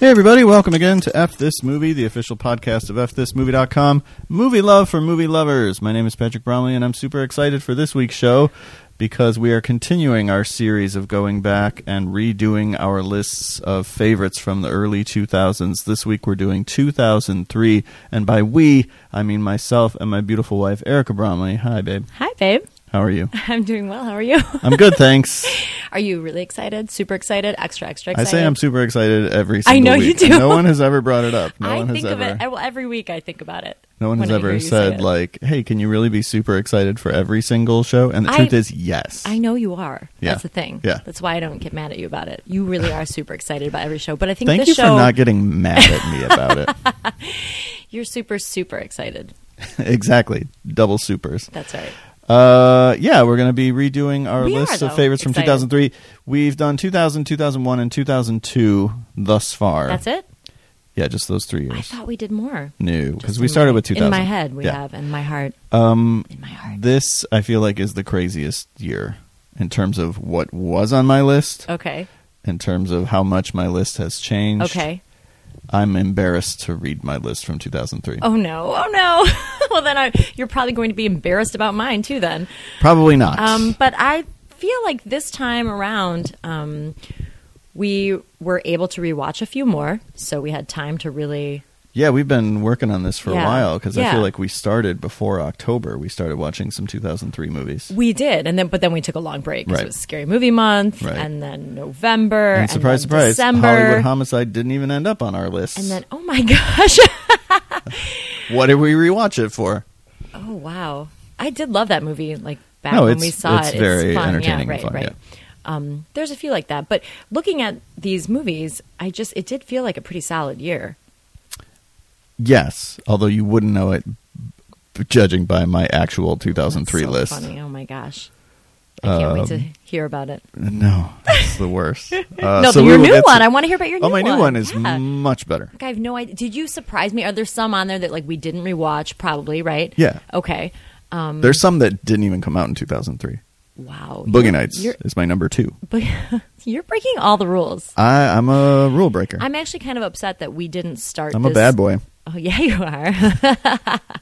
Hey, everybody, welcome again to F This Movie, the official podcast of FThisMovie.com. Movie love for movie lovers. My name is Patrick Bromley, and I'm super excited for this week's show because we are continuing our series of going back and redoing our lists of favorites from the early 2000s. This week we're doing 2003, and by we, I mean myself and my beautiful wife, Erica Bromley. Hi, babe. Hi, babe. How are you? I'm doing well. How are you? I'm good, thanks. Are you really excited? Super excited? Extra, extra I excited? say I'm super excited every I single know you week, do. and No one has ever brought it up. No I one has think ever. of it I, well, every week. I think about it. No one when has I hear ever you say said it. like, "Hey, can you really be super excited for every single show?" And the I- truth is, yes. I know you are. Yeah. That's the thing. Yeah. That's why I don't get mad at you about it. You really are super excited about every show. But I think Thank this you show, for not getting mad at me about it. you're super, super excited. exactly, double supers. That's right. Uh, yeah, we're going to be redoing our We list are, of though. favorites from Excited. 2003. We've done 2000, 2001, and 2002 thus far. That's it? Yeah, just those three I years. thought we did more. New because Just we in started my- with 2000. In my head, we Yeah. have. In my heart. Um, In my heart. this I feel like is the craziest year in terms of what was on my list. Okay. in terms of how much my list has changed. Okay. I'm embarrassed to read my list from 2003. Oh, no. Oh, no. well, then I, you're probably going to be embarrassed about mine, too, then. Probably not. Um, but I feel like this time around, um, we were able to rewatch a few more, so we had time to really. yeah, we've been working on this for a Yeah. while because I Yeah. feel like we started before October. We started watching some 2003 movies. We did, and then but then we took a long break. 'cause Right. It was Scary Movie Month, Right. and then November, And surprise, then surprise, December, Hollywood Homicide didn't even end up on our list. and then oh my gosh, what did we rewatch it for? oh wow, I did love that movie. Like back No, when it's- we saw it's it, very it's fun. entertaining and yeah, fun, right, right. Um, there's a few like that, but looking at these movies, I just it did feel like a pretty solid year. Yes, although you wouldn't know it b- judging by my actual 2003 That's so list. Funny. Oh my gosh. I can't wait to hear about it. No, that's the worst. Um, Uh, no, so but we your will new get to- one. I want to hear about your new Oh, one. my new one is Yeah. much better. Like, I have no idea. Did you surprise me? Are there some on there that like we didn't rewatch? Probably, right? Yeah. Okay. Um, There's some that didn't even come out in 2003. wow. Boogie You're- Nights You're, is my number two. but you're breaking all the rules. I, I'm a rule breaker. I'm, I'm actually kind of upset that we didn't start. a this- bad boy. Oh yeah, you are.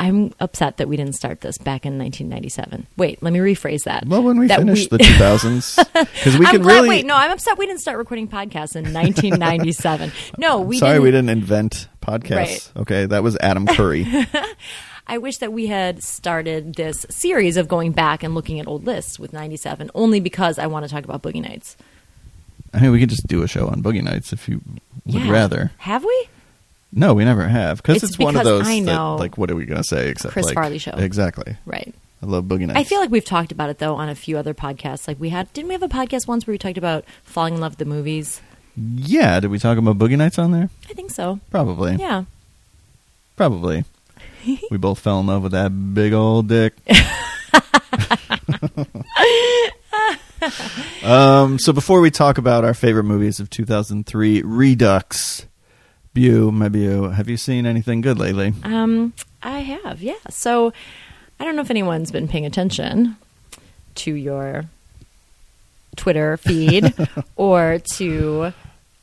I'm upset that we didn't start this back in 1997. Wait, let me rephrase that. Well, when we That finish we- the 2000s, because we I'm can glad, really. Wait, no, I'm upset we didn't start recording podcasts in 1997. no, we sorry, didn't, we didn't invent podcasts. Right. Okay, that was Adam Curry. I wish that we had started this series of going back and looking at old lists with 97, only because I want to talk about Boogie Nights. I mean, we could just do a show on Boogie Nights if you would Yeah. rather. Have we? No, we never have because it's, It's one of because those. I know. That, like, what are we going to say except Chris like, Farley show. Exactly. Right. I love Boogie Nights. I feel like we've talked about it though on a few other podcasts. Like we had, didn't we have a podcast once where we talked about falling in love with the movies? Yeah, did we talk about Boogie Nights on there? I think so. Probably. Yeah. Probably. we both fell in love with that big old dick. um, so before we talk about our favorite movies of 2003, Redux, Bew, Mebu, have you seen anything good lately? Um, I have, yeah. So I don't know if anyone's been paying attention to your Twitter feed or to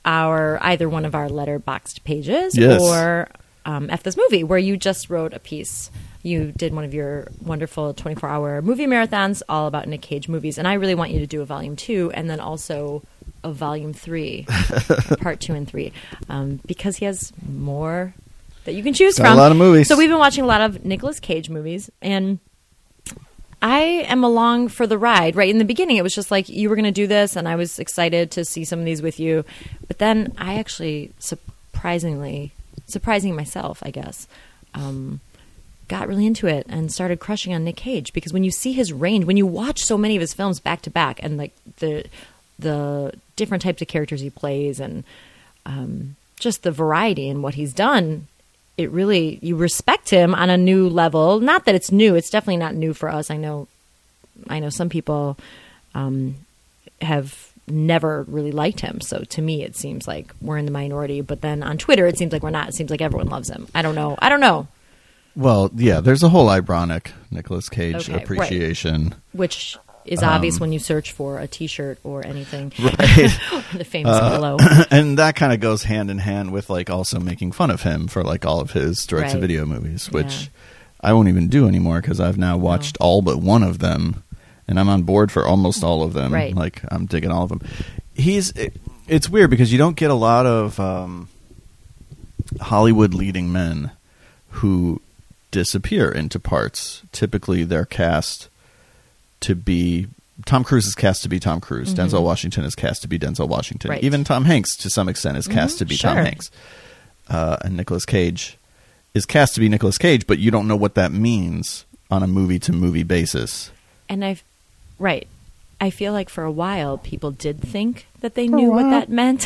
our either one of our letterboxed pages Yes. or um, at this movie where you just wrote a piece. You did one of your wonderful 24 hour movie marathons all about Nick Cage movies. And I really want you to do a volume two and then also a volume three, part two and three, um, because he has more that you can choose Got a from. lot of movies. So we've been watching a lot of Nicolas Cage movies, and I am along for the ride. Right in the beginning, it was just like you were going to do this, and I was excited to see some of these with you. But then I actually surprisingly, surprising myself, I guess, um, got really into it and started crushing on Nick Cage because when you see his range, when you watch so many of his films back to back, and like the the different types of characters he plays, and um, just the variety in what he's done, it really you respect him on a new level. Not that it's new; it's definitely not new for us. I know, I know some people um, have never really liked him. So to me, it seems like we're in the minority. But then on Twitter, it seems like we're not. It seems like everyone loves him. I don't know. I don't know. Well, yeah, there's a whole ironic Nicolas Cage Okay, right. appreciation. Which is obvious when you search for a T-shirt or anything. Right. the famous pillow. and that kind of goes hand in hand with like also making fun of him for like all of his direct to video movies, which Yeah. I won't even do anymore because I've now watched all but one of them, and I'm on board for almost all of them. Right. Like I'm digging all of them. He's it, it's weird because you don't get a lot of um, Hollywood leading men who disappear into parts. Typically, they're cast to be Tom Cruise is cast to be Tom Cruise. Denzel Washington is cast to be Denzel Washington. Mm-hmm. Right. Even Tom Hanks, to some extent, is cast Mhm, to be sure. Tom Hanks. Uh, and Nicolas Cage is cast to be Nicolas Cage, but you don't know what that means on a movie to movie basis. And I've right. I feel like for a while people did think that they knew what that meant.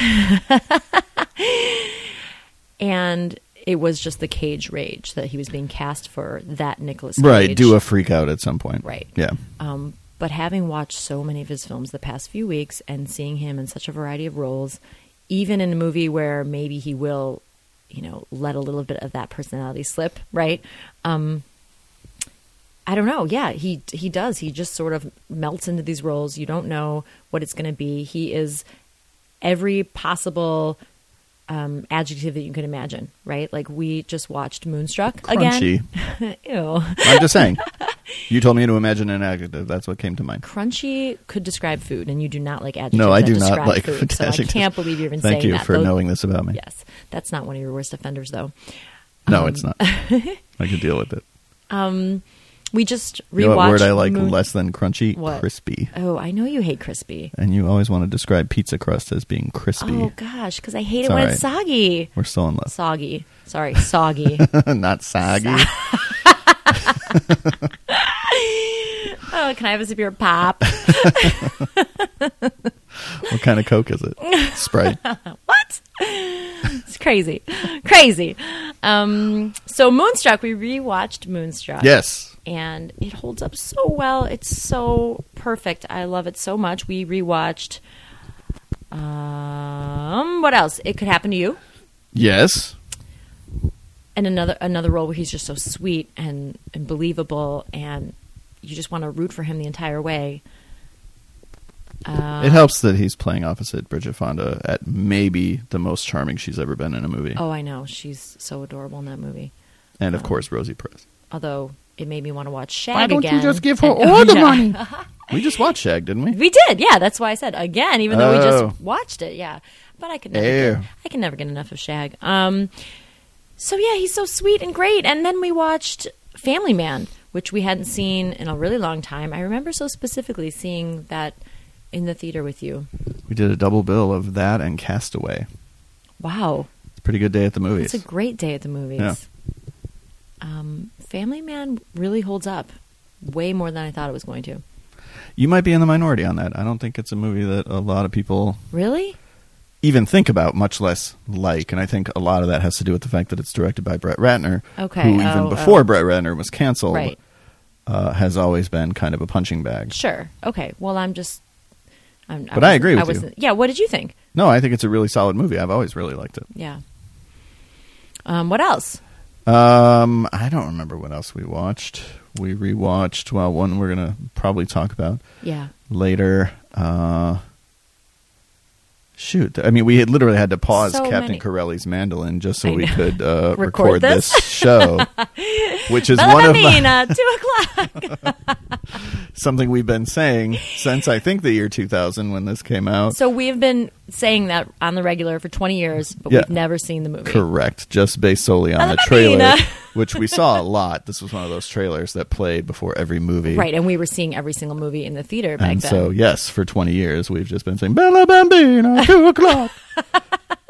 and it was just the cage rage that he was being cast for that Nicholas Cage. Right. Do a freak out at some point. Right. Yeah. Um, but having watched so many of his films the past few weeks and seeing him in such a variety of roles, even in a movie where maybe he will, you know, let a little bit of that personality slip, right? Um, I don't know. Yeah, he he does. He just sort of melts into these roles. You don't know what it's going to be. He is every possible um, adjective that you can imagine, right? Like we just watched Moonstruck Crunchy. again. Ew. I'm just saying. You told me to imagine an adjective. That's what came to mind. crunchy could describe food, and you do not like adjectives. No, I that do not describe like food. So I adjectives. can't believe you're even Thank saying you that. for though- knowing this about me. Yes, that's not one of your worst offenders, though. No, it's not. I can deal with it. We just rewatched. You know what word I like Moon- less than crunchy? What? Crispy. Oh, I know you hate crispy. And you always want to describe pizza crust as being crispy. Oh gosh, because I hate It's it when all it's soggy. We're still in love. Soggy. Sorry, soggy. Not saggy. oh, can I have a sip of your pop? what kind of Coke is it? Sprite. what? It's crazy, crazy. Um, so Moonstruck, we rewatched Moonstruck. yes. and it holds up so well. It's so perfect. I love it so much. We rewatched. Um, what else? It could happen to you. Yes. And another another role where he's just so sweet and, and believable, and you just want to root for him the entire way. Uh. it helps that he's playing opposite Bridget Fonda at maybe the most charming she's ever been in a movie. Oh, I know she's so adorable in that movie. and of course, Rosie Perez. Although it made me want to watch Shag Why don't again. you just give her And- all the Yeah. money? We just watched Shag, didn't we? We did, yeah. That's why I said again, even though we Oh. just watched it, yeah. But I could never Ew. get, I can never get enough of Shag. Um, so yeah, he's so sweet and great. And then we watched Family Man, which we hadn't seen in a really long time. I remember so specifically seeing that in the theater with you. We did a double bill of that and Castaway. Wow, It's a pretty good day at the movies. it's a great day at the movies. Yeah. Um, Family Man really holds up way more than I thought it was going to. you might be in the minority on that. I don't think it's a movie that a lot of people Really? even think about, much less like. And I think a lot of that has to do with the fact that it's directed by Brett Ratner, Okay, who even oh, oh. before Brett Ratner was canceled, Right. uh, has always been kind of a punching bag. Sure. Okay. Well, I'm just. I'm, But I wasn't- agree with you. wasn't- Yeah. What did you think? No, I think it's a really solid movie. I've always really liked it. Yeah. Um, what else? Um, I don't remember what else we watched. We rewatched well one we're gonna probably talk about Yeah. later. Uh, shoot, I mean we had literally had to pause So Captain many. Corelli's mandolin just so I we know. could uh, Record record this, this. show, which is one Bella of my, Bambina, two o'clock. uh, something we've been saying since I think the year 2000 when this came out. So we have been saying that on the regular for 20 years, but Yeah. we've never seen the movie. Correct. Just based solely on Bella the trailer, Bambina. which we saw a lot. This was one of those trailers that played before every movie. Right. And we were seeing every single movie in the theater back And then. so, yes, for 20 years, we've just been saying, Bella Bambina, 2 o'clock.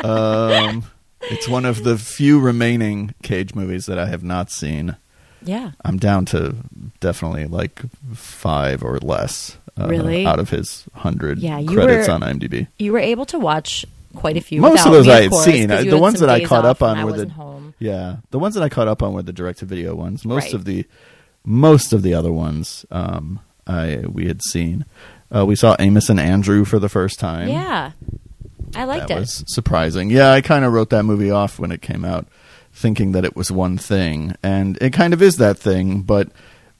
um, it's one of the few remaining Cage movies that I have not seen. yeah. I'm down to definitely like five or less uh, Really? out of his 100 Yeah, you credits were- on IMDb. You were able to watch quite a few. Most without of those me, I had course, seen. 'cause I- you the had ones some that I days caught off up on and I were the wasn't home. yeah, the ones that I caught up on were the direct to video ones. Most Right. of the most of the other ones um, I we had seen. Uh, we saw Amos and Andrew for the first time. Yeah. I liked that it. was surprising. Yeah, I kind of wrote that movie off when it came out, thinking that it was one thing, and it kind of is that thing. But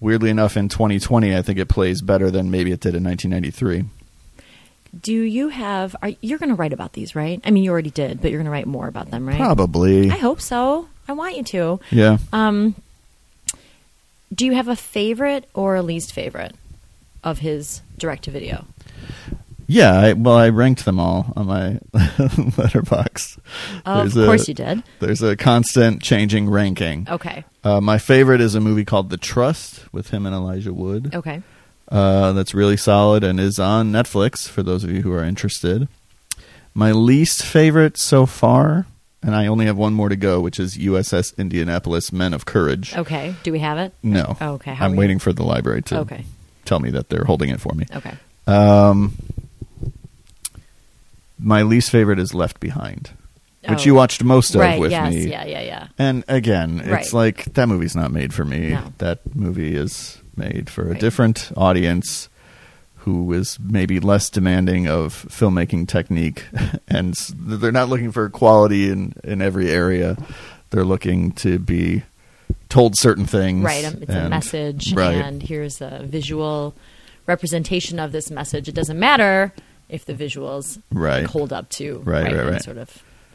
Weirdly enough, in 2020, I think it plays better than maybe it did in 1993. Do you have? Are, you're going to write about these, right? I mean, you already did, but you're going to write more about them, right? Probably. I hope so. I want you to. Yeah. Um, do you have a favorite or a least favorite of his direct to video? Yeah, I, well, I ranked them all on my letterbox. Of course you did. There's a constant changing ranking. Okay. Uh, my favorite is a movie called The Trust with him and Elijah Wood. Okay. Uh, that's really solid and is on Netflix for those of you who are interested. My least favorite so far, and I only have one more to go, which is USS Indianapolis Men of Courage. Okay. Do we have it? No. Oh. Okay, how I'm are you- waiting for the library to Okay. tell me that they're holding it for me. Okay. Um, my least favorite is Left Behind, which Oh. you watched most of right. with yes. me. Yeah. Yeah. Yeah. And again, it's Right. like that movie's not made for me. No. That movie is made for a Right. different audience who is maybe less demanding of filmmaking technique and s- they're not looking for quality in in every area. They're looking to be told certain things. Right. um, It's a and- message, Right. and here's a visual representation of this message. It doesn't matter if the visuals Right. hold up to Right, right, and right. sort of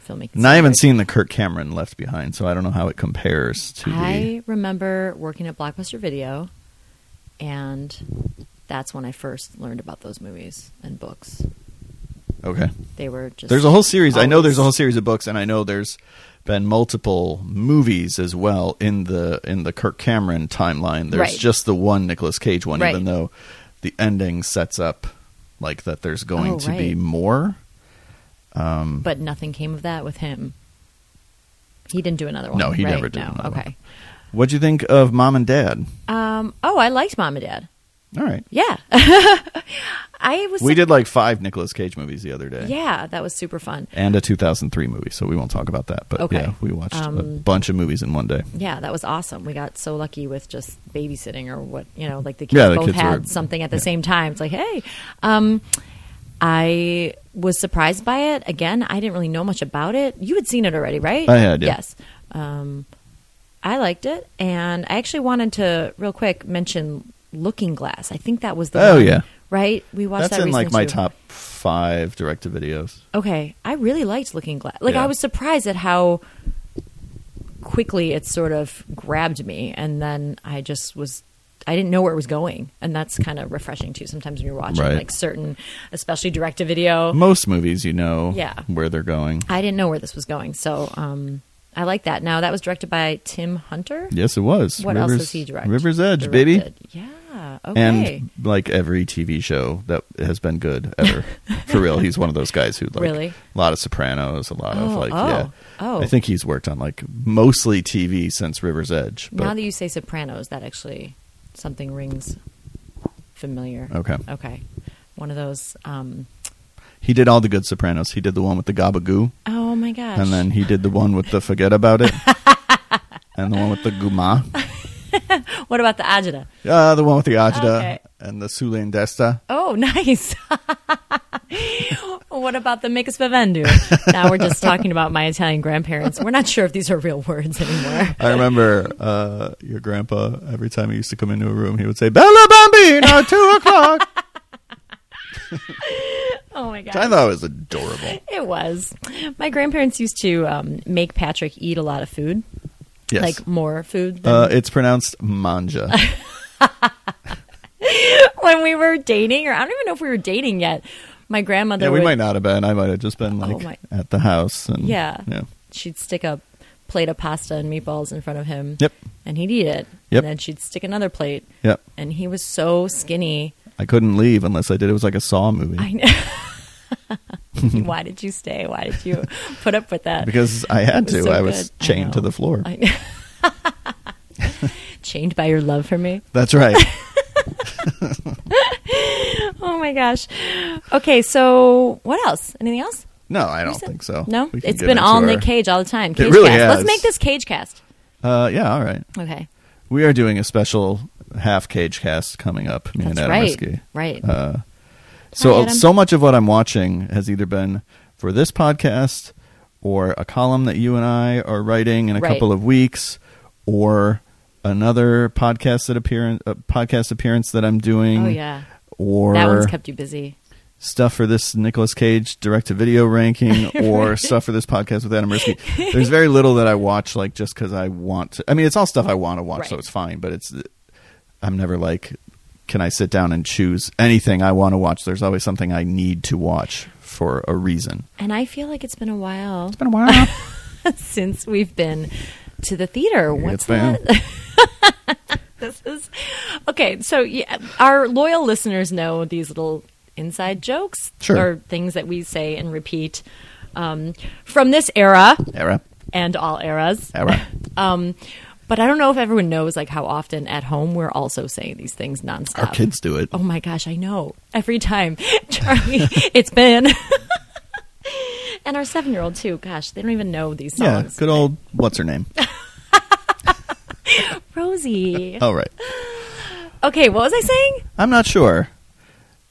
filmmaking. and I haven't standards. seen the Kirk Cameron Left Behind, so I don't know how it compares to the I remember working at Blockbuster Video, and that's when I first learned about those movies and books. Okay. They were just There's a whole series. I know always- there's a whole series of books, and I know there's been multiple movies as well in the in the Kirk Cameron timeline. There's Right. just the one Nicolas Cage one, Right. even though the ending sets up like that. There's going Oh, to be right. more. Um, but nothing came of that with him. He didn't do another one. No, he right? never did No. another one. okay. What'd you think of Mom and Dad? Um, oh, I liked Mom and Dad. All right, Yeah, I was. we did like five Nicolas Cage movies the other day. Yeah, that was super fun. And a 2003 movie, so we won't talk about that. But Okay. yeah, we watched a Um, bunch of movies in one day. Yeah, that was awesome. We got so lucky with just babysitting or what you know, like the kids Yeah, the both kids had were- something at the yeah. same time. It's like, hey, um, I was surprised by it. Again, I didn't really know much about it. You had seen it already, right? I had, yeah. Yes. Um, I liked it, and I actually wanted to real quick mention Looking Glass. I think that was the Oh, one, yeah. right. We watched That's that in like recently, my too. top five direct to videos. Okay, I really liked Looking Glass. Like Yeah. I was surprised at how quickly it sort of grabbed me, and then I just was. I didn't know where it was going, and that's kind of refreshing too. Sometimes when you're watching Right. like certain, especially direct to video, Most movies, you know, Yeah. where they're going. I didn't know where this was going, so um, I like that. Now that was directed by Tim Hunter. Yes, it was. What else does he direct? River's Edge, baby. Directed. Yeah. Okay. And like every TV show that has been good ever, for real, he's one of those guys who like Really? a lot of Sopranos, a lot of Oh, like oh, yeah. oh. I think he's worked on like mostly TV since River's Edge. But now that you say Sopranos, that actually something rings familiar. Okay. Okay. One of those. Um, he did all the good Sopranos. He did the one with the gabagoo, oh my gosh. and then he did the one with the forget about it, and the one with the guma, What about the Ajita? uh, the one with the ajda, Okay. and the Sule Desta. Oh, nice. what about the Micus Vivendu? now we're just talking about my Italian grandparents. We're not sure if these are real words anymore. I remember uh, your grandpa, every time he used to come into a room, he would say, Bella Bambino, two o'clock. Oh my I god. thought it was adorable. It was. My grandparents used to um, make Patrick eat a lot of food, Yes. like more food than uh, it's pronounced manja. when we were dating, or I don't even know if we were dating yet. My grandmother yeah, we would, might not have been. I might have just been Oh, like my- at the house. And, Yeah. She'd stick a plate of pasta and meatballs in front of him. Yep. And he'd eat it. Yep. And then she'd stick another plate. Yep. And he was so skinny. I couldn't leave unless I did. It was like a Saw movie. I know. Why did you stay? Why did you put up with that? Because I had It to. so I was good. chained know. to the floor. I know. chained by your love for me. That's right. Oh my gosh. Okay, so what else? Anything else? No, I don't Recent? think so. No, We can it's get been into all our- Nick Cage all the time. Cage really cast. has. Let's make this Cage cast. Uh, yeah, all right. Okay, We are doing a special half cage cast coming up. Me and that's Adam right. Riske. Right. Uh, so Adam. so much of what I'm watching has either been for this podcast or a column that you and I are writing in a Right. couple of weeks or another podcast that appearance uh, podcast appearance that I'm doing. Oh yeah, mm, Or that one's kept you busy. stuff for this Nicolas Cage direct to video ranking or stuff for this podcast with Adam Risky. There's very little that I watch like just because I want to. I mean, it's all stuff I want to watch, so Right. it's fine. But it's I'm never like, can I sit down and choose anything I want to watch? There's always something I need to watch for a reason. And I feel like it's been a while It's been a while. since we've been to the theater. What's it's been. that? this is okay. So yeah, our loyal listeners know these little inside jokes Sure. or things that we say and repeat um, from this era Era, and all eras. era. Um, but I don't know if everyone knows like how often at home we're also saying these things nonstop. Our kids do it. Oh my gosh, I know. Every time. Charlie, it's been. and our seven year old, too. Gosh, they don't even know these yeah, songs. good old what's her name? Rosie. All Oh, right, Okay, what was I saying? I'm not sure.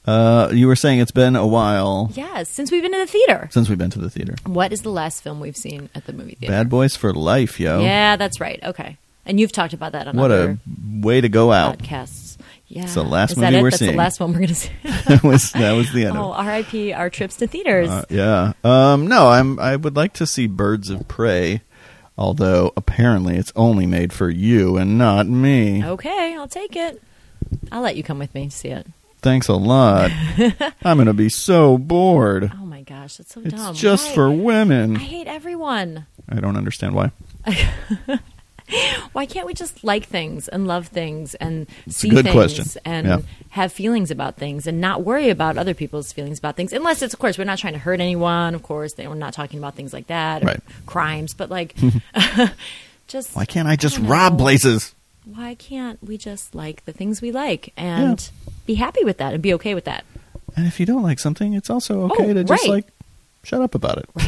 Uh, you were saying it's been a while Yes, since we've been to the theater. since we've been to the theater. What is the last film we've seen at the movie theater? Bad Boys for Life, yo. Yeah, that's right. Okay. And you've talked about that on What a other way to go out. podcasts. Yeah. It's the last is that movie it? we're That's seeing. the last one we're going to see. that was that was the end. oh, of RIP, our trips to it. theaters. Uh, yeah. Um, no, I'm. I would like to see Birds of Prey, although apparently it's only made for you and not me. okay, I'll take it. I'll let you come with me to see it. Thanks a lot. I'm gonna be so bored. Oh my gosh, that's so It's dumb. just Why? for I women. hate everyone. I don't understand why. Why can't we just like things and love things and a see good things question. and Yeah. have feelings about things and not worry about other people's feelings about things? Unless it's, of course, we're not trying to hurt anyone. Of course, they, we're not talking about things like that or Right. crimes. But like, just Why can't I just don't rob know. places? Why can't we just like the things we like and be happy with that and be okay with that? And if you don't like something, it's also okay Oh, to just right. like shut up about it.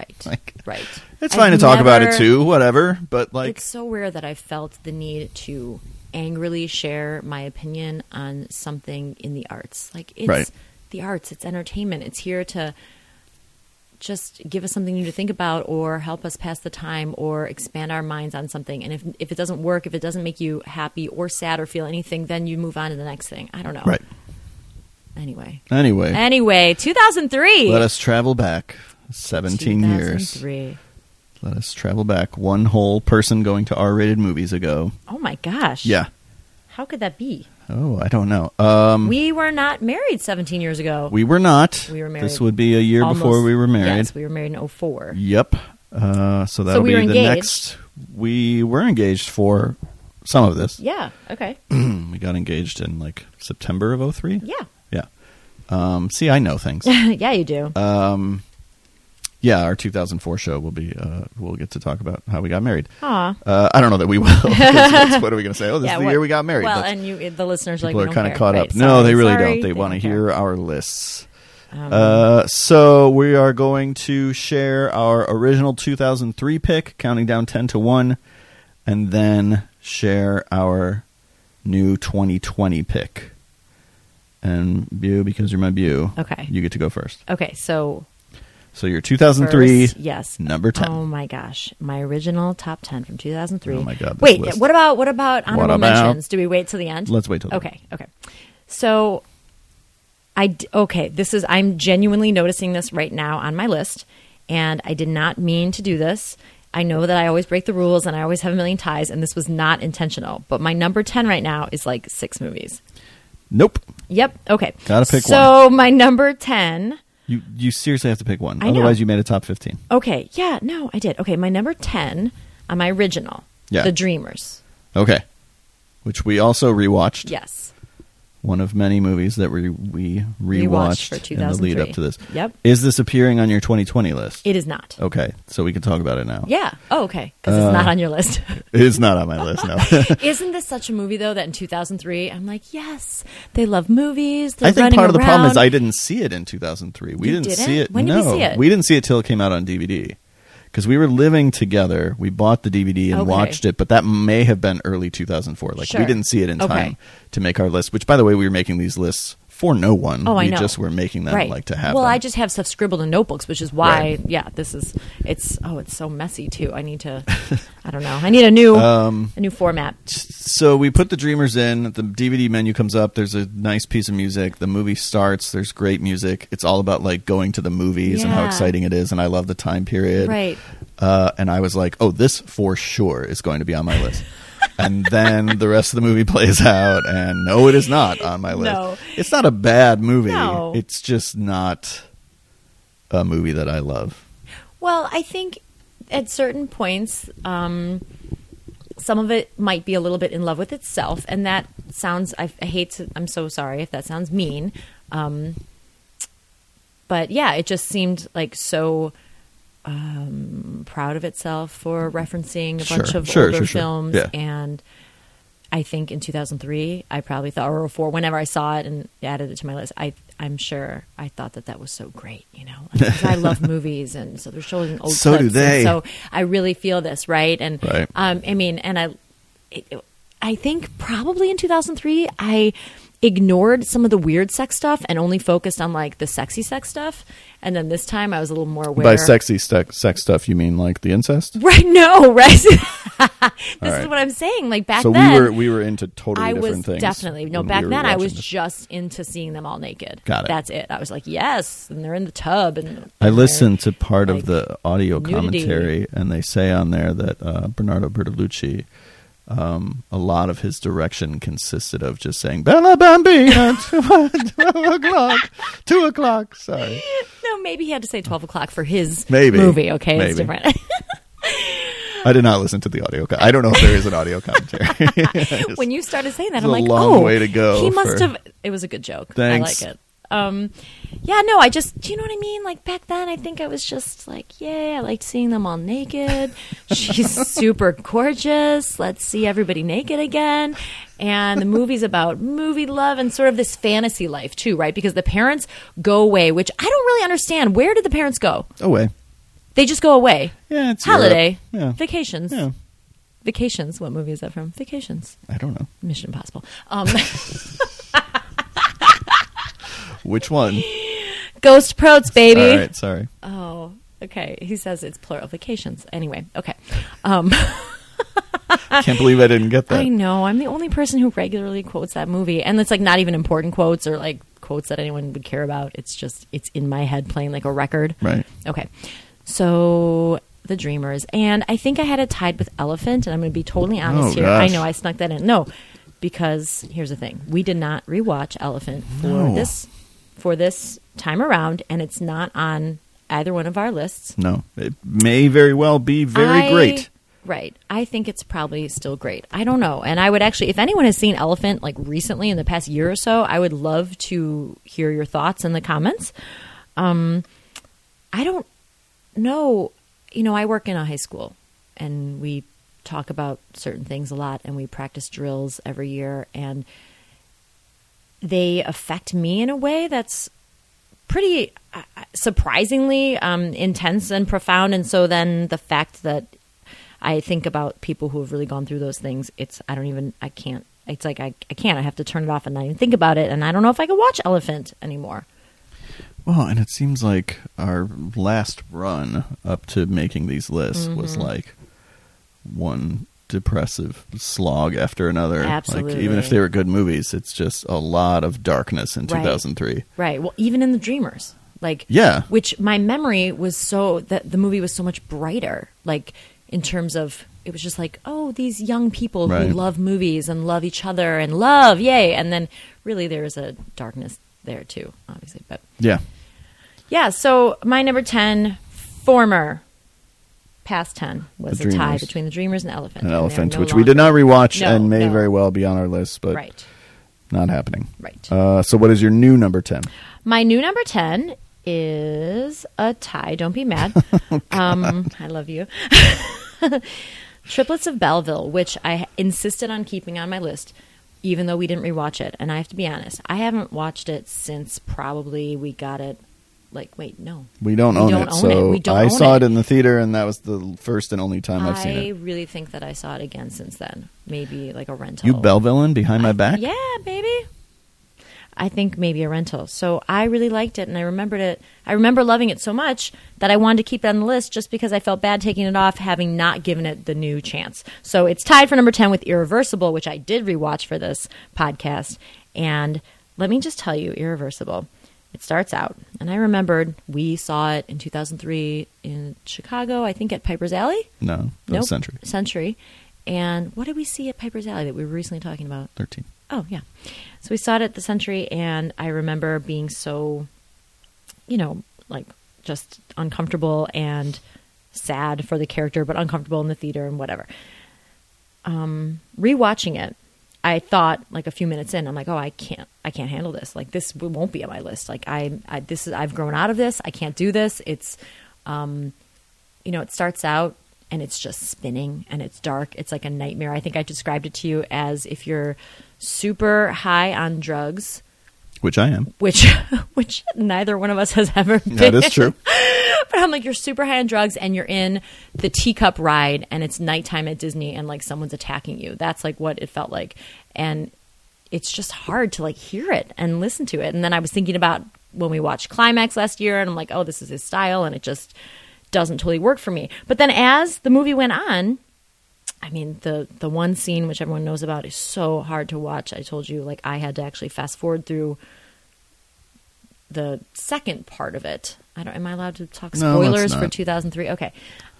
Right, right, Like, right. It's I've fine to talk about it never- too, whatever. But like, it's so rare that I felt the need to angrily share my opinion on something in the arts. Like it's Right. the arts, it's entertainment. It's here to just give us something new to think about or help us pass the time or expand our minds on something. And if if it doesn't work, if it doesn't make you happy or sad or feel anything, then you move on to the next thing. I don't know. right. Anyway. Anyway, Anyway, 2003. Let us travel back 17 years. 2003. Let us travel back one whole person going to R rated movies ago. Oh my gosh. Yeah. How could that be? Oh, I don't know. Um, we, We were not married 17 years ago. were not. We were married. This would be a year before Almost- we were married. Yes, we were married in 04. Yep. Uh, so that'll we be were the engaged. next. We were engaged for some of this. Hmm, Yeah. Okay. We got engaged in like September of 03. Yeah. Yeah. Um, see, I know things. yeah, you do. um, yeah, our 2004 show will be. Uh, we'll get to talk about how we got married. Aw. Uh, I don't know that we will. 'cause that's- what are we going to say? Oh, this yeah, is the what- year we got married. Well, That's- and you, the listeners are people like, are kind of caught up. no, they really don't. They, want to hear our lists. Um, uh, so we are going to share our original 2003 pick, counting down 10 to 1, and then share our new 2020 pick. And Bew, because you're my Bew, Okay. you get to go first. Okay, so So your 2003, first, yes, number 10. Oh my gosh, my original top ten from 2003. Oh my God, this Wait, list. what about what about honorable about- mentions? Do we wait till the end? Let's wait till the Okay, okay. So I d- okay, this is I'm genuinely noticing this right now on my list and I did not mean to do this. I know that I always break the rules and I always have a million ties and this was not intentional, but my number 10 right now is like six movies. Nope. Yep. Okay. Gotta pick so my number 10 You, you seriously have to pick one. I know. Otherwise, you made a top 15. Okay. Yeah. No, I did. Okay. My number 10 on my original. Yeah. The Dreamers. Okay. Which we also rewatched. Yes. one of many movies that we we Rewatched rewatched for in the lead up 2003. to this. Yep. Is this appearing on your 2020 list? It is not. okay, so we can talk about it now. Yeah. Oh, okay. Because Oh. Uh, it's not on your list. It's not on my list. No. Isn't this such a movie, though, that in 2003, I'm like, yes, they love movies. They're I think running part of the problem around. is I didn't see it in 2003. We You didn't, didn't? see it. When did no, we see it? we didn't see it till it came out on DVD. Because we were living together, we bought the DVD and Okay. watched it, but that may have been early 2004. Like Sure. we didn't see it in Okay. time to make our list. Which, by the way, we were making these lists for no one. Oh, I we know. just were making them like to have. Well, them. I just have stuff scribbled in notebooks, which is why, Right. yeah, this is it's oh, it's so messy too. I need to, I don't know, I need a new Um, a new format. so we put the dreamers in the dvd menu comes up there's a nice piece of music the movie starts there's great music it's all about like going to the movies and how Yeah. exciting it is and i love the time period Right. uh, and i was like oh this for sure is going to be on my list and then the rest of the movie plays out and no it is not on my list No. it's not a bad movie No. it's just not a movie that i love Well, I think at certain points, um, some of it might be a little bit in love with itself, and that sounds. I, I hate to. I'm so sorry if that sounds mean. Um, but yeah, it just seemed like so um, proud of itself for referencing a Sure, bunch of sure, older sure, sure. films Yeah. and. I think in 2003, I probably thought, or 04, whenever I saw it and added it to my list, I, I'm sure I thought that that was so great, you know? 'Cause I love movies, and so they're showing old So do clips, and they. so I really feel this, right? And, Right. um, I mean, and I, it, it- I think probably in 2003, I ignored some of the weird sex stuff and only focused on like the sexy sex stuff. And then this time I was a little more aware. by sexy stu- sex stuff you mean like the incest Right, no, right? this right. is what I'm saying. Like back so then. we were we were into totally I different was things. definitely no. when Back we were then, I watching was this. just into seeing them all naked. Got it. That's it. I was like, yes, and they're in the tub, and I and listened they're, to part like, of the audio nudity. commentary, and they say on there that uh, Bernardo Bertolucci, um, a lot of his direction consisted of just saying "Bella Bambina," two o'clock, two o'clock. Sorry, No, maybe he had to say twelve o'clock for his Maybe. movie. Okay, Maybe. it's different. I did not listen to the audio. Co- I don't know if there is an audio commentary. when you started saying that, It's I'm a like, long oh, way to go He must for- have. It was a good joke. Thanks. I like it. Um, yeah, no, I just, do you know what I mean? Like back then, I think I was just like, yeah, I liked seeing them all naked. She's super gorgeous. Let's see everybody naked again. And the movie's about movie love and sort of this fantasy life too, right? Because the parents go away, which I don't really understand. Where did the parents go? Away, They just go away. Oh, yeah, it's Europe. Holiday, Yeah, vacations, yeah. vacations. What movie is that from? Vacations. I don't know Mission Impossible. Um, which one. ghost protes, baby. All right, sorry. Oh, okay. He says it's plural vacations. Anyway, okay. Um, Can't believe I didn't get that. I know. I'm the only person who regularly quotes that movie, and it's like not even important quotes or like quotes that anyone would care about. It's just it's in my head playing like a record. Right. Okay. So the Dreamers, and I think I had it tied with Elephant, and I'm going to be totally honest Oh, here. gosh. I know I snuck that in. No, because here's the thing: we did not rewatch Elephant for No. this for this time around, and it's not on either one of our lists. No, it may very well be very I- great. Right. I think it's probably still great. I don't know. And I would actually, if anyone has seen Elephant like recently in the past year or so, I would love to hear your thoughts in the comments. Um, I don't know. You know, I work in a high school and we talk about certain things a lot and we practice drills every year and they affect me in a way that's pretty uh, surprisingly um, intense and profound. And so then the fact that I think about people who have really gone through those things, it's, I don't even, I can't, it's like I, I can't, I have to turn it off and not even think about it. And I don't know if I could watch Elephant anymore. Well, and it seems like our last run up to making these lists was Mm-hmm. like one depressive slog after another. Like even Absolutely. if they were good movies, it's just a lot of darkness in Right. 2003. Right. Well, even in The Dreamers. Like, Yeah. Which my memory was so, that the movie was so much brighter. Like, in terms of, it was just like, oh, these young people Right. who love movies and love each other and love, yay. And then really there is a darkness there too, obviously. But Yeah. yeah, so my number 10, former past 10, was The a tie Dreamers. between The Dreamers and Elephant. An And they're elephant, no which we did not longer- rewatch No, and may no. very well be on our list, but Right. not happening. Right. Uh, so, what is your new number 10? My new number 10 is a tie. Don't be mad. Oh, um, I love you. Triplets of Belleville, which I insisted on keeping on my list, even though we didn't rewatch it. And I have to be honest, I haven't watched it since probably we got it. Like, wait, no. We don't We own don't it, own so it. We don't I own saw it. it. in the theater, and that was the first and only time I've I seen it. really think that I saw it again since then. Maybe like a rental. You Bell villain behind my back? Yeah, baby. I think maybe a rental. So I really liked it and I remembered it. I remember loving it so much that I wanted to keep it on the list just because I felt bad taking it off having not given it the new chance. So it's tied for number 10 with Irreversible, which I did rewatch for this podcast. And let me just tell you, Irreversible. It starts out, and I remembered we saw it in 2003 in Chicago, I think at Piper's Alley. No, no Nope. Oh, century. Century. And what did we see at Piper's Alley that we were recently talking about? Thirteen. Oh, yeah. So we saw it at the Century, and I remember being so, you know, like just uncomfortable and sad for the character, but uncomfortable in the theater and whatever. Um, rewatching it, I thought like a few minutes in, I'm like, oh, I can't, I can't handle this. Like this w- won't be on my list. Like I, I this is, I've grown out of this. I can't do this. It's, um, you know, it starts out and it's just spinning and it's dark. It's like a nightmare. I think I described it to you as if you're super high on drugs, Which I am. which which neither one of us has ever been. That is true. But I'm like, you're super high on drugs and you're in the teacup ride and it's nighttime at Disney and like someone's attacking you. That's like what it felt like. And it's just hard to like hear it and listen to it. And then I was thinking about when we watched Climax last year and I'm like, oh, this is his style and it just doesn't totally work for me. But then as the movie went on, I mean the the one scene which everyone knows about is so hard to watch. I told you like I had to actually fast forward through the second part of it. I don't. Am I allowed to talk No, let's spoilers for not. 2003? Okay.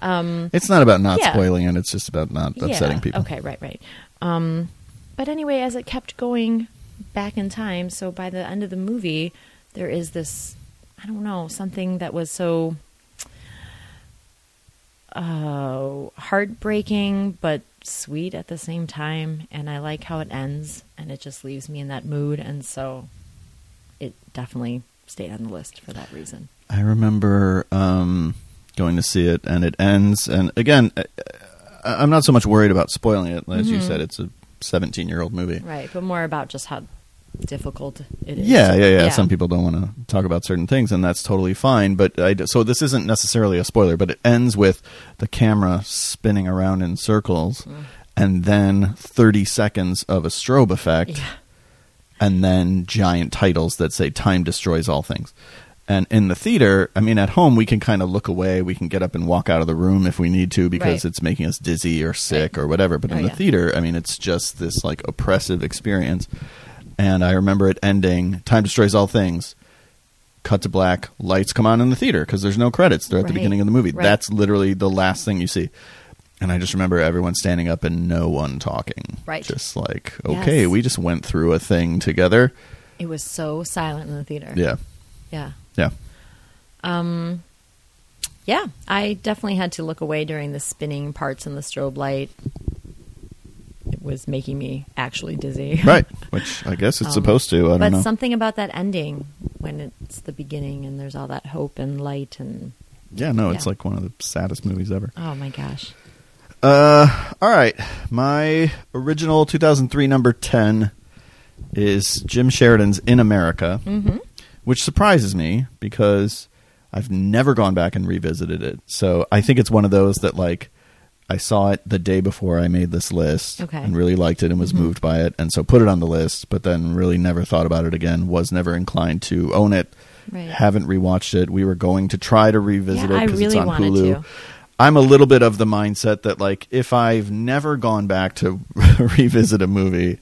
Um, It's not about not Yeah. spoiling it. It's just about not upsetting yeah. people. Okay. Right. Right. Um, but anyway, as it kept going back in time, so by the end of the movie, there is this. I don't know something that was so uh, heartbreaking but sweet at the same time, and I like how it ends, and it just leaves me in that mood, and so it definitely stayed on the list for that reason. I remember um, going to see it, and it ends. And again, I, I- I'm not so much worried about spoiling it. As Mm-hmm. you said, it's a 17 year old movie. Right, but more about just how difficult it is. Yeah, yeah, yeah, Some people don't want to talk about certain things, and that's totally fine. But I d so this isn't necessarily a spoiler, but it ends with the camera spinning around in circles, Mm. and then 30 seconds of a strobe effect, Yeah. and then giant titles that say "Time destroys all things." And in the theater, I mean, at home we can kind of look away, we can get up and walk out of the room if we need to because Right. it's making us dizzy or sick or whatever. But Oh, in the yeah. theater, I mean, it's just this like oppressive experience. And I remember it ending. Time destroys all things. Cut to black. Lights come on in the theater because there's no credits. They're at the Right. beginning of the movie. Right. That's literally the last thing you see. And I just remember everyone standing up and no one talking. Right. Just like, okay, Yes. we just went through a thing together. It was so silent in the theater. Yeah. Yeah. Yeah. Um, yeah, I definitely had to look away during the spinning parts and the strobe light. It was making me actually dizzy. Right. Which I guess it's Um, supposed to. I but don't know. something about that ending when it's the beginning and there's all that hope and light and yeah, no, it's yeah. like one of the saddest movies ever. oh my gosh. Uh, all right. My original 2003 number 10 is Jim Sheridan's In America, Mm-hmm. which surprises me because I've never gone back and revisited it. So I think it's one of those that, like, I saw it the day before I made this list Okay. Mm-hmm. and really liked it and was moved by it. And so put it on the list, but then really never thought about it again, was never inclined to own it. Right. Haven't rewatched it. We were going to try to revisit Yeah, it I because it's really on wanted Hulu. to. I'm a little bit of the mindset that like if I've never gone back to revisit a movie,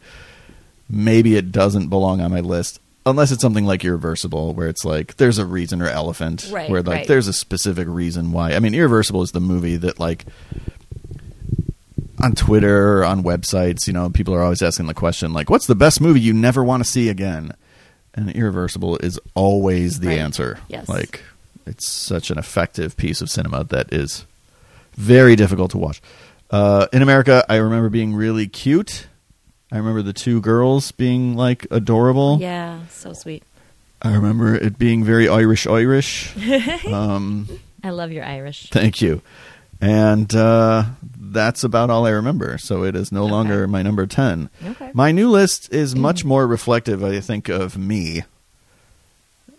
maybe it doesn't belong on my list unless it's something like Irreversible where it's like there's a reason or elephant Right, where like right. there's a specific reason why. I mean Irreversible is the movie that like on Twitter, on websites, you know, people are always asking the question like what's the best movie you never want to see again? And Irreversible is always the Right. answer. Yes. Like it's such an effective piece of cinema that is very difficult to watch. Uh, in America, I remember being really cute. I remember the two girls being like adorable. Yeah, so sweet. I remember it being very Irish Irish. um, I love your Irish. thank you. And uh, that's about all I remember. So it is no Okay. longer my number 10. Okay. Mm. My new list is much more reflective, I think, of me.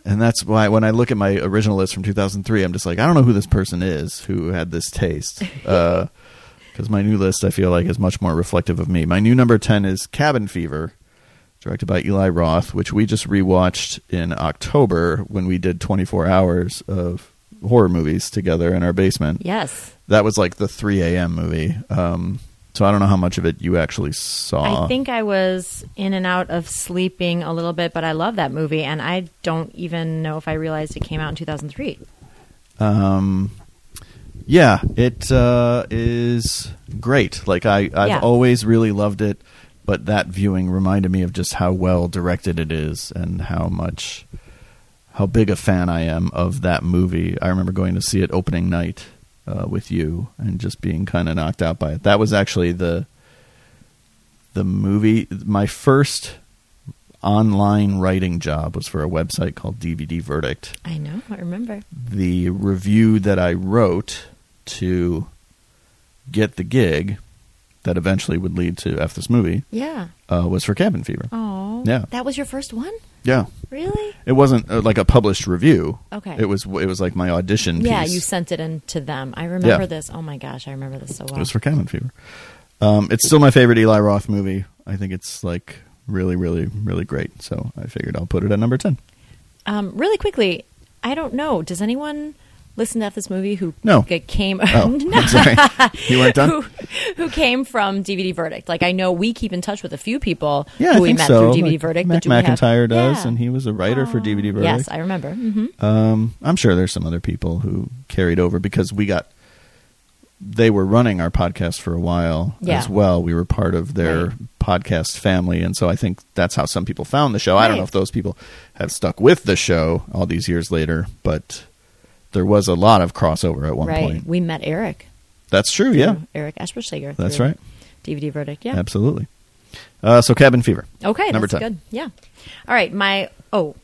And that's why when I look at my original list from 2003, I'm just like, I don't know who this person is who had this taste. Uh, Because my new list, I feel like, is much more reflective of me. My new number 10 is Cabin Fever, directed by Eli Roth, which we just rewatched in October when we did 24 hours of horror movies together in our basement. Yes. That was like the 3 a.m. movie. Um, so I don't know how much of it you actually saw. I think I was in and out of sleeping a little bit, but I love that movie, and I don't even know if I realized it came out in 2003. Um, yeah, it uh, is great. Like I, I've Yeah. always really loved it, but that viewing reminded me of just how well directed it is and how much, how big a fan I am of that movie. I remember going to see it opening night uh, with you and just being kind of knocked out by it. That was actually the the movie. My first online writing job was for a website called DVD Verdict I know, I remember. the review that I wrote to get the gig that eventually would lead to F this movie Yeah. uh, was for Cabin Fever. Oh. Yeah. That was your first one? Yeah, Really? it wasn't uh, like a published review. Okay. it was it was like my audition. Yeah, piece. you sent it in to them. I remember Yeah. this. Oh my gosh, I remember this so It well. was for Cabin Fever. Um, it's still my favorite Eli Roth movie. I think it's like really, really, really great. So I figured I'll put it at number ten. um, really quickly, I don't know. Does anyone listen to F this movie who No. g- came? Oh, No. I'm sorry, you weren't done. who, who came from DVD Verdict? Like I know we keep in touch with a few people yeah, I who we think met so. through DVD Like Verdict. Mac but do we have- McIntyre does, Yeah. and he was a writer for DVD Verdict. Yes, I remember. hmm Um, I'm sure there's some other people who carried over because we got they were running our podcast for a while Yeah. as well. We were part of their Right. podcast family, and so I think that's how some people found the show. I don't know Right. if those people have stuck with the show all these years later, but there was a lot of crossover at one Right. point. We met Eric. That's true. Yeah, through Eric Aspersager. That's through right. DVD Verdict. Yeah. absolutely. Uh, so, cabin fever. Okay. number that's ten. good. Yeah. All right. My oh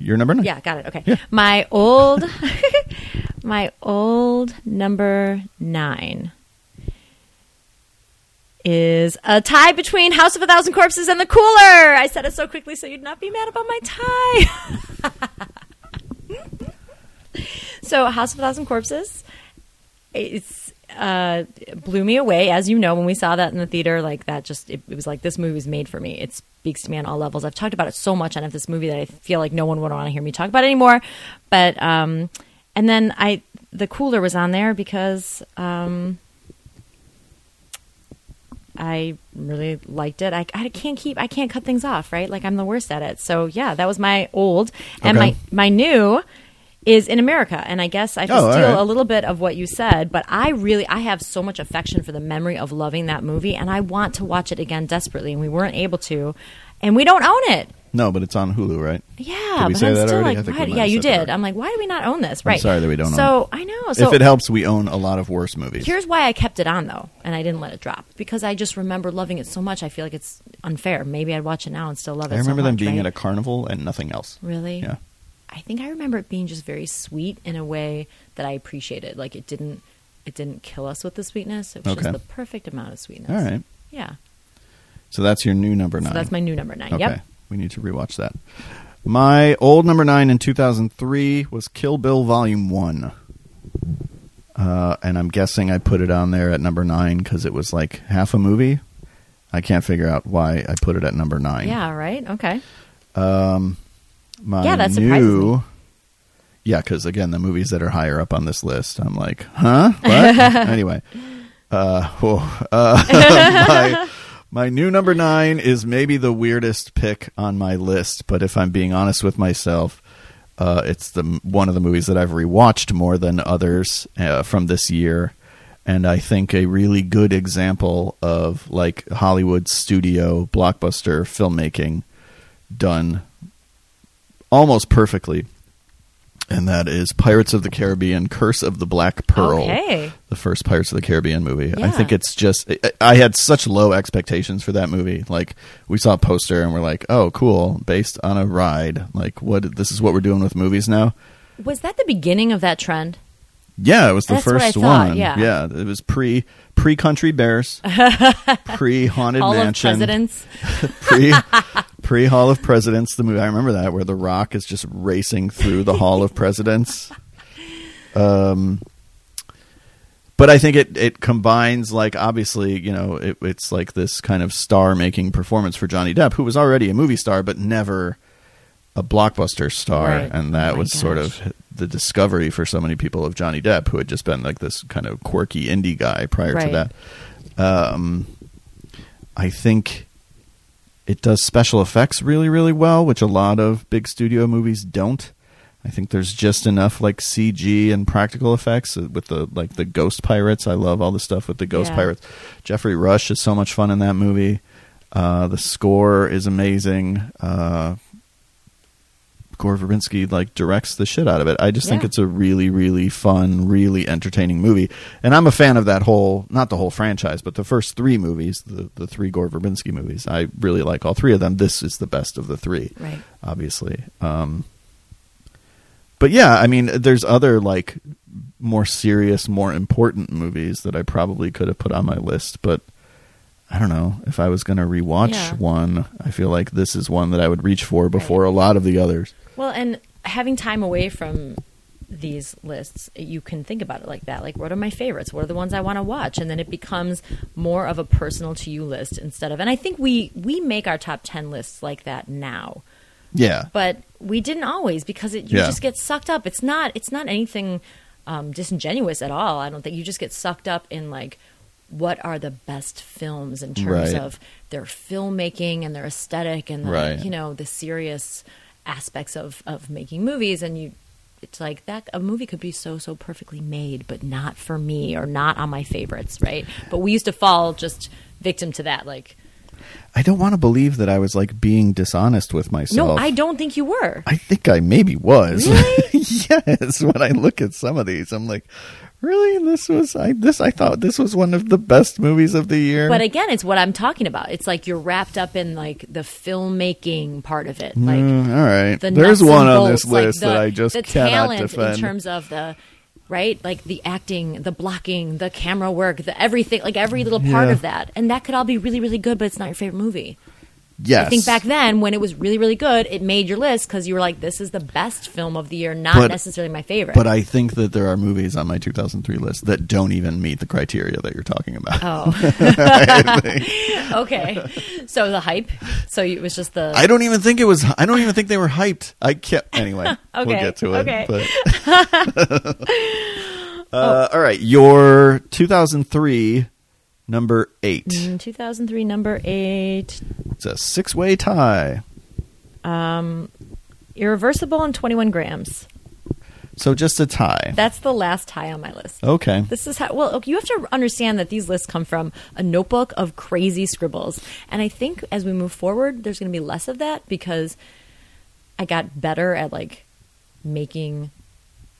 You're number nine. Yeah, got it. Okay. Yeah. My old my old number 9 is a tie between House of a Thousand Corpses and The Cooler. I said it so quickly so you'd not be mad about my tie. so, House of a Thousand Corpses it's uh blew me away as you know when we saw that in the theater like that just it, it was like this movie's made for me it speaks to me on all levels i've talked about it so much on if this movie that i feel like no one would want to hear me talk about it anymore but um and then i the cooler was on there because um i really liked it I, I can't keep i can't cut things off right like i'm the worst at it so yeah that was my old and Okay. my my new is in america and i guess i just Oh, all steal right. a little bit of what you said, but I really I have so much affection for the memory of loving that movie and I want to watch it again desperately and we weren't able to and we don't own it. No, but it's on Hulu, right? Yeah, Did we but say I'm that still already? I like, think why, we might yeah, have you said that did. already. I'm like, why do we not own this? Right. sorry that we don't own So it. I know. So if it helps, we own a lot of worse movies. here's why I kept it on though, and I didn't let it drop because I just remember loving it so much. I feel like it's unfair. Maybe I'd watch it now and still love it. I so remember them much, being right? at a carnival and nothing else. Really? Yeah. I think I remember it being just very sweet in a way that I appreciated. Like it didn't it didn't kill us with the sweetness. It was Okay. just the perfect amount of sweetness. All right. Yeah. So that's your new number nine. So that's my new number nine. Okay. Yep. We need to rewatch that. My old number nine in 2003 was Kill Bill Volume 1. Uh, and I'm guessing I put it on there at number nine because it was like half a movie. I can't figure out why I put it at number nine. Yeah, right? Okay. Um, my Yeah, that surprises new. me. Yeah, because again, the movies that are higher up on this list, I'm like, huh? What? anyway, uh, whoa. Uh, my, my new number nine is maybe the weirdest pick on my list, but if I'm being honest with myself, uh, it's the one of the movies that I've rewatched more than others uh, from this year, and I think a really good example of like Hollywood studio blockbuster filmmaking done almost perfectly, and that is Pirates of the Caribbean: Curse of the Black Pearl. Okay. The first Pirates of the Caribbean movie. I Yeah. think it's just I, I had such low expectations for that movie. Like we saw a poster and we're like, "Oh, cool, based on a ride." Like what this is what we're doing with movies now. Was that the beginning of that trend? Yeah, it was the That's what I first thought, one. yeah. it was pre pre Country Bears, pre Haunted All Mansion, of presidents. pre pre Hall of Presidents, the movie. I remember that where The Rock is just racing through the Hall of Presidents. Um, but I think it it combines like obviously you know it, it's like this kind of star making performance for Johnny Depp, who was already a movie star but never a blockbuster star, Right. and that Oh my was sort gosh. of the discovery for so many people of Johnny Depp, who had just been like this kind of quirky indie guy prior Right. to that. Um, I think it does special effects really really well which a lot of big studio movies don't i think there's just enough like cg and practical effects uh, with the like the ghost pirates i love all the stuff with the ghost Yeah. pirates jeffrey rush is so much fun in that movie uh, the score is amazing uh, gore verbinski like directs the shit out of it i just think Yeah. it's a really really fun really entertaining movie and i'm a fan of that whole not the whole franchise but the first three movies the, the three gore verbinski movies i really like all three of them this is the best of the three Right. obviously. Um, but yeah, I mean, there's other like more serious, more important movies that I probably could have put on my list, but I don't know if I was going to rewatch Yeah. one. I feel like this is one that I would reach for before a lot of the others. Well, and having time away from these lists, you can think about it like that. Like, what are my favorites? What are the ones I want to watch? And then it becomes more of a personal to you list instead of. And I think we we make our top ten lists like that now, Yeah, but we didn't always because it you Yeah. just get sucked up. It's not it's not anything um, disingenuous at all. I don't think you just get sucked up in like what are the best films in terms Right. of their filmmaking and their aesthetic and the, Right. you know the serious aspects of of making movies and you it's like that a movie could be so so perfectly made but not for me or not on my favorites right but we used to fall just victim to that like I don't want to believe that I was like being dishonest with myself. no i don't think you were I think I maybe was. Really? yes. When I look at some of these, I'm like, really? This was I this I thought this was one of the best movies of the year. But again, it's what I'm talking about. It's like you're wrapped up in like the filmmaking part of it. Like Mm, all right. the nuts There's and one on bolts, this like, list the- that I just the cannot talent defend. in terms of the right, like the acting, the blocking, the camera work, the everything, like every little part Yeah. of that, and that could all be really, really good. But it's not your favorite movie. yes. I think back then when it was really, really good, it made your list because you were like, "This is the best film of the year," not But- necessarily my favorite. But I think that there are movies on my 2003 list that don't even meet the criteria that you're talking about. oh, okay. So the hype. So it was just the I don't even think it was. I don't even think they were hyped. I kept anyway. We'll Okay, get to it. okay. But. uh, Oh. All right, your 2003 number eight. Mm, 2003 number eight It's a six-way tie. Um, irreversible and 21 grams So just a tie. that's the last tie on my list okay. this is how well okay, you have to understand that these lists come from a notebook of crazy scribbles and i think as we move forward there's going to be less of that because i got better at like making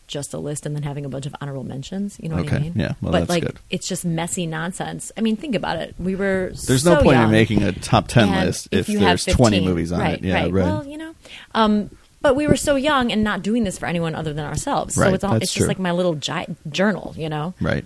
just a list and then having a bunch of honorable mentions you know what i Okay, mean yeah, well, but that's like good. it's just messy nonsense i mean think about it we were There's so no point in young. making a top 10 And list if, you have there's 20 15 movies on right, it. Yeah, right. right. Well, you know, um, but we were so young and not doing this for anyone other than ourselves. Right, So it's all that's it's true. just like my little gi- journal, you know. right.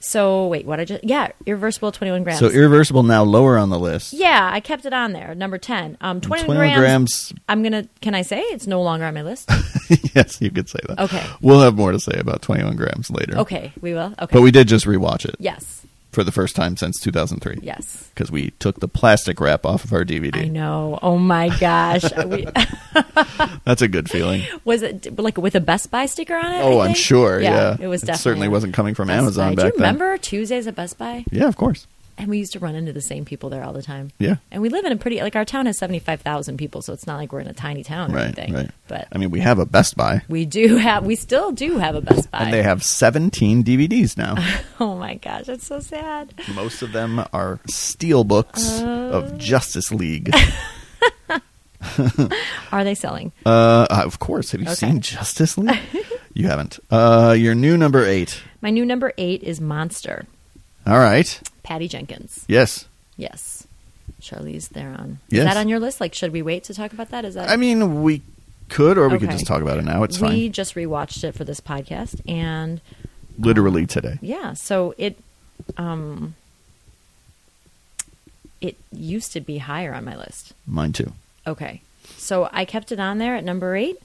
So wait, what I just yeah, irreversible twenty one grams. So irreversible now lower on the list. yeah, I kept it on there, number ten. Um, twenty 21 grams, grams. I'm gonna. Can I say it's no longer on my list? yes, you could say that. Okay. We'll have more to say about 21 grams later. okay, we will. Okay, But we did just rewatch it yes, for the first time since 2003. yes. Because we took the plastic wrap off of our DVD. I know. Oh my gosh, we, That's a good feeling. was it like with a Best Buy sticker on it? oh, I I'm think? sure. Yeah. it was definitely. certainly a wasn't coming from Best Amazon Buy. back Do you then. remember Tuesdays at Best Buy? Yeah, of course. And we used to run into the same people there all the time. Yeah. And we live in a pretty like our town has seventy five thousand people, so it's not like we're in a tiny town or Right, anything. right. But I mean, we have a Best Buy. we do have we still do have a Best Buy. And they have 17 DVDs now. oh my gosh, that's so sad. Most of them are steel books Oh. of Justice League. Are they selling? Uh, uh, of course. Have you Okay. seen Justice League? you haven't. Uh, your new number eight. My new number eight is Monster. All right. Patty Jenkins. Yes. Yes. Charlize Theron. Yes. Is that on your list? Like should we wait to talk about that? Is that I mean, we could, or we could Uh, Okay. just talk about it now. It's we fine. just rewatched it for this podcast and Literally today. Yeah, so it um it used to be higher on my list. Mine too. Okay. So I kept it on there at number 8.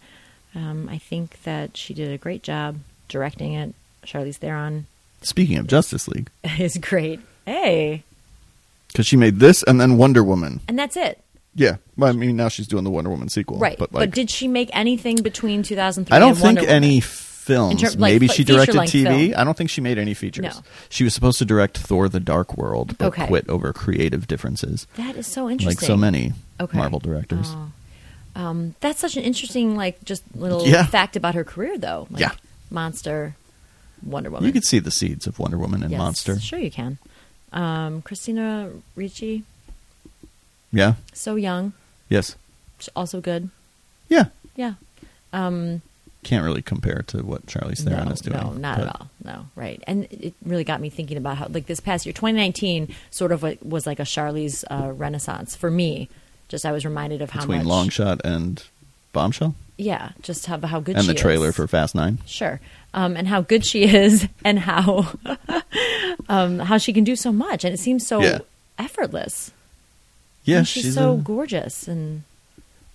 Um I think that she did a great job directing it, Charlize Theron Speaking of Justice League, is great. Hey, because she made this and then Wonder Woman. and that's it, Yeah, well, I mean now she's doing the Wonder Woman sequel, right? But But, like, did she make anything between 2003? I don't and Wonder think any Woman? In films. term- like, Maybe fe- she directed feature-length TV. film. I don't think she made any features. No. She was supposed to direct Thor: The Dark World, but Okay. quit over creative differences, That is so like interesting. so many Okay. Marvel directors. Oh. Um, that's such an interesting, like, just little Yeah. fact about her career, though. Like, Yeah. Monster, Wonder Woman. You could see the seeds of Wonder Woman and Yes, Monster. Sure, you can. Um, Christina Ricci, Yeah. so young, Yes. sh- also good. Yeah. Yeah. Um, Can't really compare to what Charlize Theron no, is doing. no, not but- at all. No, right. And it really got me thinking about how, like, this past year, 2019, sort of like- was like a Charlie's uh, renaissance for me. Just I was reminded of how Between much Long Shot and Bombshell, yeah, just how how good and she the trailer is. for Fast Nine. sure um, and how good she is and how um, how she can do so much and it seems so Yeah. effortless Yeah, And she's, so a, gorgeous and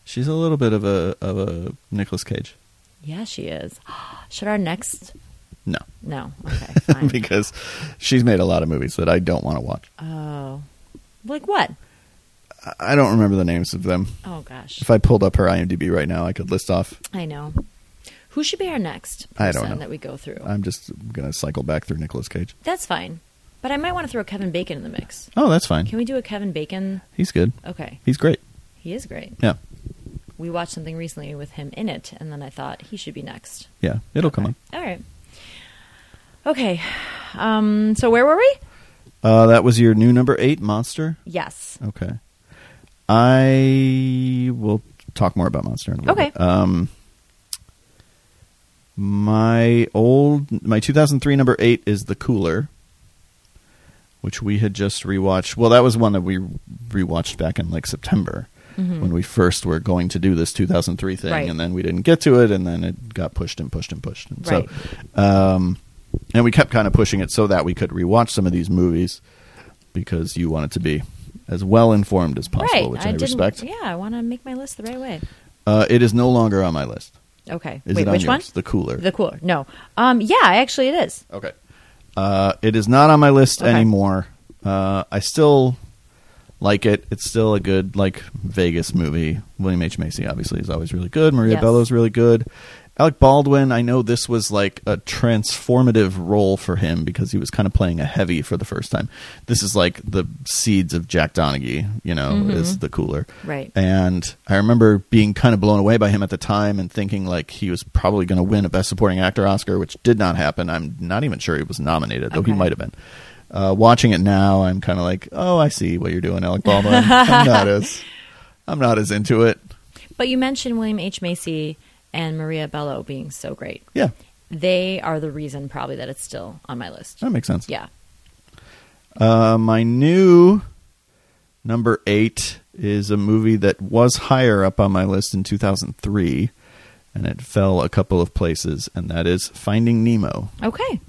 she's a little bit of a of a Nicolas Cage. yeah she is should our next No, no okay fine because she's made a lot of movies that I don't want to watch. oh like what I- I don't remember the names of them. oh gosh If I pulled up her IMDb right now, I could list off. I know who should be our next I don't person know. that we go through I'm just gonna cycle back through Nicolas Cage. that's fine but I might want to throw Kevin Bacon in the mix Oh, that's fine. can we do a Kevin Bacon He's good. okay He's great. he is great Yeah, we watched something recently with him in it and then I thought he should be next yeah. It'll come on. All right. Okay. Um, so where were we? Uh, that was your new number eight, Monster. Yes. Okay. I will talk more about Monster in a little Okay. bit. Um, my old, my 2003 number eight is The Cooler, which we had just rewatched. Well, that was one that we rewatched back in like September when we first were going to do this 2003 thing, Mm-hmm. Right. and then we didn't get to it, and then it got pushed and pushed and pushed. And Right. So, um, and we kept kind of pushing it so that we could rewatch some of these movies because you want it to be as well informed as possible, right. which I, didn't- respect. Yeah, I want to make my list the right way. Uh, it is no longer on my list. Okay. Is Wait, it on which yours? one? The cooler. The cooler. No. Um, yeah, actually, it is. okay. Uh, it is not on my list Okay. anymore. Uh, I still like it. It's still a good like Vegas movie. William H Macy obviously is always really good. Maria Yes. Bello's really good. Alec Baldwin, I know this was like a transformative role for him because he was kind of playing a heavy for the first time. This is like the seeds of Jack Donaghy, you know, is the cooler. Mm-hmm. Right. And I remember being kind of blown away by him at the time and thinking like he was probably going to win a Best Supporting Actor Oscar, which did not happen. I'm not even sure he was nominated, though he Okay. might have been. Uh, watching it now, I'm kind of like, oh, I see what you're doing, Alec Baldwin. I'm not as, I'm not as into it. But you mentioned William H. Macy and Maria Bello being so great. Yeah, They are the reason probably that it's still on my list. that makes sense. Yeah. Uh, my new number eight is a movie that was higher up on my list in 2003, and it fell a couple of places, and that is Finding Nemo. Okay.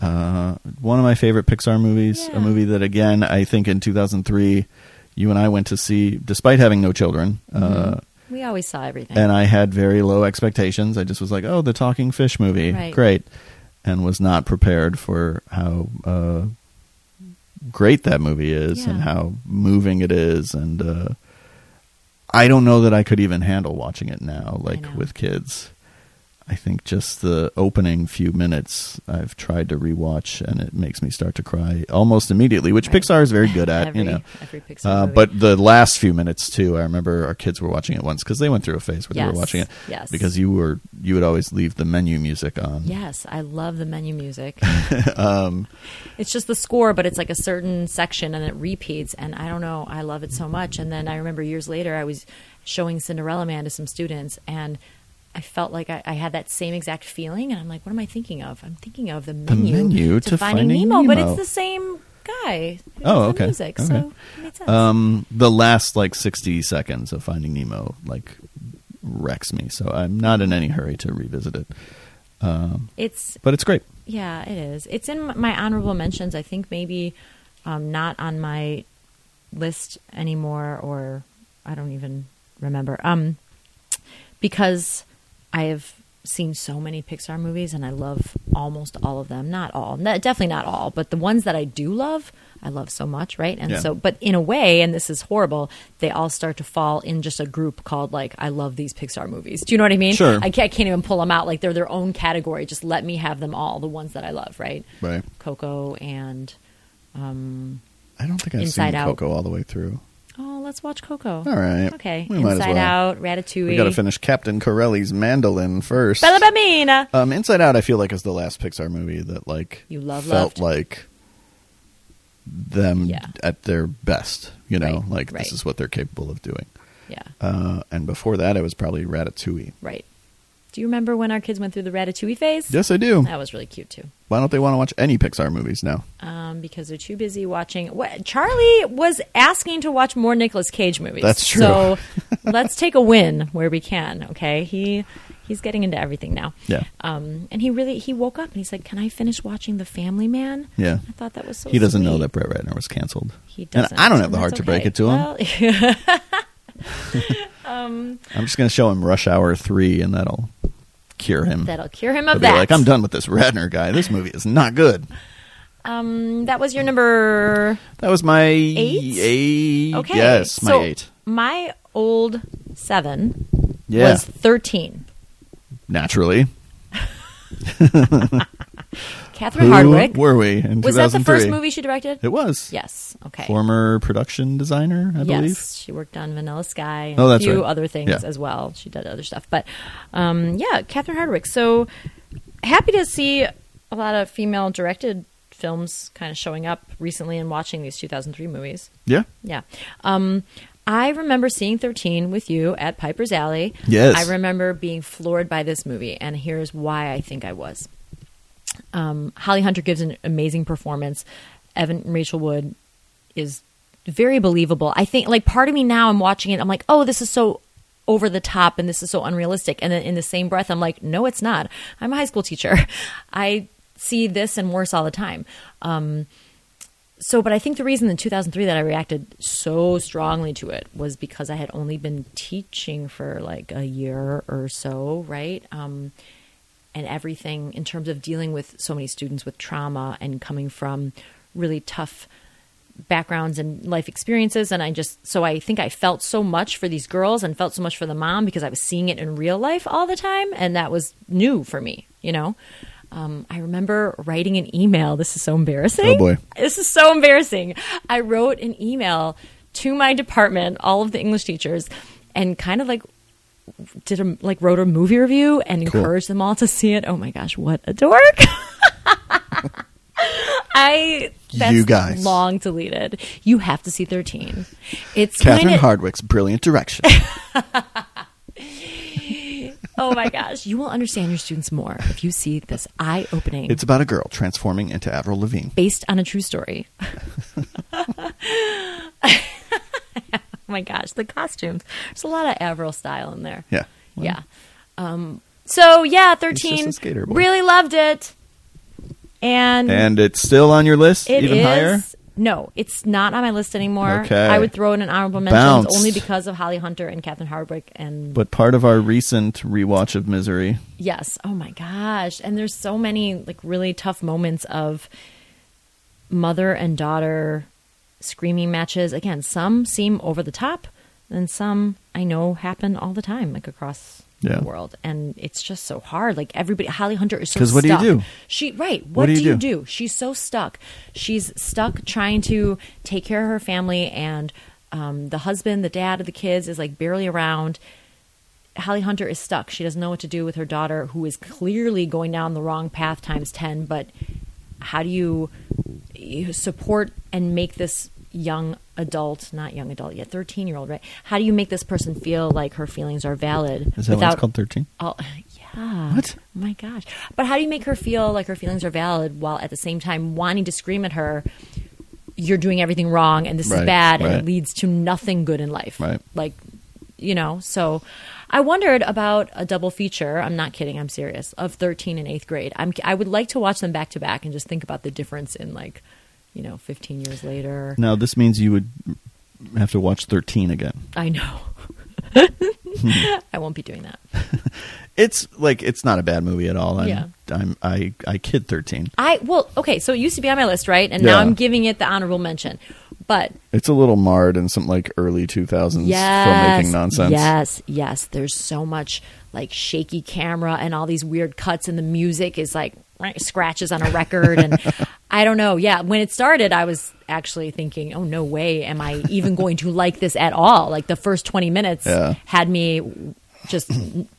Uh, one of my favorite Pixar movies, Yeah. a movie that, again, I think in 2003, you and I went to see, despite having no children. Uh, We always saw everything. and I had very low expectations. I just was like, "Oh, the talking fish movie, Right. great," and was not prepared for how uh, great that movie is and Yeah. how moving it is. And uh, I don't know that I could even handle watching it now, know. like with kids. I think just the opening few minutes I've tried to rewatch, and it makes me start to cry almost immediately, which Right. Pixar is very good at, every, you know. Every Pixar Uh, movie. but the last few minutes too, I remember our kids were watching it once because they went through a phase where they Yes, were watching it. yes. Because you were you would always leave the menu music on. Yes, I love the menu music. Um, it's just the score, but it's like a certain section and it repeats. And I don't know, I love it so much. And then I remember years later, I was showing Cinderella Man to some students, and I felt like I, I had that same exact feeling. And I'm like, what am I thinking of? I'm thinking of the menu, menu to Finding but Nemo. it's the same guy. who Oh, does okay, The music, okay. so it made sense. Um, the last like sixty seconds of Finding Nemo like wrecks me, so I'm not in any hurry to revisit it. Um, it's but it's great. Yeah, it is. It's in m- my honorable mentions. I think maybe um, not on my list anymore, or I don't even remember. Um, because I have seen so many Pixar movies, and I love almost all of them. Not all, no, definitely not all, but the ones that I do love, I love so much, right? And Yeah. so, but in a way, and this is horrible, they all start to fall in just a group called like I love these Pixar movies. Do you know what I mean? Sure. I can't, I can't even pull them out. Like they're their own category. Just let me have them all. The ones that I love, right? Right. Coco and um, I don't think I've Inside seen Out. Coco all the way through. oh, let's watch Coco. All right. Okay. We might as Inside well. Out, Ratatouille. We got to finish Captain Corelli's Mandolin first. Bella Bambina. Um, Inside Out, I feel like is the last Pixar movie that like You love felt loved. like them Yeah. at their best. You know, Right, like right. this is what they're capable of doing. Yeah. Uh, and before that, it was probably Ratatouille. Right. Do you remember when our kids went through the Ratatouille phase? Yes, I do. That was really cute too. Why don't they want to watch any Pixar movies now? Um, because they're too busy watching. What Charlie was asking to watch more Nicolas Cage movies. That's true. So let's take a win where we can. Okay, he he's getting into everything now. Yeah. Um, and he really he woke up and he's like, "Can I finish watching The Family Man?" Yeah. I thought that was Oh, so. he doesn't know sweet. that Brett Ratner was canceled. He doesn't. And I don't have and the heart that's to break okay. it to him. Well, I'm just going to show him Rush Hour 3, and that'll cure him. that'll cure him He'll of be that. like, I'm done with this Ratner guy. This movie is not good. Um, that was your number That was my Eight? Okay. E- Yes, my so eight. My old seven Yeah. was 13. Naturally. Catherine Hardwick. Who were we in was that the 2003? first movie she directed? It was. Yes. Okay. Former production designer, I yes. believe. She worked on Vanilla Sky and Oh, a that's few right. other things Yeah. as well. She did other stuff. But um, yeah, Catherine Hardwick. So happy to see a lot of female directed films kind of showing up recently and watching these 2003 movies. Yeah. Yeah. Um, I remember seeing 13 with you at Piper's Alley. Yes. I remember being floored by this movie, and here's why I think I was. Um, Holly Hunter gives an amazing performance. Evan Rachel Wood is very believable. I think, like, part of me now, I'm watching it, I'm like, oh, this is so over the top and this is so unrealistic. And then in the same breath, I'm like, no, it's not. I'm a high school teacher. I see this and worse all the time. Um, so but i think the reason in 2003 that i reacted so strongly to it was because i had only been teaching for like a year or so right um, and everything in terms of dealing with so many students with trauma and coming from really tough backgrounds and life experiences and i just so i think i felt so much for these girls and felt so much for the mom because i was seeing it in real life all the time and that was new for me you know um, i remember writing an email this is so Oh, embarrassing boy. this is so embarrassing. I wrote an email to my department, all of the English teachers, and kind of like did a like wrote a movie review and Cool. encouraged them all to see it. Oh my gosh, what a dork! I that's You guys. long deleted. You have to see thirteen. It's Catherine kind of Hardwick's brilliant direction. oh my gosh, you will understand your students more if you see this eye opening. it's about a girl transforming into Avril Lavigne. based on a true story. oh my gosh, the costumes. There's a lot of Avril style in there. Yeah. Well, Yeah. Um, so, yeah, just 13. a skater boy. Really loved it. And, And it's still on your list, Hmm. it even is- higher. No, it's not on my list anymore. Okay. I would throw in an honorable mentions Bounced. only because of Holly Hunter and Catherine Hardwick and But part of our recent rewatch of Misery. Yes. Oh my gosh. And there's so many like really tough moments of mother and daughter screaming matches. Again, some seem over the top and some I know happen all the time like across Yeah. the world. And it's just so hard. Like everybody Holly Hunter is so 'Cause what do you stuck. do? She right. What, do do, you you do? do? She's so stuck. She's stuck trying to take care of her family and um, the husband, the dad of the kids is like barely around. Holly Hunter is stuck. She doesn't know what to do with her daughter, who is clearly going down the wrong path times 10. But how do you you support and make this young adult, not young adult yet, 13 year old, right? How do you make this person feel like her feelings are valid Is that why it's called 13? all, yeah. What? Oh my gosh. But how do you make her feel like her feelings are valid while at the same time wanting to scream at her, you're doing everything wrong and this Right, is bad and right. it leads to nothing good in life? Right. Like, you know, so I wondered about a double feature. I'm not kidding. I'm serious. Of 13 and 8th grade. I'm, I would like to watch them back to back and just think about the difference in like, you know, 15 years later. Now, this means you would have to watch 13 again. I know. I won't be doing that. It's like it's not a bad movie at all. I'm, Yeah. I'm I I kid thirteen. I well, okay, so it used to be on my list, right? And now Yeah. I'm giving it the honorable mention. But It's a little marred in some like early two thousands yes, filmmaking nonsense. yes, yes. There's so much like shaky camera and all these weird cuts, and the music is like scratches on a record, and I don't know. Yeah, when it started, I was actually thinking, "Oh no way, am I even going to like this at all?" Like the first 20 minutes Yeah. had me just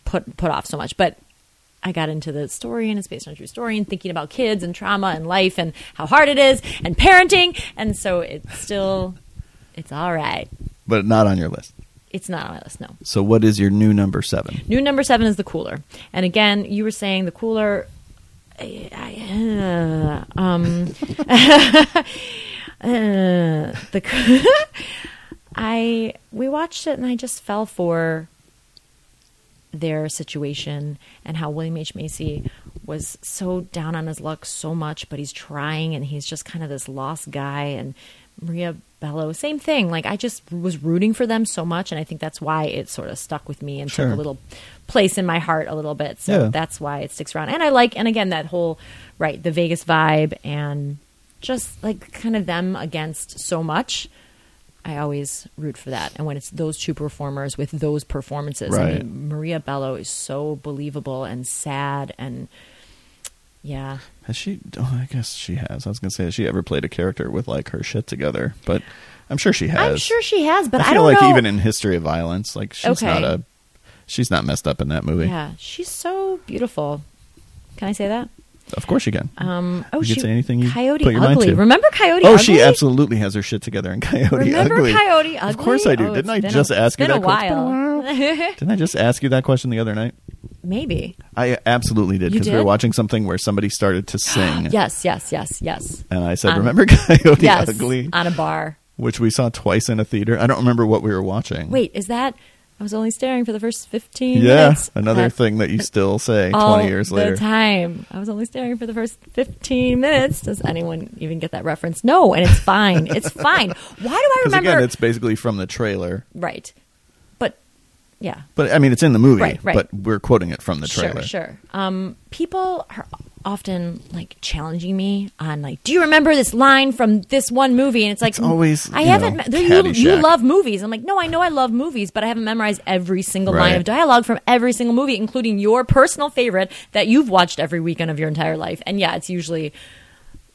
put put off so much, but. I got into the story and it's based on a true story and thinking about kids and trauma and life and how hard it is and parenting and so it's still it's all right. but not on your list. It's not on my list, no. So what is your new number seven? New number seven is the cooler. And again, you were saying the cooler. I, I, uh, um, uh, the coo- I we watched it and I just fell for their situation and how William H Macy was so down on his luck so much, but he's trying and he's just kind of this lost guy and Maria Bello, same thing. Like I just was rooting for them so much, and I think that's why it sort of stuck with me and took Sure. a little place in my heart a little bit. So Yeah. that's why it sticks around. And I like, and again, that whole right the Vegas vibe and just like kind of them against so much. I always root for that. And when it's those two performers with those performances, I Right. mean, Maria Bello is so believable and sad and yeah. Has she? Oh, I guess she has. I was gonna say, has she ever played a character with like her shit together? But I'm sure she has. I'm sure she has, but I, I feel don't like know. even in History of Violence, like she's Okay. not a, she's not messed up in that movie. yeah, she's so beautiful. Can I say that? Of course she can. Um, oh, You can she say anything you Coyote put your mind Ugly. to. Remember Coyote oh, Ugly? she absolutely has her shit together in Coyote Remember Ugly. Coyote Ugly? Of course I do. Oh, Didn't I it's been just a- ask you it's that been a question? while. Didn't I just ask you that question the other night? Maybe. I absolutely did You because we were did? watching something where somebody started to sing. Yes, yes, yes, yes. And I said, Um, "Remember Coyote yes, Uh, Ugly?" on a bar. which we saw twice in a theater. I don't remember what we were watching. Wait, is that? I was only staring for the first fifteen. yeah, minutes. another That- thing that you still say all twenty years later. The time I was only staring for the first fifteen minutes. Does anyone even get that reference? No, and it's fine. it's fine. Why do I Because remember? again, it's basically from the trailer. right, but yeah, But I mean, it's in the movie. Right, right. But we're quoting it from the trailer. Sure, sure. Um, people are often like challenging me on like, do you remember this line from this one movie? And it's like, It's always, I you haven't. know, me- you, you Caddyshack. love movies. I'm like, no, I know I love movies, but I haven't memorized every single line Right. of dialogue from every single movie, including your personal favorite that you've watched every weekend of your entire life. And yeah, it's usually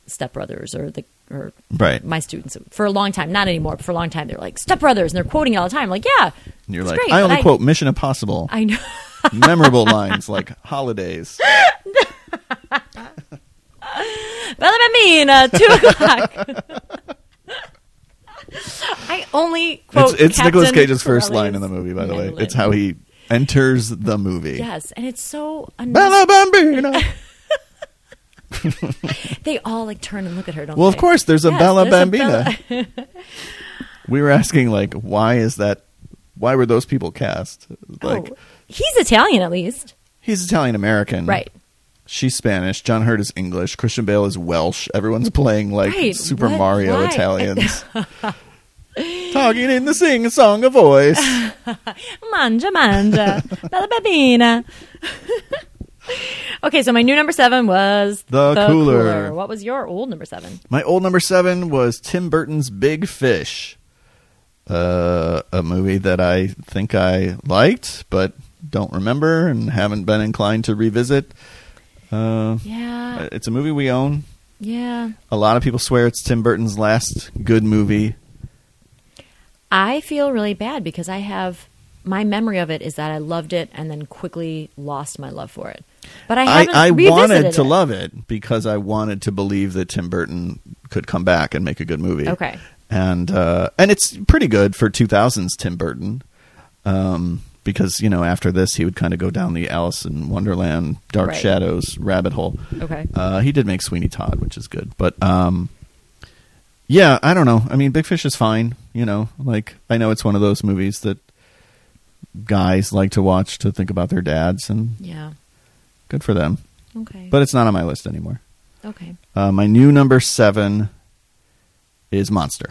Step Brothers or the or Right. my students for a long time, not anymore, but for a long time they're like Step Brothers and they're quoting it all the time. I'm like, yeah, And you're it's like, great, I but only quote Mission Impossible. I know. memorable lines like holidays. Bella Bambina, uh, two o'clock. I only quote it's it's Captain Nicolas Cage's first Corelli's line in the movie, by the way. mandolin. It's how he enters the movie. Yes, and it's so Bella unnecessary. Bambina. They all like turn and look at her. Don't Well, of they? course, there's a Yes, Bella there's a Bambina. we were asking like, why is that? Why were those people cast? Bella- Like, oh, he's Italian at least, he's Italian American, right? She's Spanish. John Hurt is English. Christian Bale is Welsh. Everyone's playing like Right, Super what? Mario Why? Italians. Talking in the sing song of voice. Manja, manja, Bella Bambina. okay, so my new number seven was The Cooler. What was your old number seven? My old number seven was Tim Burton's Big Fish, uh, a movie that I think I liked but don't remember and haven't been inclined to revisit. Uh, Yeah, it's a movie we own. yeah. A lot of people swear it's Tim Burton's last good movie. I feel really bad because I have my memory of it is that I loved it and then quickly lost my love for it. But I I, haven't I revisited wanted to it. love it because I wanted to believe that Tim Burton could come back and make a good movie. Okay. and uh, and it's pretty good for 2000s Tim Burton, um, because you know after this he would kind of go down the Alice in Wonderland, Dark Right. Shadows rabbit hole. Okay. uh, he did make Sweeney Todd, which is good, but um, yeah, I don't know. I mean, Big Fish is fine. You know, like I know it's one of those movies that guys like to watch to think about their dads, and Yeah. good for them. Okay. But it's not on my list anymore. okay. Uh, my new number seven is Monster.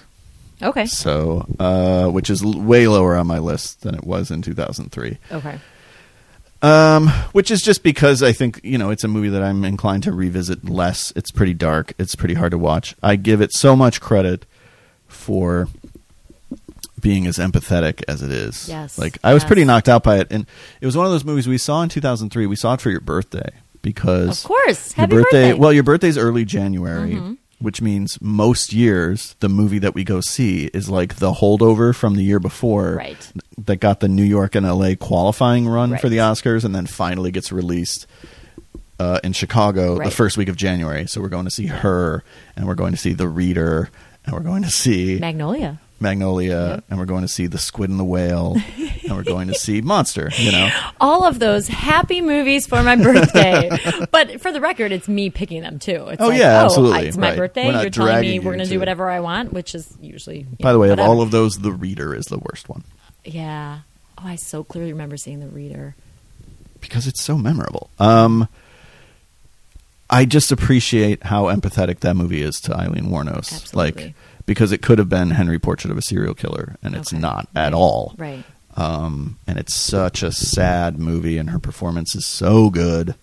Okay. So, uh, which is l- way lower on my list than it was in 2003. Okay. Um, which is just because I think you know it's a movie that I'm inclined to revisit less. It's pretty dark. It's pretty hard to watch. I give it so much credit for being as empathetic as it is. Yes, Like I was yes. pretty knocked out by it, and it was one of those movies we saw in 2003. We saw it for your birthday because Of course. your Happy birthday. Mm-hmm. Well, your birthday's early January, which means most years the movie that we go see is like the holdover from the year before, Right. That got the New York and LA qualifying run for Right. the Oscars, and then finally gets released uh, in Chicago the Right. first week of January. So we're going to see her, and we're going to see The Reader, and we're going to see Magnolia. Magnolia, and we're going to see The Squid and the Whale, and we're going to see Monster. You know, All of those happy movies for my birthday. but for the record, it's me picking them too. It's Oh, like, yeah, oh, absolutely, It's my right. birthday. We're not You're telling dragging me we're you going to to- do whatever I want, which is usually. you by know, the way, of whatever. all of those, The Reader is the worst one Yeah. Oh, I so clearly remember seeing the reader. because it's so memorable. Um, I just appreciate how empathetic that movie is to Eileen Warnos. Absolutely. Like, because it could have been Henry Portrait of a Serial Killer, and it's Okay. not at all. Right. Um, and it's such a sad movie, and her performance is so good.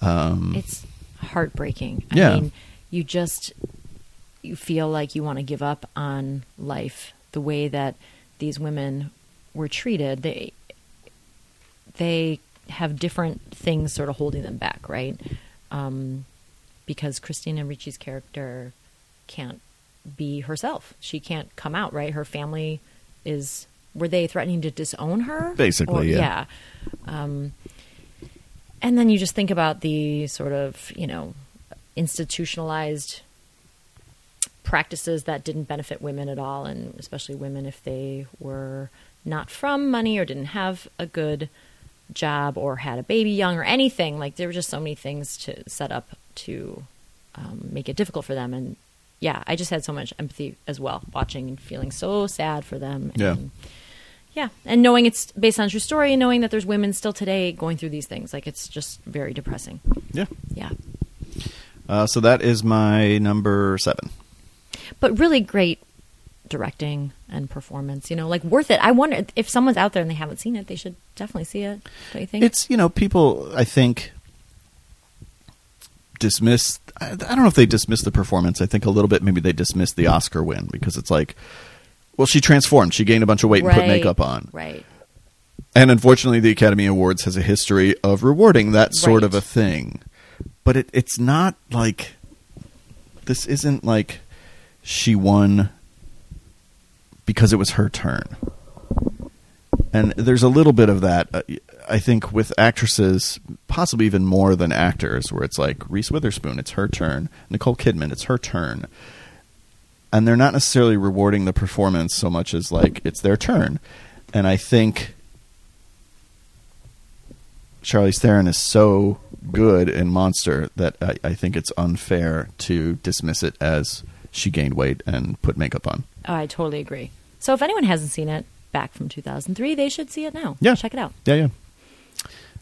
It's heartbreaking. I Yeah. mean, you just you feel like you want to give up on life the way that these women were treated. They they have different things sort of holding them back, right? Um, because Christina Ricci's character can't be herself. She can't come out, right? Her family is were they threatening to disown her? Basically, Or- yeah. yeah. Um, and then you just think about the sort of, you know, institutionalized practices that didn't benefit women at all, and especially women if they were not from money or didn't have a good job or had a baby young or anything. Like there were just so many things to set up to um, make it difficult for them. And yeah, I just had so much empathy as well, watching and feeling so sad for them. And, Yeah. yeah, and knowing it's based on a true story, and knowing that there's women still today going through these things, like it's just very depressing. Yeah. Yeah. Uh, so that is my number seven. but really great directing and performance. You know, like worth it. I wonder if someone's out there and they haven't seen it, they should definitely see it. Don't you think? It's you know people I think dismiss. I, I don't know if they dismiss the performance. I think a little bit maybe they dismiss the Oscar win because it's like, well, she transformed. She gained a bunch of weight and put Right. makeup on. right. And unfortunately, the Academy Awards has a history of rewarding that sort Right. of a thing. But it, it's not like this isn't like she won because it was her turn. And there's a little bit of that, uh, I think, with actresses, possibly even more than actors, where it's like Reese Witherspoon, it's her turn. Nicole Kidman, it's her turn. And they're not necessarily rewarding the performance so much as like it's their turn. And I think Charlize Theron is so good in Monster that I, I think it's unfair to dismiss it as she gained weight and put makeup on. Oh, I totally agree. So if anyone hasn't seen it back from 2003, they should see it now. Yeah. Check it out. Yeah, yeah.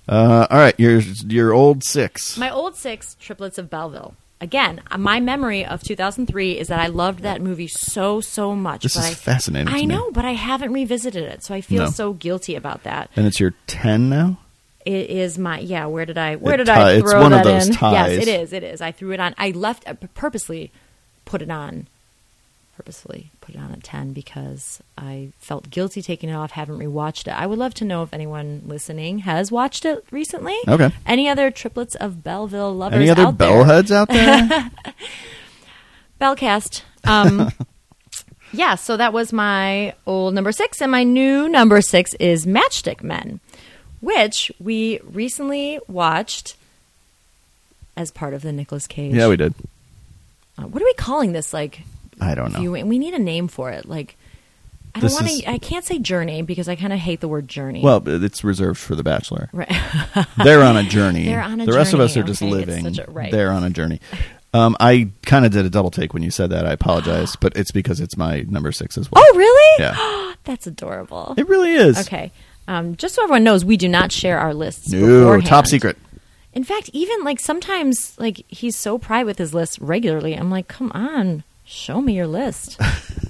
Uh, all right, your your old six. My old six triplets of Belleville. Again, my memory of 2003 is that I loved that movie so so much. This but is I- fascinating to I me. know, but I haven't revisited it, so I feel No. so guilty about that. and it's your ten now. It is my yeah. Where did I? Where It did ti- I it's throw one of that those in? ties. Yes, it is. It is. I threw it on. I left I purposely put it on. Purposely put it on at ten because I felt guilty taking it off. Haven't rewatched it. I would love to know if anyone listening has watched it recently. Okay. Any other triplets of Belleville lovers? Any other Oh, out there? bellheads out there? Bellcast. Um, yeah, so that was my old number six, and my new number six is Matchstick Men, which we recently watched as part of the Nicolas Cage. yeah, we did. Uh, what are we calling this? Like I don't know. viewing? We need a name for it. Like I don't This want to. is- I can't say journey because I kind of hate the word journey. Well, but it's reserved for the Bachelor. right. They're on a journey. They're on a the rest of journey, us are just okay, it's living. such a- right. They're on a journey. Um, I kind of did a double take when you said that. I apologize, but it's because it's my number six as well. oh, really? Yeah. That's adorable. It really is. Okay. Um, just so everyone knows, we do not share our lists. No, beforehand. top secret. In fact, even like sometimes, like he's so private with his list regularly. I'm like, come on, show me your list.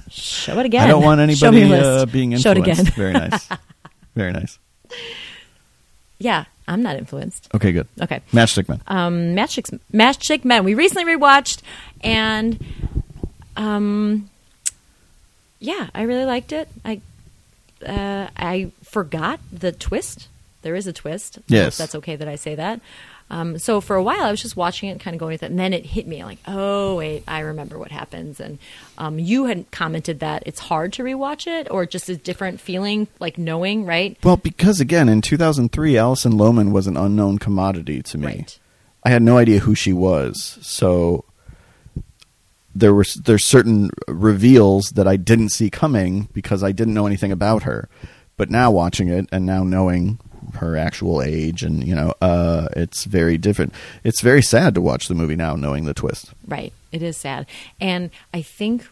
show it again. I don't want Show me anybody your uh, list. being Show it influenced. again. Very nice. Very nice. Yeah, I'm not influenced. Okay, good. Okay. Matchstick Man. Um, Matchstick, Matchstick Men. We recently rewatched, and um, yeah, I really liked it. I uh, I forgot the twist. There is a twist. I hope Yes. that's okay that I say that. Um, so for a while, I was just watching it, kind of going with it, and then it hit me like, oh wait, I remember what happens. And um, you had commented that it's hard to rewatch it, or just a different feeling, like knowing, right? Well, because again, in 2003, Allison Lohman was an unknown commodity to me. Right. I had no idea who she was, so there were there's certain reveals that I didn't see coming because I didn't know anything about her. But now watching it and now knowing her actual age and you know, uh, it's very different. It's very sad to watch the movie now knowing the twist. Right. It is sad. And I think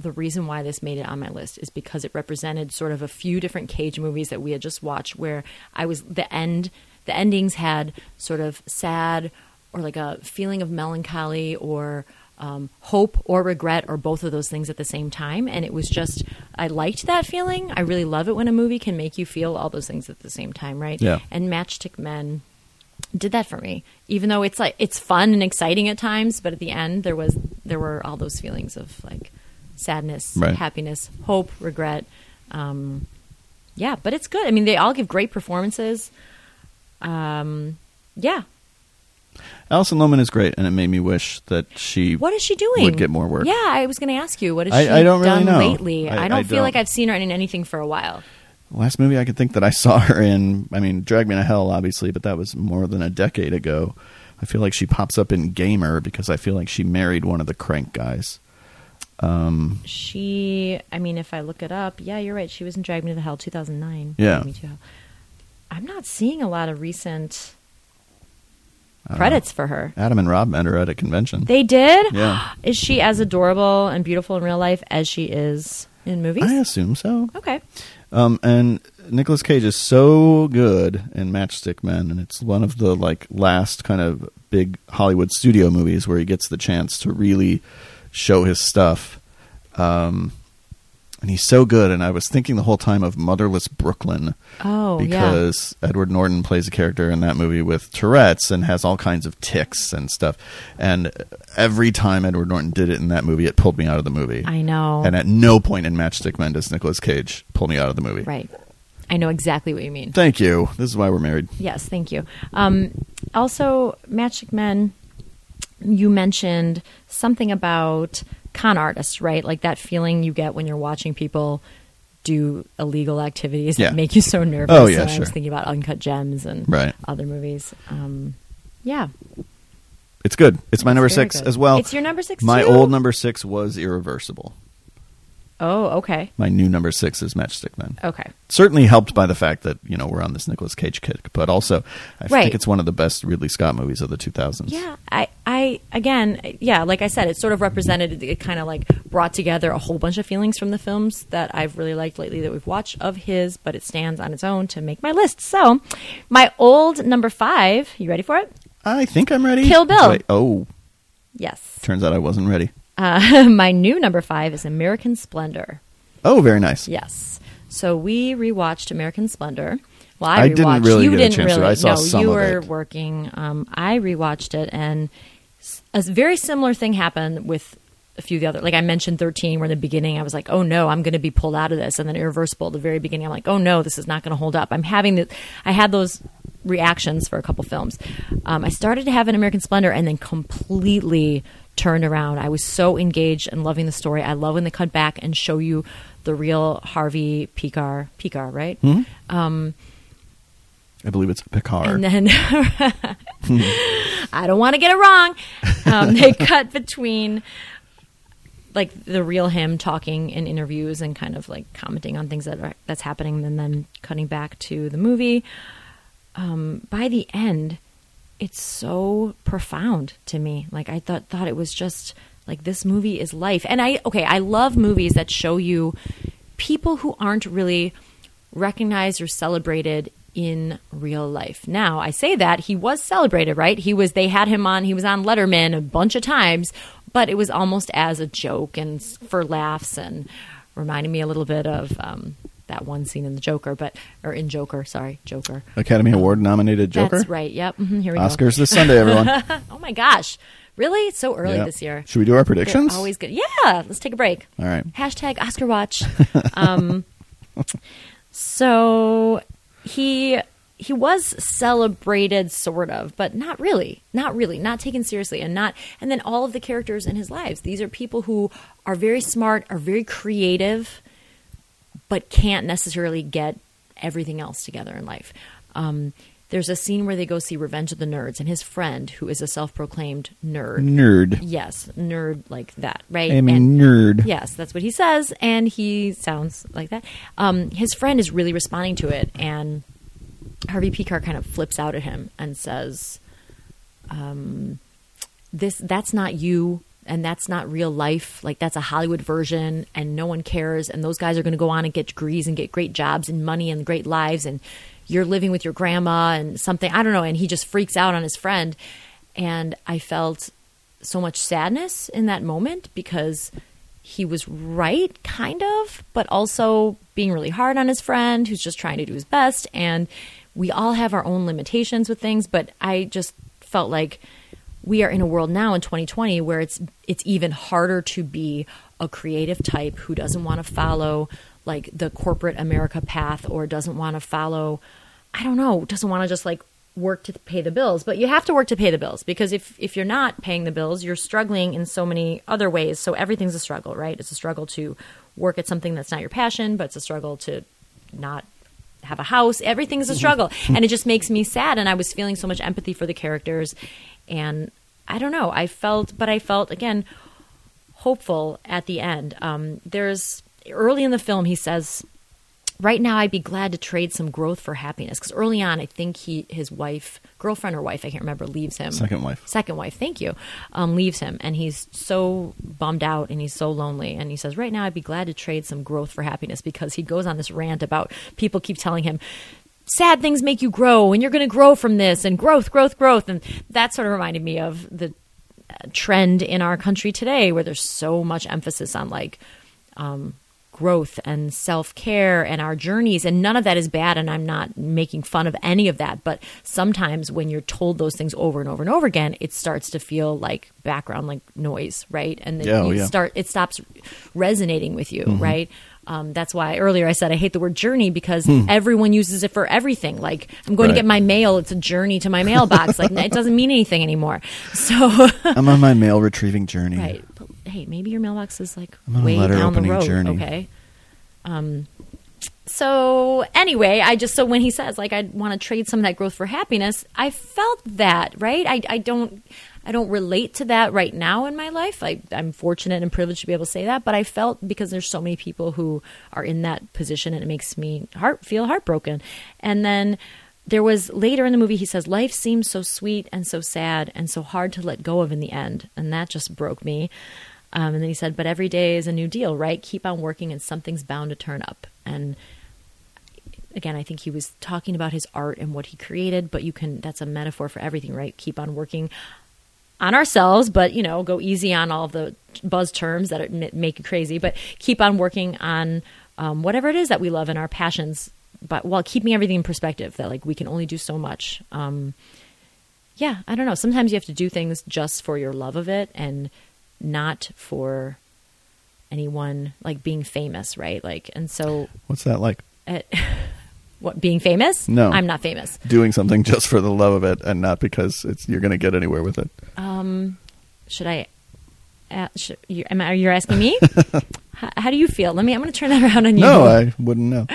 the reason why this made it on my list is because it represented sort of a few different cage movies that we had just watched where I was the end the endings had sort of sad or like a feeling of melancholy or um, hope or regret or both of those things at the same time and it was just i liked that feeling i really love it when a movie can make you feel all those things at the same time right Yeah. and matchstick men did that for me. Even though it's like it's fun and exciting at times, but at the end there was there were all those feelings of like sadness, Right. happiness, hope, regret. Um, yeah, but it's good. I mean, they all give great performances. Um, yeah. Allison Lohman is great, and it made me wish that she What is she doing? would get more work. Yeah, I was going to ask you. What has I- she I don't really done know. lately? I- I, don't I feel don't. like I've seen her in anything for a while. Last movie I could think that I saw her in, I mean, Drag Me to Hell, obviously, but that was more than a decade ago. I feel like she pops up in Gamer because I feel like she married one of the crank guys. She, I mean, if I look it up, yeah, you're right. She was in Drag Me to Hell 2009. Yeah. Drag Me to Hell. I'm not seeing a lot of recent credits for her. Adam and Rob met her at a convention. They did? Yeah. Is she as adorable and beautiful in real life as she is in movies? I assume so. okay. Um, and Nicolas Cage is so good in Matchstick Men, and it's one of the like last kind of big Hollywood studio movies where he gets the chance to really show his stuff. Um, and he's so good. And I was thinking the whole time of Motherless Brooklyn. Oh, yeah. because Edward Norton plays a character in that movie with Tourette's and has all kinds of tics and stuff. And every time Edward Norton did it in that movie, it pulled me out of the movie. I know. And at no point in Matchstick Men does Nicolas Cage pull me out of the movie. Right. I know exactly what you mean. Thank you. This is why we're married. Yes, thank you. Um, also, Magic Men, you mentioned something about con artists, right? Like that feeling you get when you're watching people do illegal activities Yeah. that make you so nervous. Oh, yeah, And I sure. was thinking about Uncut Gems and Right. other movies. Um, yeah. It's good. It's my It's number very six good. as well. It's your number six, My too? old number six was Irreversible. Oh, okay. My new number six is Matchstick Men. Okay. Certainly helped by the fact that you know we're on this Nicolas Cage kick, but also I Right. think it's one of the best Ridley Scott movies of the 2000s. Yeah, I, I, again, yeah, like I said, it sort of represented, it kind of like brought together a whole bunch of feelings from the films that I've really liked lately that we've watched of his, but it stands on its own to make my list. So, my old number five, you ready for it? I think I'm ready. Kill Bill. Wait, oh, Yes. turns out I wasn't ready. Uh, my new number five is American Splendor. Oh, very nice. Yes. So we rewatched American Splendor. Well, I, I rewatched. didn't really you get a didn't chance to. really. I saw no, some you of were it. working. Um, I rewatched it, and s- a very similar thing happened with a few of the other. Like I mentioned, thirteen. Where in the beginning, I was like, "Oh no, I'm going to be pulled out of this," and then Irreversible. At the very beginning, I'm like, "Oh no, this is not going to hold up." I'm having the. I had those reactions for a couple films. Um, I started to have an American Splendor, and then completely turned around. I was so engaged and loving the story. I love when they cut back and show you the real Harvey Picar, Picar, right? Mm-hmm. Um, I believe it's Picard. and then I don't want to get it wrong. Um, they cut between like the real him talking in interviews and kind of like commenting on things that are, that's happening, and then cutting back to the movie. Um, by the end, it's so profound to me. Like I thought thought it was just like this movie is life. And I okay, I love movies that show you people who aren't really recognized or celebrated in real life. Now, I say that he was celebrated, right? He was they had him on, he was on Letterman a bunch of times, but it was almost as a joke and s- for laughs and reminded me a little bit of um that one scene in the Joker, but or in Joker, sorry, Joker. Academy Award nominated Joker. That's right. Yep. Mhm, here we Oscars this Sunday, everyone. go. Oh my gosh, really? It's so early Yeah. this year. Should we do our They're predictions? Always good. Yeah. Let's take a break. All right. Hashtag Oscar Watch. Um, so he he was celebrated, sort of, but not really, not really, not taken seriously, and not. And then all of the characters in his lives. These are people who are very smart, are very creative, but can't necessarily get everything else together in life. Um, there's a scene where they go see Revenge of the Nerds, and his friend, who is a self-proclaimed nerd, Nerd. yes, nerd like that, right? I'm a And- nerd. Yes, that's what he says, and he sounds like that. Um, his friend is really responding to it, and Harvey Pekar kind of flips out at him and says, um, "This that's not you." And that's not real life. Like that's a Hollywood version, and no one cares. And those guys are going to go on and get degrees and get great jobs and money and great lives. And you're living with your grandma and something. I don't know. And he just freaks out on his friend. And I felt so much sadness in that moment because he was right, kind of, but also being really hard on his friend who's just trying to do his best. And we all have our own limitations with things, but I just felt like we are in a world now in 2020 where it's it's even harder to be a creative type who doesn't want to follow like the corporate America path or doesn't want to follow I don't know, doesn't want to just like work to pay the bills, but you have to work to pay the bills because if if you're not paying the bills, you're struggling in so many other ways. So everything's a struggle, right? It's a struggle to work at something that's not your passion, but it's a struggle to not have a house. Everything's a struggle, and it just makes me sad. And I was feeling so much empathy for the characters, and I don't know. I felt, but I felt again hopeful at the end. Um, there's early in the film, he says right now I'd be glad to trade some growth for happiness because early on I think he his wife girlfriend or wife I can't remember leaves him Second wife. second wife thank you um, leaves him and he's so bummed out and he's so lonely and he says right now I'd be glad to trade some growth for happiness because he goes on this rant about people keep telling him sad things make you grow and you're going to grow from this and growth growth growth and that sort of reminded me of the trend in our country today where there's so much emphasis on like um, growth and self care and our journeys. And none of that is bad. And I'm not making fun of any of that. But sometimes when you're told those things over and over and over again, it starts to feel like background, like noise, right? And then Yeah, oh, you yeah. Mm-hmm. start, it stops resonating with you, right? Um, that's why earlier I said I hate the word journey because everyone uses it for everything. Like I'm Hmm. going Right. to get my mail; it's a journey to my mailbox. like it doesn't mean anything anymore. So I'm on my mail retrieving journey. Right. But hey, maybe your mailbox is like on a way letter down the opening road. journey. Okay. Um so anyway, I just so when he says like I want to trade some of that growth for happiness, I felt that, right? I, I don't I don't relate to that right now in my life. I, I'm fortunate and privileged to be able to say that, but I felt because there's so many people who are in that position and it makes me heart feel heartbroken. And then there was later in the movie he says life seems so sweet and so sad and so hard to let go of in the end and that just broke me um, and then he said but every day is a new deal right keep on working and something's bound to turn up and again i think he was talking about his art and what he created but you can that's a metaphor for everything right keep on working on ourselves but you know go easy on all the buzz terms that are- make you crazy but keep on working on um, whatever it is that we love and our passions but while keeping everything in perspective that like we can only do so much um, yeah i don't know sometimes you have to do things just for your love of it and not for anyone like being famous right like and so What's that like? at what being famous? No. I'm not famous. Doing something just for the love of it and not because it's you're going to get anywhere with it. Should I? Uh, should, you, am I, you're asking me? how, how do you feel? Let me. I'm going to turn that around on you. No, I wouldn't know.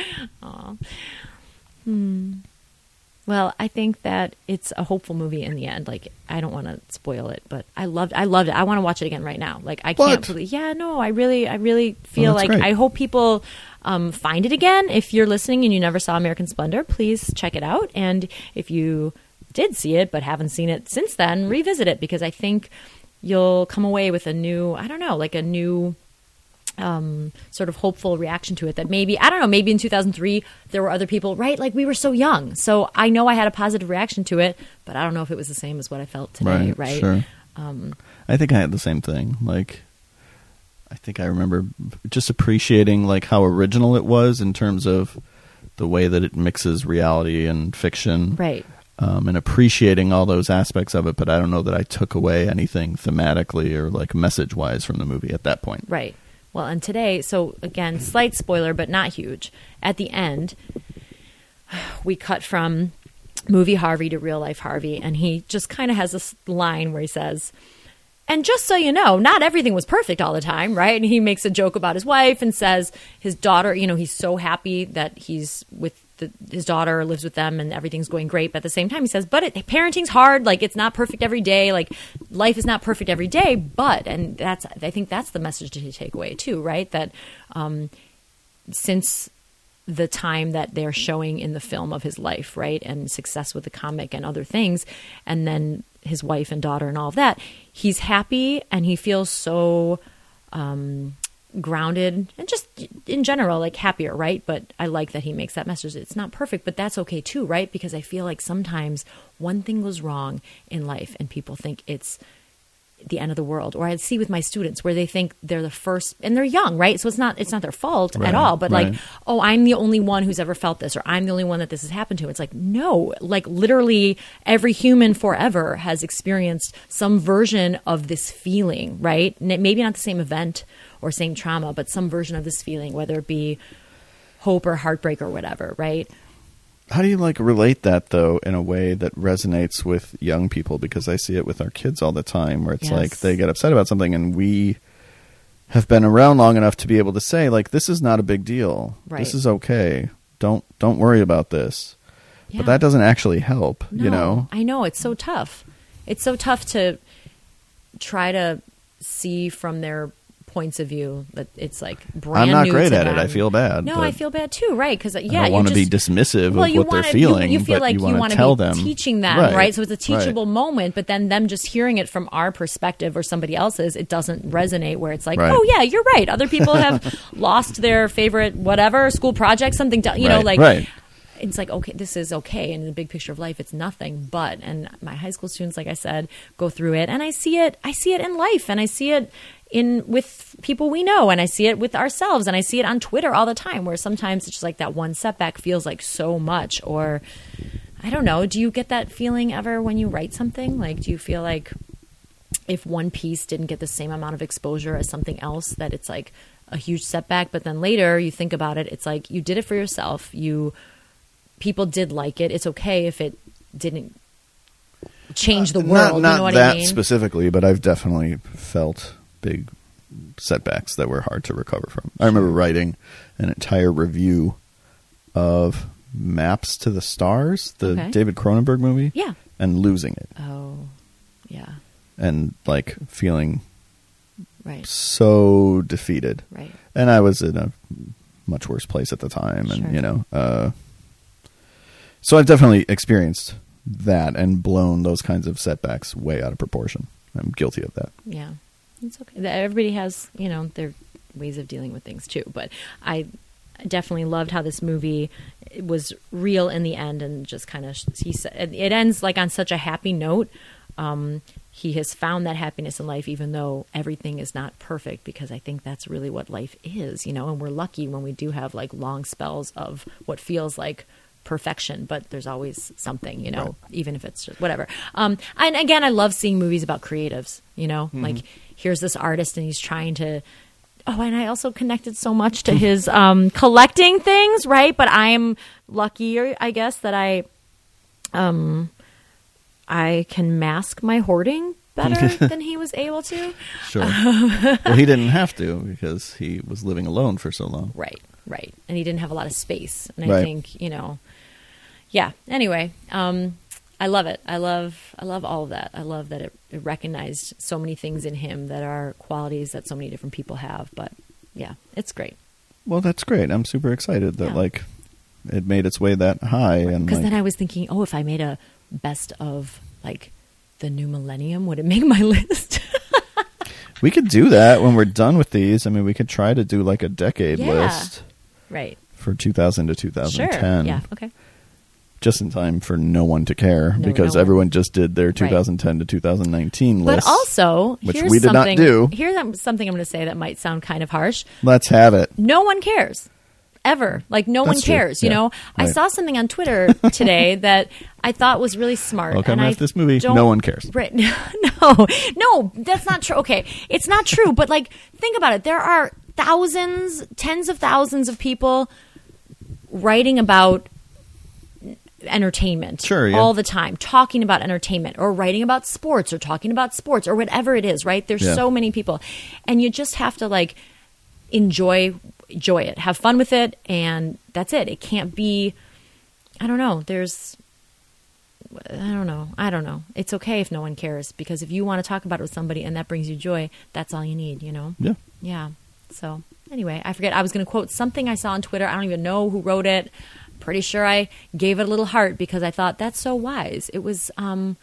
well, I think that it's a hopeful movie in the end. Like I don't want to spoil it, but I loved. I loved it. I want to watch it again right now. Like I What? can't believe. Yeah, no. I really, I really feel that's like great. I hope people um, find it again. If you're listening and you never saw American Splendor, please check it out. And if you did see it but haven't seen it since then, revisit it because I think you'll come away with a new. I don't know, like a new um, sort of hopeful reaction to it that maybe I don't know maybe in 2003 there were other people right like we were so young so I know I had a positive reaction to it but I don't know if it was the same as what I felt today right, Um, Sure. I think I had the same thing. Like, I think I remember just appreciating like how original it was in terms of the way that it mixes reality and fiction, Right. um, and appreciating all those aspects of it. But I don't know that I took away anything thematically or like message wise from the movie at that point. Right. Well, and today, so again, slight spoiler, but not huge. At the end, we cut from movie Harvey to real life Harvey, and he just kind of has this line where he says, and just so you know, not everything was perfect all the time, right? And he makes a joke about his wife and says his daughter, you know, he's so happy that he's with the, his daughter, lives with them, and everything's going great. But at the same time, he says, but it, parenting's hard. Like, it's not perfect every day. Like, life is not perfect every day. But, and that's, I think that's the message to take away, too, right? That um, since the time that they're showing in the film of his life, right? And success with the comic and other things, and then his wife and daughter and all of that. He's happy and he feels so um, grounded and just in general, like happier, right? But I like that he makes that message. It's not perfect, but that's okay too, right? Because I feel like sometimes one thing goes wrong in life and people think it's the end of the world or i see with my students where they think they're the first and they're young right so it's not it's not their fault Right, at all but right. like oh i'm the only one who's ever felt this or i'm the only one that this has happened to it's like no like literally every human forever has experienced some version of this feeling right N- maybe not the same event or same trauma but some version of this feeling whether it be hope or heartbreak or whatever right How do you like relate that though in a way that resonates with young people? Because I see it with our kids all the time where it's Yes. like they get upset about something and we have been around long enough to be able to say, like, this is not a big deal. Right. This is okay. Don't don't worry about this. Yeah. But that doesn't actually help, you No, know? I know it's so tough. It's so tough to try to see from their points of view that it's like brand I'm not new great to at it. them. I feel bad. No, but I feel bad too, right? Because yeah, I you don't want to be just- dismissive well, of you what wanna, they're feeling. You, you feel but like you you want wanna to tell be them. teaching them, right. So it's a teachable moment, but then them just hearing it from our perspective or somebody else's, it doesn't resonate. Where it's like, Right. oh yeah, you're right. Other people have lost their favorite whatever school project, something do- you know, Right, like right. it's like okay, this is okay. And in the big picture of life, it's nothing but. And my high school students, like I said, go through it, and I see it. I see it in life, and I see it in with people we know, and I see it with ourselves, and I see it on Twitter all the time. Where sometimes it's just like that one setback feels like so much, or I don't know. Do you get that feeling ever when you write something? Like, do you feel like if one piece didn't get the same amount of exposure as something else that it's like a huge setback but then later you think about it it's like you did it for yourself you people did like it it's okay if it didn't change the Not, world not you know what that i mean specifically, but I've definitely felt big setbacks that were hard to recover from. I remember writing an entire review of Maps to the Stars, the Okay. David Cronenberg movie, yeah and losing it oh yeah and like feeling right so defeated. right and I was in a much worse place at the time, and Sure. you know, uh, so I've definitely experienced that and blown those kinds of setbacks way out of proportion. I'm guilty of that. yeah it's okay That- everybody has you know their ways of dealing with things too but i definitely loved how this movie was real in the end and just kind of he said it ends like on such a happy note um he has found that happiness in life even though everything is not perfect because i think that's really what life is you know and we're lucky when we do have like long spells of what feels like perfection but there's always something you know Right. even if it's just whatever. Um, and again, I love seeing movies about creatives. You know, like here's this artist and he's trying to. Oh, and I also connected so much to his um, collecting things, right? But I'm luckier, I guess, that I, um, I can mask my hoarding better than he was able to. Sure. well, he didn't have to because he was living alone for so long. Right, right. And he didn't have a lot of space. And I Right. think, you know, yeah. Anyway, um, I love it. I love, I love all of that. I love that it, it recognized so many things in him that are qualities that so many different people have. But yeah, it's great. Well, that's great. I'm super excited that Yeah. like it made its way that high, and Because like, then I was thinking, oh, if I made a best of like the new millennium, would it make my list? we could do that when we're done with these. I mean, we could try to do like a decade Yeah. list right. for 2000 to Sure. 2010. Yeah. Okay. just in time for no one to care No, because no one. everyone just did their 2010 to 2019 But list. also, which here's we did not something, do. Here's um, something I'm going to say that might sound kind of harsh. Let's have it. no one cares ever like no That's one true. cares you Yeah. know i Right. saw something on twitter today that i thought was really smart Welcome and to I this movie. don't- No one cares. right no no that's not true okay it's not true but like think about it there are thousands tens of thousands of people writing about entertainment Sure, yeah. all the time talking about entertainment or writing about sports or talking about sports or whatever it is right there's Yeah. so many people and you just have to like enjoy enjoy it have fun with it and that's it it can't be i don't know there's i don't know i don't know it's okay if no one cares because if you want to talk about it with somebody and that brings you joy that's all you need you know Yeah. yeah. So anyway, I forget. I was going to quote something I saw on Twitter. I don't even know who wrote it. Pretty sure I gave it a little heart because I thought that's so wise. It was, um,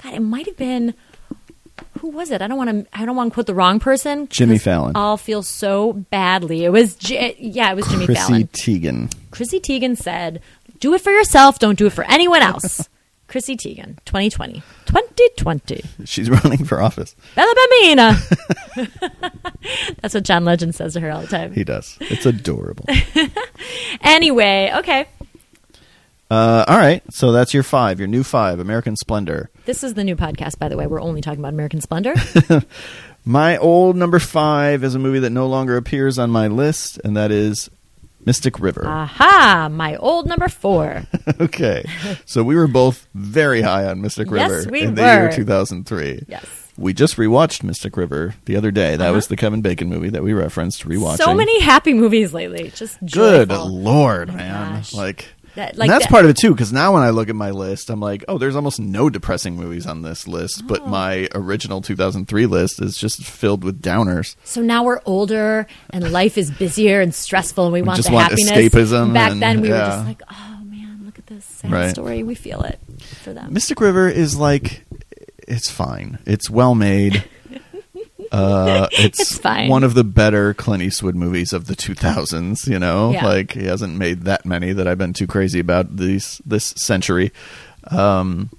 God, it might have been. Who was it? I don't want to. I don't want to quote the wrong person. Jimmy 'cause Fallon. I'll feel so badly. It was. J- yeah, it was Jimmy Chrissy Fallon. Teigen. Chrissy Teigen said, "Do it for yourself. Don't do it for anyone else." Chrissy Teigen, 2020, 2020. She's running for office. Bella Bambina. That's what John Legend says to her all the time. He does. It's adorable. Anyway, okay. uh, all right. So that's your five, your new five, American Splendor. This is the new podcast, by the way. We're only talking about American Splendor. My old number five is a movie that no longer appears on my list, and that is Mystic River. Ah. Aha, my old number four. okay. So we were both very high on Mystic Yes, River we in the were. year 2003. Yes. Uh-huh. We just rewatched Mystic River the other day. That was the Kevin Bacon movie that we referenced rewatching. So many happy movies lately. Just Good joyful. Oh lord, my man. gosh. Like That- and like that's that- part of it too cuz now when I look at my list, I'm like, "Oh, there's almost no depressing movies on this list, Oh. but my original 2003 list is just filled with downers." So now we're older and life is busier and stressful, and we, want just the want happiness. escapism Back and- then, we were yeah. just like, oh man, look at this sad Right. story. We feel it for them. Mystic River is like it's fine. It's well made. Uh, it's, It's fine. one of the better Clint Eastwood movies of the 2000s. You know, Yeah. like he hasn't made that many that I've been too crazy about these this century. Um,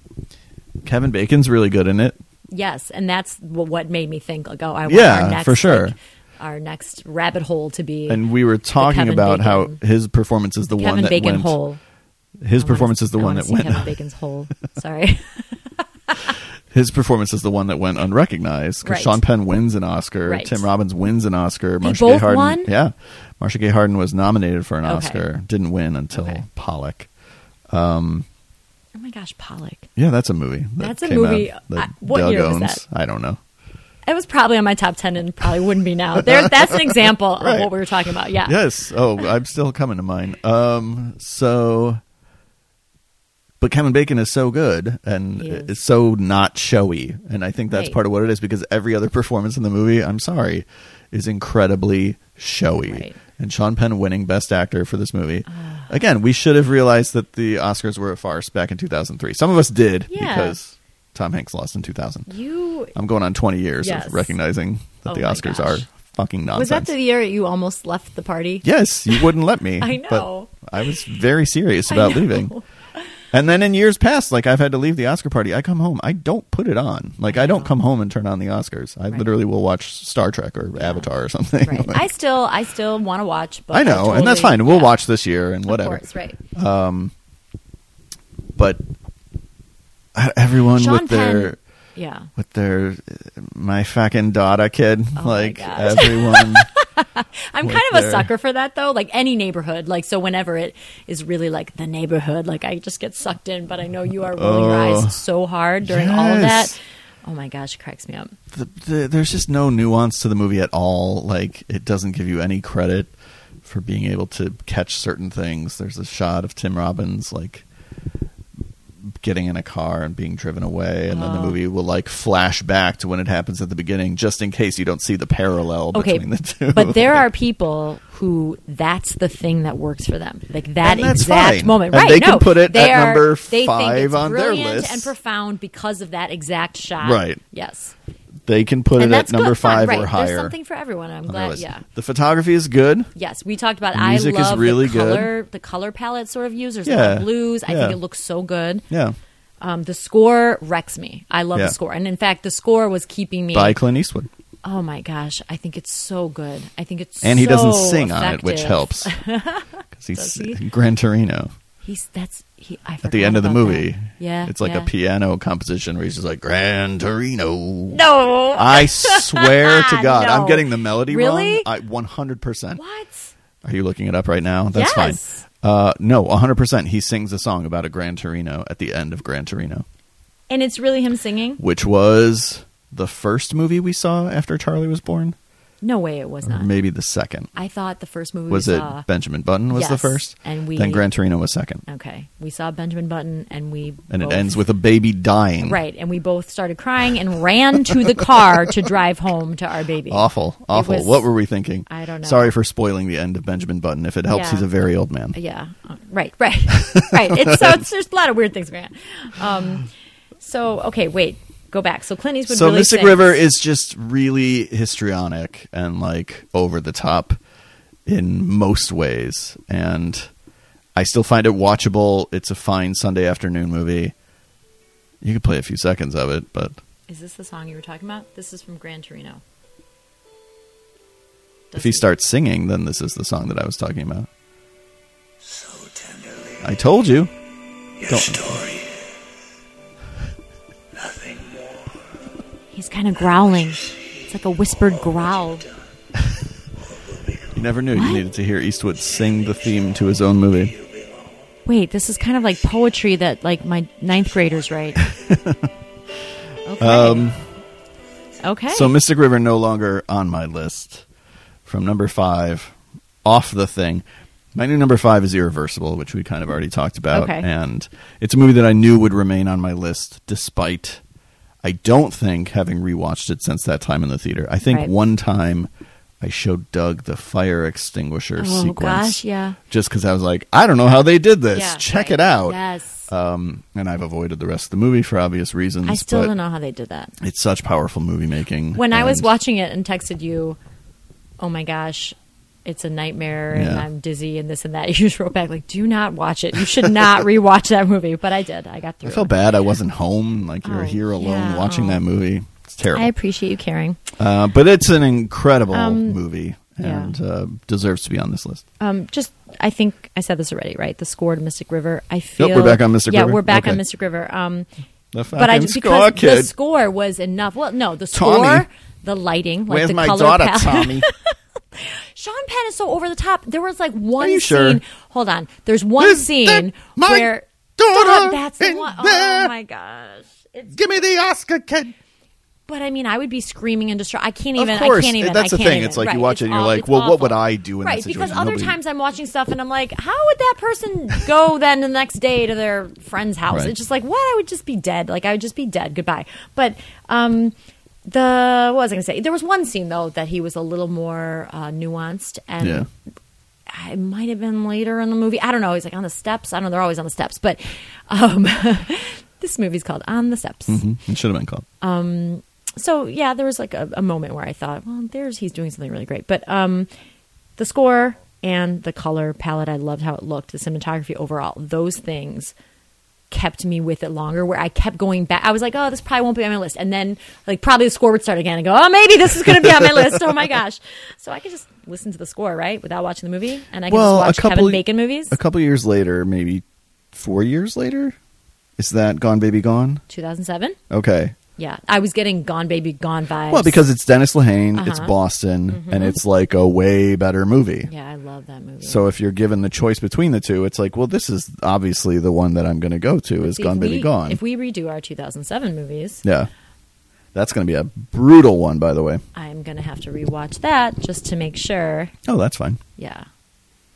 Kevin Bacon's really good in it. Yes, and that's wh- what made me think. Like, oh, I want Yeah, our next, for sure. like, our next rabbit hole to be And we were talking Kevin about Bacon- how his performance is the one Kevin that Bacon went. hole. His I wanna- performance is the I one wanna that see went. Kevin Bacon's hole. Sorry. his performance is the one that went unrecognized because Right. Sean Penn wins an Oscar, Right. Tim Robbins wins an Oscar, Marsha Gay both Harden, won? yeah, Marsha Gay Harden was nominated for an Okay. Oscar, didn't win until Okay. Pollock. Oh my gosh, Pollock. Yeah, that's a movie. that That's a came out movie. that I- what Doug year was owns. that? I don't know. It was probably on my top ten and probably wouldn't be now. There, that's an example Right. of what we were talking about. Yeah. Yes. Oh, I'm still coming to mine. Um. So, but Kevin Bacon is so good and He is. it's so not showy, and I think that's Right. part of what it is because every other performance in the movie, I'm sorry, is incredibly showy. Right. Ah. And Sean Penn winning Best Actor for this movie. Again, we should have realized that the Oscars were a farce back in 2003. Some of us did Yeah. because Tom Hanks lost in 2000. You I'm going on 20 years Yes. of recognizing that Oh the my Oscars gosh. are fucking nonsense. was that the year you almost left the party? Yes, you wouldn't let me. I but know. I was very serious I about know. leaving. And then in years past, like I've had to leave the Oscar party, I come home. I don't put it on. Like I don't know. come home and turn on the Oscars. I Right. literally will watch Star Trek or Avatar or something. Right. Like, I still, I still want to watch. But I know, and that's totally- fine. We'll yeah. watch this year and whatever. Of course, right. But uh, everyone Sean with Penn. their Yeah. with their uh, my fucking daughter kid, Oh my like gosh. everyone. I'm Like kind of there. a sucker for that though. Like any neighborhood, like so whenever it is really like the neighborhood, like I just get sucked in. But I know you are rolling your Oh. eyes so hard during all of Yes. that. Oh my gosh, it cracks me up. the, the, there's just no nuance to the movie at all. Like it doesn't give you any credit for being able to catch certain things. There's a shot of Tim Robbins like getting in a car and being driven away, and then the Oh. movie will like flash back to when it happens at the beginning, just in case you don't see the parallel Okay, between the two. but there Like- are people who that's the thing that works for them, like that And that's exact fine. moment. And right? they can no, put it they at are, number they think five it's on their brilliant list. and profound because of that exact shot. Right. Yes. They can put and it at that's number good fun, five right. or There's higher. something for everyone. I'm on their glad. list. Yeah. The photography is good. Yes, we talked about. Music is I love really the good. color, the color palette sort of users, Yeah. the blues. I Yeah. think it looks so good. Yeah. Um, the score wrecks me. I love Yeah. the score, and in fact, the score was keeping me. By Clint Eastwood. oh my gosh, I think it's so good. I think it's And he so doesn't sing on it, which effective. helps. Because he's Does he? Gran Torino. He's that's he. I At the end of the movie, oh, Yeah, it's like yeah. a piano composition where he's just like Gran Torino. No, I swear to God, I'm No. getting the melody Really? wrong. I 100%. what? Are you looking it up right now? That's Yes. fine. Uh, no, 100%. He sings a song about a Gran Torino at the end of Gran Torino, And it's really him singing? which was the first movie we saw after Charlie was born, No way, it was or not. maybe the second. I thought the first movie Was Uh, we it saw. Benjamin Button was the Yes, first? and we- then Gran Torino was second. okay, we saw Benjamin Button, and we And it both- ends with a baby dying. Right, and we both started crying and ran to the car to drive home to our baby. Awful, awful. was- what were we thinking? I don't know. Sorry for spoiling the end of Benjamin Button. If it helps, Yeah. he's a very old man. Yeah, uh, right, right, right. It's so it's, there's a lot of weird things going on. Um, so okay, wait, go back. So Clint Eastwood. so really Mystic sings- River is just really histrionic and like over the top in most ways, and I still find it watchable. It's a fine Sunday afternoon movie. You could play a few seconds of it, but Is this the song you were talking about? This is from Gran Torino. if he starts singing, then this is the song that I was talking about. So tenderly, I told you. your Don't- story. Nothing more. he's kind of growling. It's like a whispered growl. You never knew you What? needed to hear Eastwood sing the theme to his own movie. Wait, this is kind of like poetry that like my ninth graders write. okay. okay. Um, So Mystic River no longer on my list. From number five, off the thing. My new number five is Irreversible, which we kind of already talked about, Okay. and it's a movie that I knew would remain on my list, despite I don't think having rewatched it since that time in the theater. I think Right. one time I showed Doug the fire extinguisher Oh, sequence, gosh, yeah. just because I was like, I don't know how they did this. Yeah, Check right. it out. Yes. Um, and I've avoided the rest of the movie for obvious reasons. I still but don't know how they did that. It's such powerful movie making. When I was and- watching it and texted you, "Oh my gosh, it's a nightmare and Yeah. I'm dizzy and this and that," you just wrote back like, "Do not watch it. You should not rewatch that movie." But I did. I got through. I felt it. bad I wasn't home. Like you were Oh, here alone yeah. oh. watching that movie. It's terrible. I appreciate you caring. uh, but it's an incredible Um, movie yeah. and uh, deserves to be on this list. Um, just, I think I said this already, right? The score to Mystic River. I feel we're back on Mystic yeah, River? Yeah, we're back Okay. on Mystic River. Um, The but fucking I because score, Oh, the kid. score was enough. Well, no, the Tommy. score, the lighting, like Where's the my color daughter, palette. Tommy? Sean Penn is so over the top. There was like one you sure? scene. Hold on. There's one Is scene that my where daughter that's the in one. there? Oh my gosh. It's, Give me the Oscar, kid. but I mean, I would be screaming and distraught. I can't Of even. course. I can't even. That's I the can't thing. even. It's like you Right. watch it It's and you're aw- like, it's well, what would awful. I do in right, that because situation? other Nobody- times I'm watching stuff and I'm like, how would that person go then the next day to their friend's house? Right. It's just like, what? I would just be dead. Like I would just be dead. Goodbye. But um, the what was I going to say? There was one scene though that he was a little more uh, nuanced and. Yeah. I might have been later in the movie. I don't know. He's like on the steps. I don't know. They're always on the steps, but um, this movie's called On the Steps. It should have been called. So yeah, there was like a, a moment where I thought, well, there's he's doing something really great. But um, the score and the color palette, I loved how it looked. The cinematography overall, those things kept me with it longer. Where I kept going back. I was like, oh, this probably won't be on my list. And then like probably the score would start again and go, oh, maybe this is going to be on my list. Oh my gosh! So I could just listen to the score right without watching the movie, and I can well, just a watch couple Kevin Bacon movies. A couple years later, maybe four years later, is that Gone Baby Gone? 2007. Okay. Yeah, I was getting Gone Baby Gone vibes. Well, because it's Dennis Lehane, it's Uh-huh. Boston, and it's like a way better movie. yeah, I love that movie. So if you're given the choice between the two, it's like, well, this is obviously the one that I'm going to go to is See, Gone if Baby we- Gone. If we redo our 2007 movies, yeah, that's going to be a brutal one, by the way. I'm gonna have to rewatch that just to make sure. Oh, that's fine. Yeah,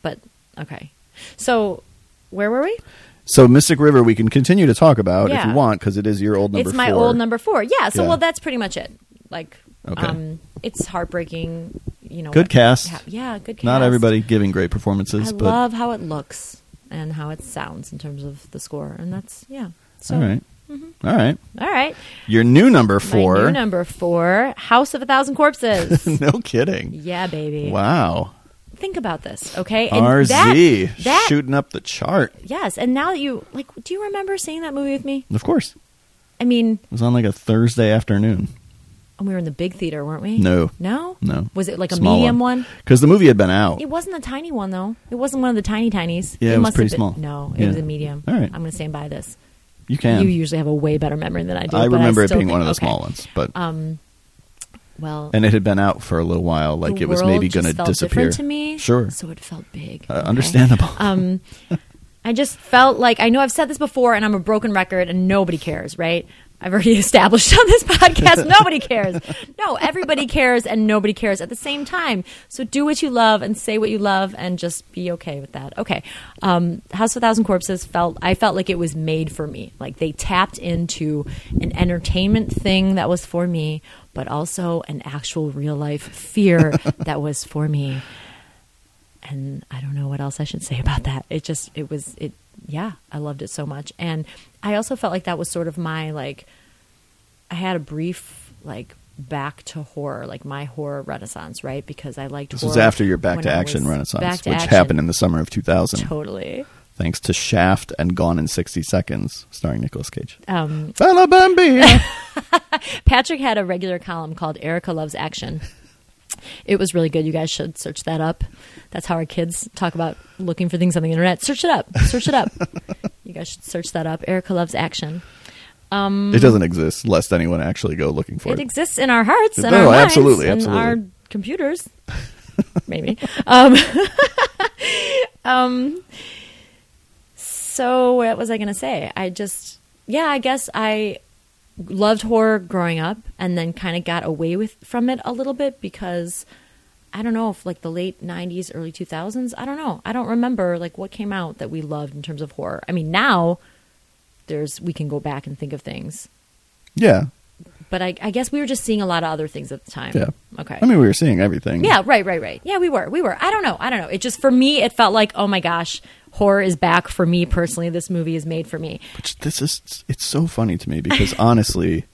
but okay. So where were we? So Mystic River, we can continue to talk about if Yeah. you want because it is your old number. it's my four. old number four. Yeah. So Yeah. well, that's pretty much it. Like, Okay. um, it's heartbreaking. You know, Good what- cast. ha- Yeah, good cast. Not everybody giving great I performances, but love how it looks and how it sounds in terms of the score, and that's yeah. So all right. All right. All right. Your new number four. My new number four, House of a Thousand Corpses. no kidding. yeah, baby. Wow. Think about this, okay? RZ that- that- shooting up the chart. Yes, and now that you like, do you remember seeing that movie with me? Of course. I mean, It was on like a Thursday afternoon. we were in the big theater, weren't we? No. no, No. Was it like a Small medium one. one? Because the movie had been out. It wasn't a tiny one though. It wasn't one of the tiny tinies. Yeah, it was must have pretty been- small. No, it Yeah. was a medium. All right. I'm going to stand by this. You can. You usually have a way better memory than I do. I but remember it still being think- one of the okay. small ones, but Um, well, and it had been out for a little while. Like the it was world maybe just going to felt disappear. Different to me, Sure. So it felt big. Uh, okay? Understandable. Um, I just felt like I know I've said this before, and I'm a broken record, and nobody cares, right? I've already established on this podcast nobody cares. No, everybody cares, and nobody cares at the same time. So do what you love and say what you love, and just be okay with that. Okay, um, House of a Thousand Corpses felt I felt like it was made for me. Like they tapped into an entertainment thing that was for me, but also an actual real life fear that was for me and I don't know what else I should say about that. It just it was it yeah, I loved it so much. And I also felt like that was sort of my like I had a brief like back to horror, like my horror renaissance, right? Because I liked this horror was after your back when to I action was- renaissance, back to which action. happened in the summer of 2000, totally. thanks to Shaft and Gone in 60 Seconds, starring Nicolas Cage. Um, Bella Bambi. Patrick had a regular column called Erica Loves Action. It was really good. You guys should search that up. That's how our kids talk about looking for things on the internet. Search it up. Search it up. you guys should search that up. Erica Loves Action. it doesn't exist, lest anyone actually go looking for um, it it. exists in our hearts and No, our minds absolutely, and absolutely. our computers maybe um, um, so what was i going to say i just yeah i guess i loved horror growing up and then kind of got away with from it a little bit because I don't know if like the late 90s early 2000s I don't know I don't remember like what came out that we loved in terms of horror I mean now there's we can go back and think of things yeah. but I, I guess we were just seeing a lot of other things at the time. Yeah. Okay. I mean, we were seeing everything. yeah. Right. Right. Right. Yeah. We were. We were. I don't know. I don't know. It just for me, it felt like, oh my gosh, horror is back for me personally. This movie is made for me. Which this is it's so funny to me because honestly,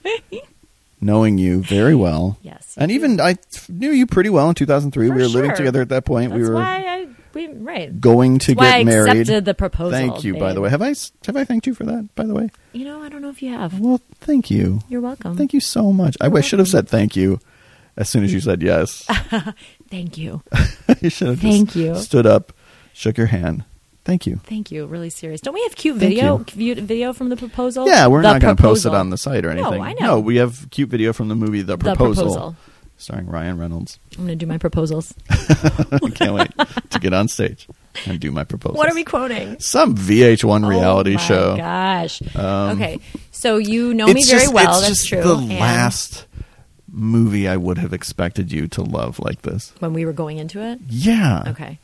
knowing you very well, Yes, you and do. even I knew you pretty well in 2003. For we were living sure. together at that point. That's we were why I we right. going to That's why get I married. accepted the proposal. Thank you, by babe. the way. Have I s- have I thanked you for that? By the way, You know, I don't know if you have. well, thank you. You're welcome. Thank you so much. I, I should have said thank you as soon as you said yes. Thank you. you should have Thank just you. stood up, shook your hand. Thank you. Thank you. Really serious. Don't we have cute Thank video? you. Cute video from the proposal. Yeah, we're The not going to post it proposal. on the site or No, anything. I know. we have cute video from the movie The Proposal, Proposal. starring Ryan Reynolds. I'm going to do my proposals. I can't wait to get on stage and do my proposal. What are we quoting? Some VH1 reality oh my show. Gosh. Um, okay, so you know it's me very just, well. It's That's just true. the and last movie I would have expected you to love like this. when we were going into it. Yeah. Okay.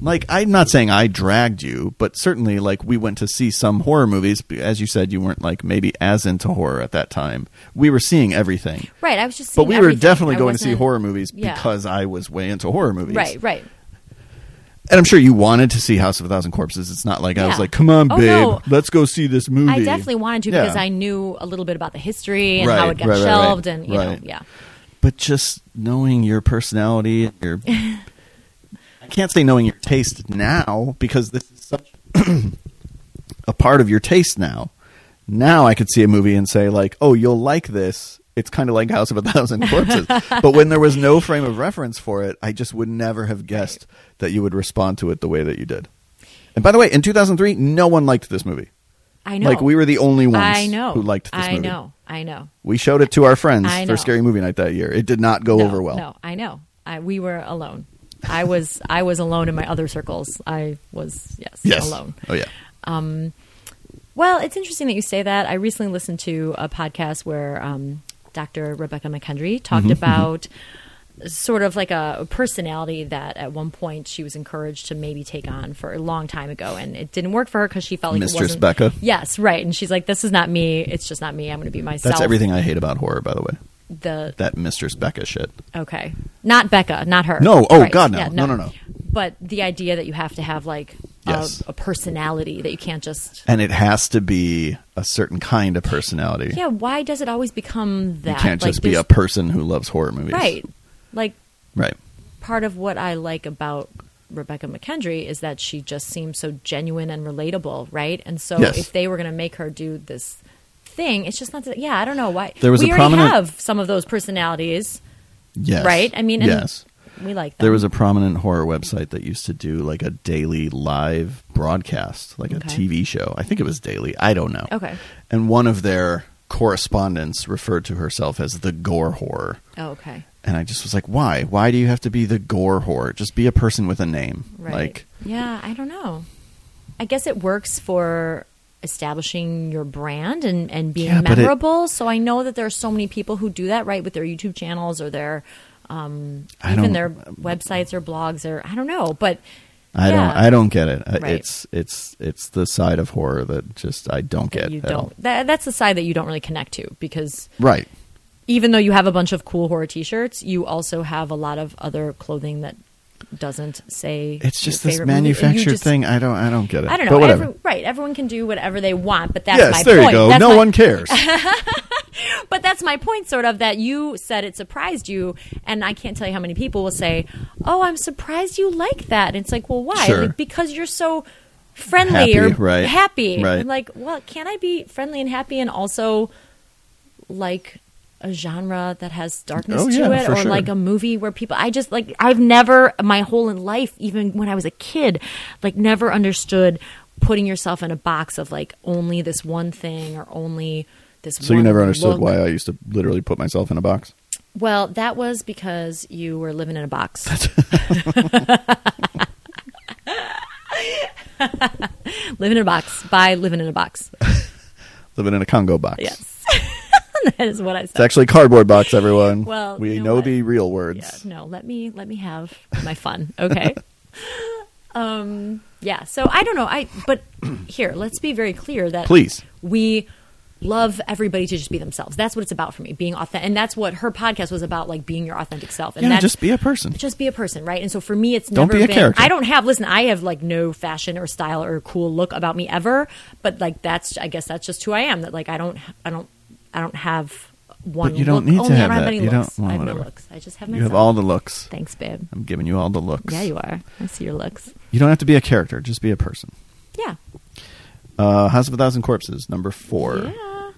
Like I'm not saying I dragged you, but certainly like we went to see some horror movies. As you said, you weren't like maybe as into horror at that time. We were seeing everything. Right. I was just. But seeing we were everything. definitely I going to see wasn't- horror movies Yeah. because I was way into horror movies. Right. Right. And I'm sure you wanted to see House of a Thousand Corpses. It's not like I was Yeah. like, come on, Oh, babe, no. let's go see this movie. I definitely wanted to Yeah. because I knew a little bit about the history and Right, how it got right, right, right. shelved and you know Right. yeah. But just knowing your personality, and your. I can't say knowing your taste now because this is such a part of your taste now. Now I could see a movie and say, like, oh, you'll like this. It's kind of like House of a Thousand Corpses. but when there was no frame of reference for it, I just would never have guessed that you would respond to it the way that you did. And by the way, in 2003, no one liked this movie. I know. Like, we were the only ones I know. who liked this I movie. know. I know. We showed it to our friends I for know. Scary Movie Night that year. It did not go no, over well. No, I know. I, we were alone. I was I was alone in my other circles. I was yes, Yes. alone. Oh yeah. Um, well, it's interesting that you say that. I recently listened to a podcast where um, Dr. Rebecca McKendry talked Mm-hmm, about sort of like a personality that at one point she was encouraged to maybe take on for a long time ago, and it didn't work for her because she felt like Mistress it wasn't. Becca? Yes, right. And she's like, "This is not me. It's just not me. I'm going to be myself." That's everything I hate about horror, by the way. The That Mistress Becca shit. Okay. Not Becca, not her. No, oh, God, no. No, no, no. But the idea that you have to have like Yes. a, a personality that you can't just. and it has to be a certain kind of personality. Yeah, why does it always become you that? can't Like, just be there's- a person who loves horror movies. right. Like Right. part of what I like about Rebecca McKendry is that she just seems so genuine and relatable, right? And so Yes. if they were going to make her do this thing, it's just not that. Yeah, I don't know why. There was we a already prominent- have some of those personalities, Yes. right? I mean, and yes. we like them. There was a prominent horror website that used to do like a daily live broadcast, like a Okay. TV show. I think it was daily. I don't know. Okay. And one of their correspondents referred to herself as the gore horror. oh, okay, And I just was like, why? Why do you have to be the gore whore? Just be a person with a name. right? Like, yeah, I don't know. I guess it works for establishing your brand and and being Yeah, but it- memorable. so I know that there are so many people who do that, right, with their YouTube channels or their. Um, I even don't- their websites or blogs or I don't know, but I Yeah. don't, I don't get it. I- Right. It's, it's, it's the side of horror that just I don't that get. you at all. don't. That, that's the side that you don't really connect to because Right. even though you have a bunch of cool horror T-shirts, you also have a lot of other clothing that doesn't say. It's your just this favorite movie, and you manufactured just- thing. I don't, I don't get it. I don't But know. whatever. Every, right, everyone can do whatever they want, but that's my yes, there point. you go. That's no my- one cares. But that's my point, sort of, that you said it surprised you, and I can't tell you how many people will say, "Oh, I'm surprised you like that." And it's like, well, why? Sure. Like, because you're so friendly Happy, or right, happy. right. I'm like, well, can I be friendly and happy and also like a genre that has darkness Oh, to yeah, it for or sure. like a movie where people I just like I've never my whole life even when I was a kid like never understood putting yourself in a box of like only this one thing or only this So you one never understood look. why I used to literally put myself in a box. Well, that was because you were living in a box. living in a box by living in a box. Living in a Congo box. Yes. that is what I It's said. actually a cardboard box, everyone. Well, we you know know, what? the real words. Yeah, no, let me let me have my fun, okay? um yeah, so I don't know. I but here, let's be very clear that Please. we love everybody to just be themselves. That's what it's about for me, being authentic. And that's what her podcast was about, like being your authentic self. And Yeah, that's, just be a person. just be a person, right? And so for me, it's Don't never be a been. character. I don't have. Listen, I have like no fashion or style or cool look about me ever. But like that's, I guess that's just who I am. That like I don't, I don't, I don't have one. But you don't look. need to Only have I don't that. have any You looks. don't- well, I have no whatever. looks. I just have You myself. have all the looks. Thanks, babe. I'm giving you all the looks. Yeah, you are. I see your looks. You don't have to be a character. Just be a person. Yeah. Uh, House of a Thousand Corpses, number four. yeah. um,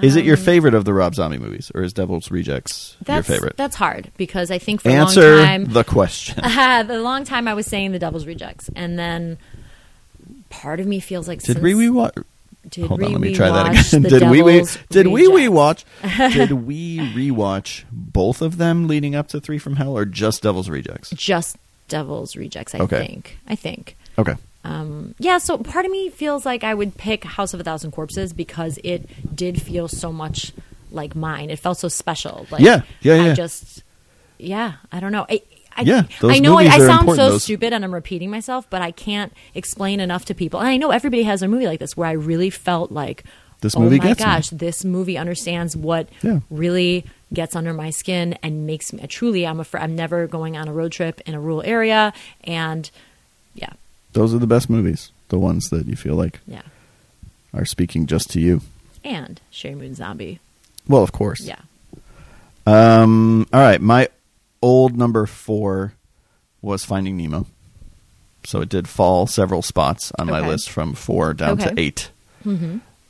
Is it your favorite of the Rob Zombie movies, or is Devil's Rejects your That's favorite? that's hard because I think for a Answer long time the question. Uh, the long time I was saying the Devil's Rejects, and then part of me feels like Did since- we we watch? Did Hold on, we let me try that rewatch again. The Did we we Devil's did we we Rejects? watch? Did we rewatch both of them leading up to Three from Hell, or just Devil's Rejects? just Devil's Rejects, I Okay. think. I think. Okay, Um, yeah, so part of me feels like I would pick House of a Thousand Corpses because it did feel so much like mine. It felt so special. Like, Yeah, yeah, I yeah. just, yeah, I don't know. I, I, Yeah, those I know I, movies I are sound important, so those- stupid and I'm repeating myself, but I can't explain enough to people. And I know everybody has a movie like this where I really felt like, This oh movie my gets me. gosh, this movie understands what Yeah. really gets under my skin and makes me truly. I'm a. fr- I'm never going on a road trip in a rural area, and yeah, those are the best movies. The ones that you feel like yeah. are speaking just to you. and Sherry Moon Zombie. Well, of course. Yeah. Mm, all right, my old number four was Finding Nemo, so it did fall several spots on my Okay. list from four down to Okay. Mm-hmm. 8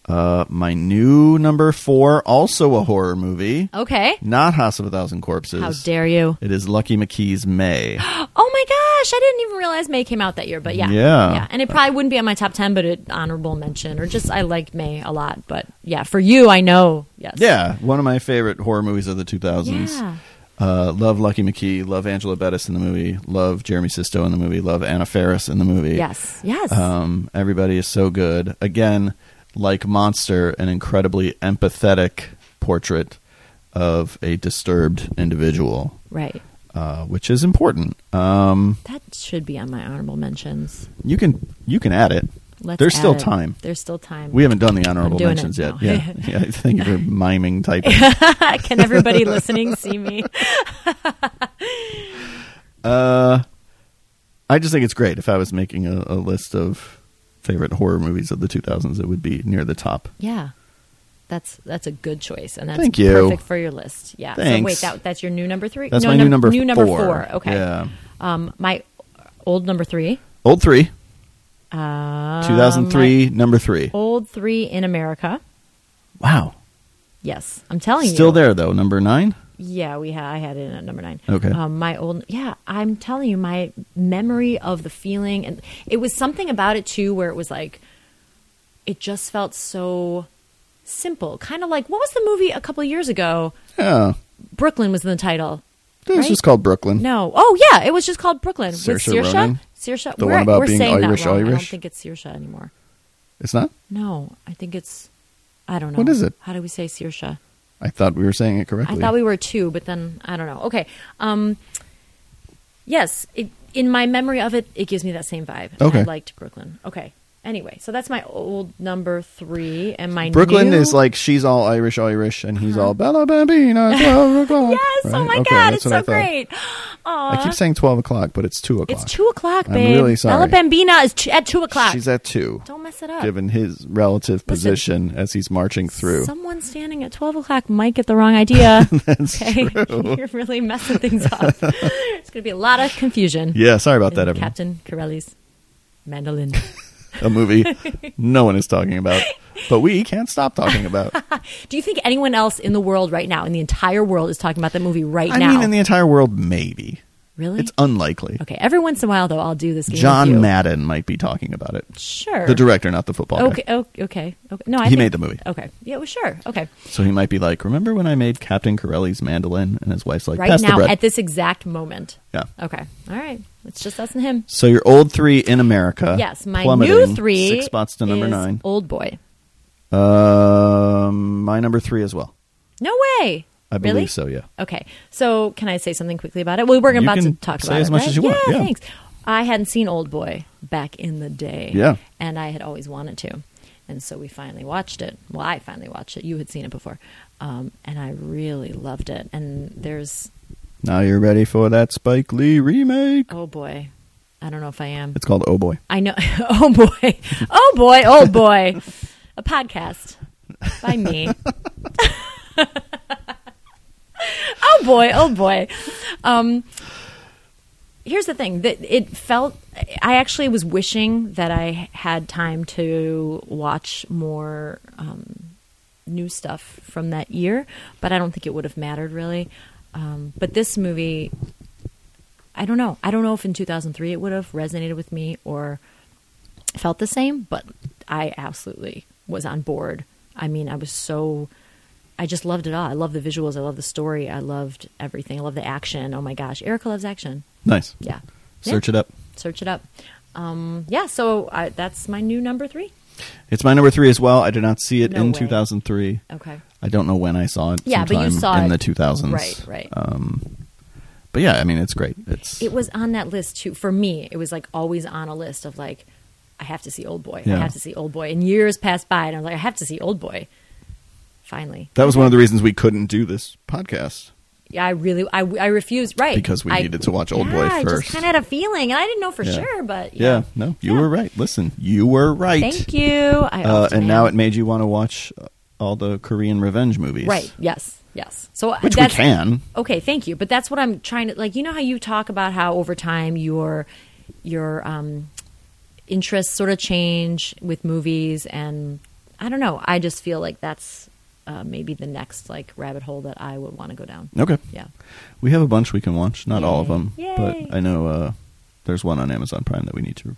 Uh, my new number four, also a horror movie, Okay. not House of a Thousand Corpses. How dare you? It is Lucky McKee's May. Oh my gosh, I didn't even realize May came out that year, but yeah. Yeah. And it probably wouldn't be on my top 10, but it honorable mention or just I liked May a lot, but yeah, for you I know. Yes. yeah, one of my favorite horror movies of the 2000s. Yeah. Uh, love Lucky McKee, love Angela Bettis in the movie, love Jeremy Sisto in the movie, love Anna Faris in the movie. Yes. Yes. Um, everybody is so good. Again, like Monster, an incredibly empathetic portrait of a disturbed individual, right. uh, which is important. Um, That should be on my honorable mentions. you can you can add it. Let's There's add still it. time. There's still time. we haven't done the honorable doing it mentions yet. now. Yeah. yeah, thank you for miming typing. Can everybody listening see me? Uh, I just think it's great. If I was making a, a list of favorite horror movies of the 2000s, it would be near the top. Yeah. That's that's a good choice, and that's Thank you. perfect for your list. Yeah. So wait, Thanks. that that's your new number three. That's No, my num- new number New four. number four. Okay. Yeah. Um, my old number three. Old three. Uh, 2003, number three. my Old three in America. Wow. Yes, I'm telling you. Still there, though. Number nine. Yeah, we had. I had it at number nine. Okay. Um, my old. Yeah, I'm telling you, my memory of the feeling, and it was something about it too, where it was like, it just felt so simple. Kind of like what was the movie a couple of years ago? Yeah. Brooklyn was in the title. It's Right? just called Brooklyn. No. Oh yeah, it was just called Brooklyn with Saoirse Saoirse. Ronan? Saoirse. The we're, one about we're being saying that Irish, wrong. I don't Irish? think it's Saoirse anymore. It's not? No, I think it's. I don't know. What is it? How do we say Saoirse? I thought we were saying it correctly. I thought we were two, but then I don't know. Okay. Um, yes, it, in my memory of it, it gives me that same vibe. And Okay. I liked Brooklyn. Okay. Anyway, so that's my old number three, and my Brooklyn new- is like she's all Irish, Irish, and he's all Bella Bambina, 12 o'clock. Uh-huh. Right? yes. Oh my Okay, god, that's it's what I so thought. great. I keep saying 12 o'clock, but it's 2 o'clock. It's two o'clock, I'm babe. really sorry. Bella Bambina is t- at two o'clock. She's at 2, don't mess it up. given his relative position as he's marching through. Someone standing at 12 o'clock might get the wrong idea. okay? You're really messing things up. it's going to be a lot of confusion. yeah, sorry about in that, everyone. Captain Corelli's mandolin. A movie no one is talking about, but we can't stop talking about. Do you think anyone else in the world right now, in the entire world, is talking about that movie right I now? mean, in the entire world, maybe. really? It's unlikely. okay, every once in a while, though, I'll do this game. with you. John Madden might be talking about it. Sure. The director, not the football guy. Okay, okay, okay. okay. No, I He think- made the movie. Okay. Yeah, well, sure. Okay. So he might be like, "Remember when I made Captain Corelli's mandolin?" And his wife's like, right "Pass the now, bread." at this exact moment. yeah. Okay. All right. It's just us and him. So your old three in America. Yes, my Uh, plummeting new three Six spots to number is nine. Old boy. Um, my number three as well. No way. I believe Really? so. Yeah. Okay. So can I say something quickly about it? Well, we're You about to can talk say about as it, much right? as you want, yeah. thanks. I hadn't seen Old Boy back in the day. Yeah. And I had always wanted to. And so we finally watched it. Well, I finally watched it. You had seen it before. Um, and I really loved it. And there's, Now you're ready for that Spike Lee remake. oh boy, I don't know if I am. It's called Oh Boy. I know. Oh boy. Oh boy. Oh boy. A podcast by me. oh boy. Oh boy. Um, here's the thing that it felt. I actually was wishing that I had time to watch more um, new stuff from that year, but I don't think it would have mattered really. Um, but this movie I don't know. I don't know if in 2003 it would have resonated with me or felt the same, but I absolutely was on board. I mean, I was so I just loved it all. I love the visuals, I love the story, I loved everything. I love the action. Oh my gosh, Erica loves action. Nice. Yeah. Search it up. it. Search it up. Um, yeah, so I, that's my new number 3. It's my number three as well. I did not see it No in way. 2003. Okay. I don't know when I saw it. Yeah, but you sometime saw in it. the 2000s. Right, right. Um, but yeah, I mean, it's great. It's It was on that list too. For me, it was like always on a list of like, I have to see Old Boy. Yeah. I have to see Old Boy. And years passed by, and I was like, I have to see Old Boy. Finally, that was one of the reasons we couldn't do this podcast yeah, I really, I, I refused. Right, because we I- needed to watch Old yeah, Boy I first. just kind of had a feeling, and I didn't know for Yeah. sure, but Yeah, yeah, no, you Yeah. were right. Listen, you were right. Thank you. I Uh, often and now am. it made you want to watch uh, all the Korean revenge movies. right. Yes, yes. So Which we that's, can. Okay, thank you. But that's what I'm trying to like. You know how you talk about how over time your your um, interests sort of change with movies, and I don't know. I just feel like that's uh, maybe the next like rabbit hole that I would want to go down. Okay. Yeah. We have a bunch we can watch. Not all of Yay. them. Yay. But I know uh, there's one on Amazon Prime that we need to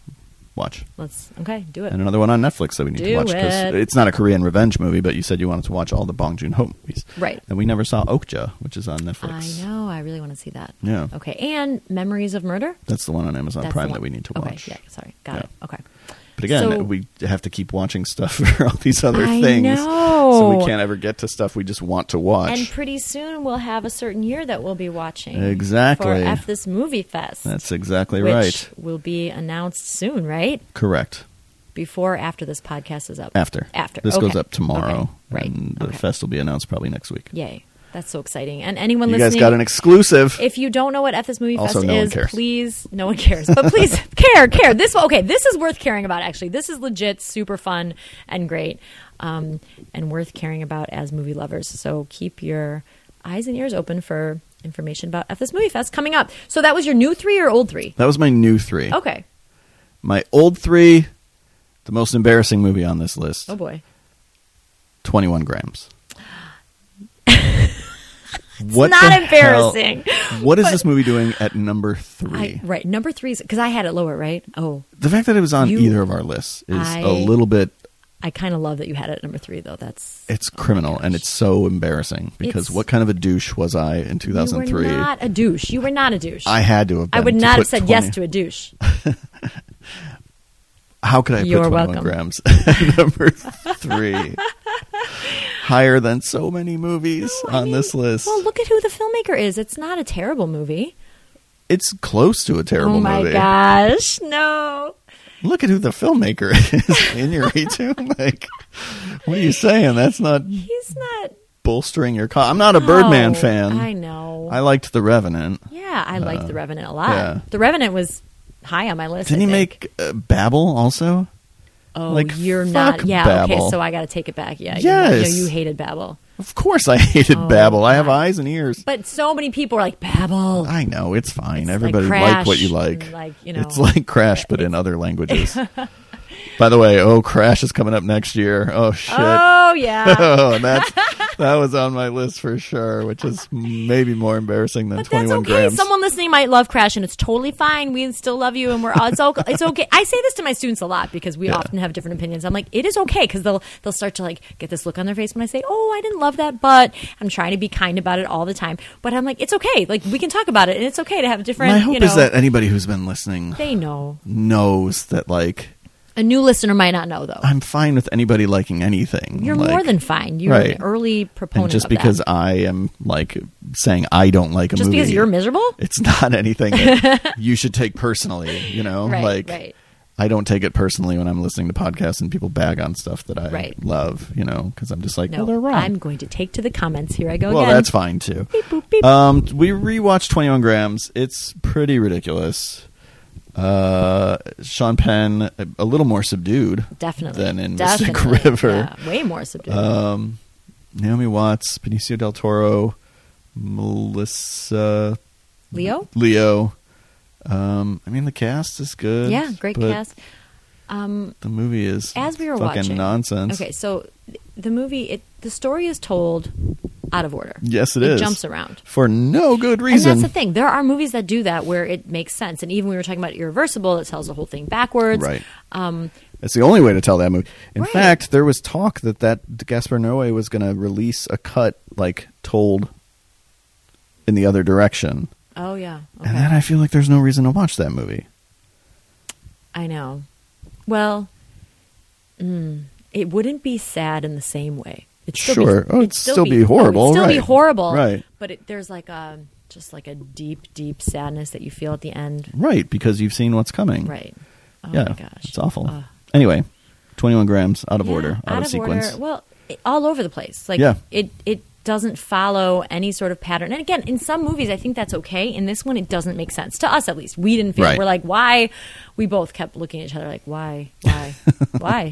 watch. Let's okay. Do it. And another one on Netflix that we need to Do watch it. it's not a Korean revenge movie, but you said you wanted to watch all the Bong Joon Ho movies. Right. And we never saw Okja, which is on Netflix. I know. I really want to see that. Yeah. Okay. And Memories of Murder. That's the one on Amazon That's the Prime one. that we need to Okay, watch. yeah. Sorry. Got Yeah. it. Okay. But again, So- we have to keep watching stuff for all these other I things. So we know. can't ever get to stuff we just want to watch. And pretty soon we'll have a certain year that we'll be watching. For Exactly. F this movie fest. That's exactly which right. will be announced soon, right? Correct. Before or after this podcast is up? After. After. This Okay. goes up tomorrow. Okay. Right. And the Okay. fest will be announced probably next week. Yay. That's so exciting. And anyone you guys listening, got an exclusive. if you don't know what F this movie Also, fest no one is, cares. please, no one cares. But please care, care. This okay. This is worth caring about. Actually, this is legit, super fun and great, um, and worth caring about as movie lovers. So keep your eyes and ears open for information about F this movie fest coming up. So that was your new three or old three? That was my new three. Okay. My old three, the most embarrassing movie on this list, Oh boy. 21 Grams. what not the hell- embarrassing, what is but- this movie doing at number three? I, right. Number three is because I had it lower. Right. Oh, the fact that it was on You- either of our lists is I- a little bit I kind of love that you had it at number three though. That's it's criminal and it's so embarrassing because It's- what kind of a douche was I in 2003? You were not a douche. You were not a douche. I had to have been I would to not put have said 20 yes to a douche. How could I put You're 21 welcome. grams number 3 higher than so many movies I on mean, this list? Well, look at who the filmmaker is. It's not a terrible movie. it's close to a terrible oh my movie. gosh, no. Look at who the filmaker is in your E2. Like, what are you saying? That's not He's not bolstering your cause. I'm not a Birdman Oh, fan. I know. I liked The Revenant. yeah, I liked The Revenant a lot. yeah. The Revenant was high on my list. Didn't I he think. make uh, Babel also? Oh, like, you're fuck not. Yeah, Babel. okay, so I got to take it back. Yeah. you're not- Yes. no, you hated Babel. Of course I hated Oh, Babel. I have God. eyes and ears. But so many people are like, Babel. I know it's fine. It's like Everybody like, Crash what you like. and, like, you know, it's like Crash, but in other languages. By the way, oh, Crash is coming up next year. Oh shit! Oh, oh, yeah. and that's that was on my list for sure, which is maybe more embarrassing than But twenty that's one okay. grams. Someone listening might love Crash, and it's totally fine. We still love you, and we're uh, it's okay. It's okay. I say this to my students a lot because we Yeah. often have different opinions. I'm like, it is okay because they'll they'll start to like get this look on their face when I say, "Oh, I didn't love that," but I'm trying to be kind about it all the time. But I'm like, it's okay. Like we can talk about it, and it's okay to have different. my hope you know, is that anybody who's been listening they know. knows that like A new listener might not know though. I'm fine with anybody liking anything. You're Like, more than fine. You're Right. an early proponent. and just of that. because I am like saying I don't like a just movie, because you're miserable, it's not anything that you should take personally you know Right, like right. i don't take it personally when i'm listening to podcasts and people bag on stuff that i Right. love you know because i'm just like no, well they're wrong I'm going to take to the comments. Here I go well again. that's fine too Beep, boop, beep. um we rewatched 21 grams it's pretty ridiculous uh sean penn a- a little more subdued Definitely. than in Definitely. mystic river Yeah, way more subdued. um, Naomi Watts, Benicio del Toro, Melissa Leo? Leo. Um, I mean, the cast is good. yeah, great but cast. Um, The movie is as we were fucking watching nonsense. Okay, so th- the movie, it the story is told out of order. Yes, it it is. jumps around. for no good reason. And that's the thing. There are movies that do that where it makes sense. And even we were talking about Irreversible, it tells the whole thing backwards. Right. Um, That's the only way to tell that movie. In Right. fact, there was talk that that Gaspar Noé was going to release a cut like told in the other direction, oh, yeah. Okay. and then I feel like there's no reason to watch that movie. I know. Well, mm, it wouldn't be sad in the same way. It'd Sure. Oh, it'd still be horrible, It'd still be right. horrible. Right. But it, there's like a just like a deep, deep sadness that you feel at the end. Right, because you've seen what's coming. Right. Oh yeah, my gosh, it's awful. Ugh. anyway, 21 grams out of Yeah, order, out, of, sequence. Order. Well, it, all over the place. Like Yeah. it it doesn't follow any sort of pattern. And again, in some movies I think that's okay. In this one it doesn't make sense to us at least. We didn't feel Right. we're like why we both kept looking at each other like why why why.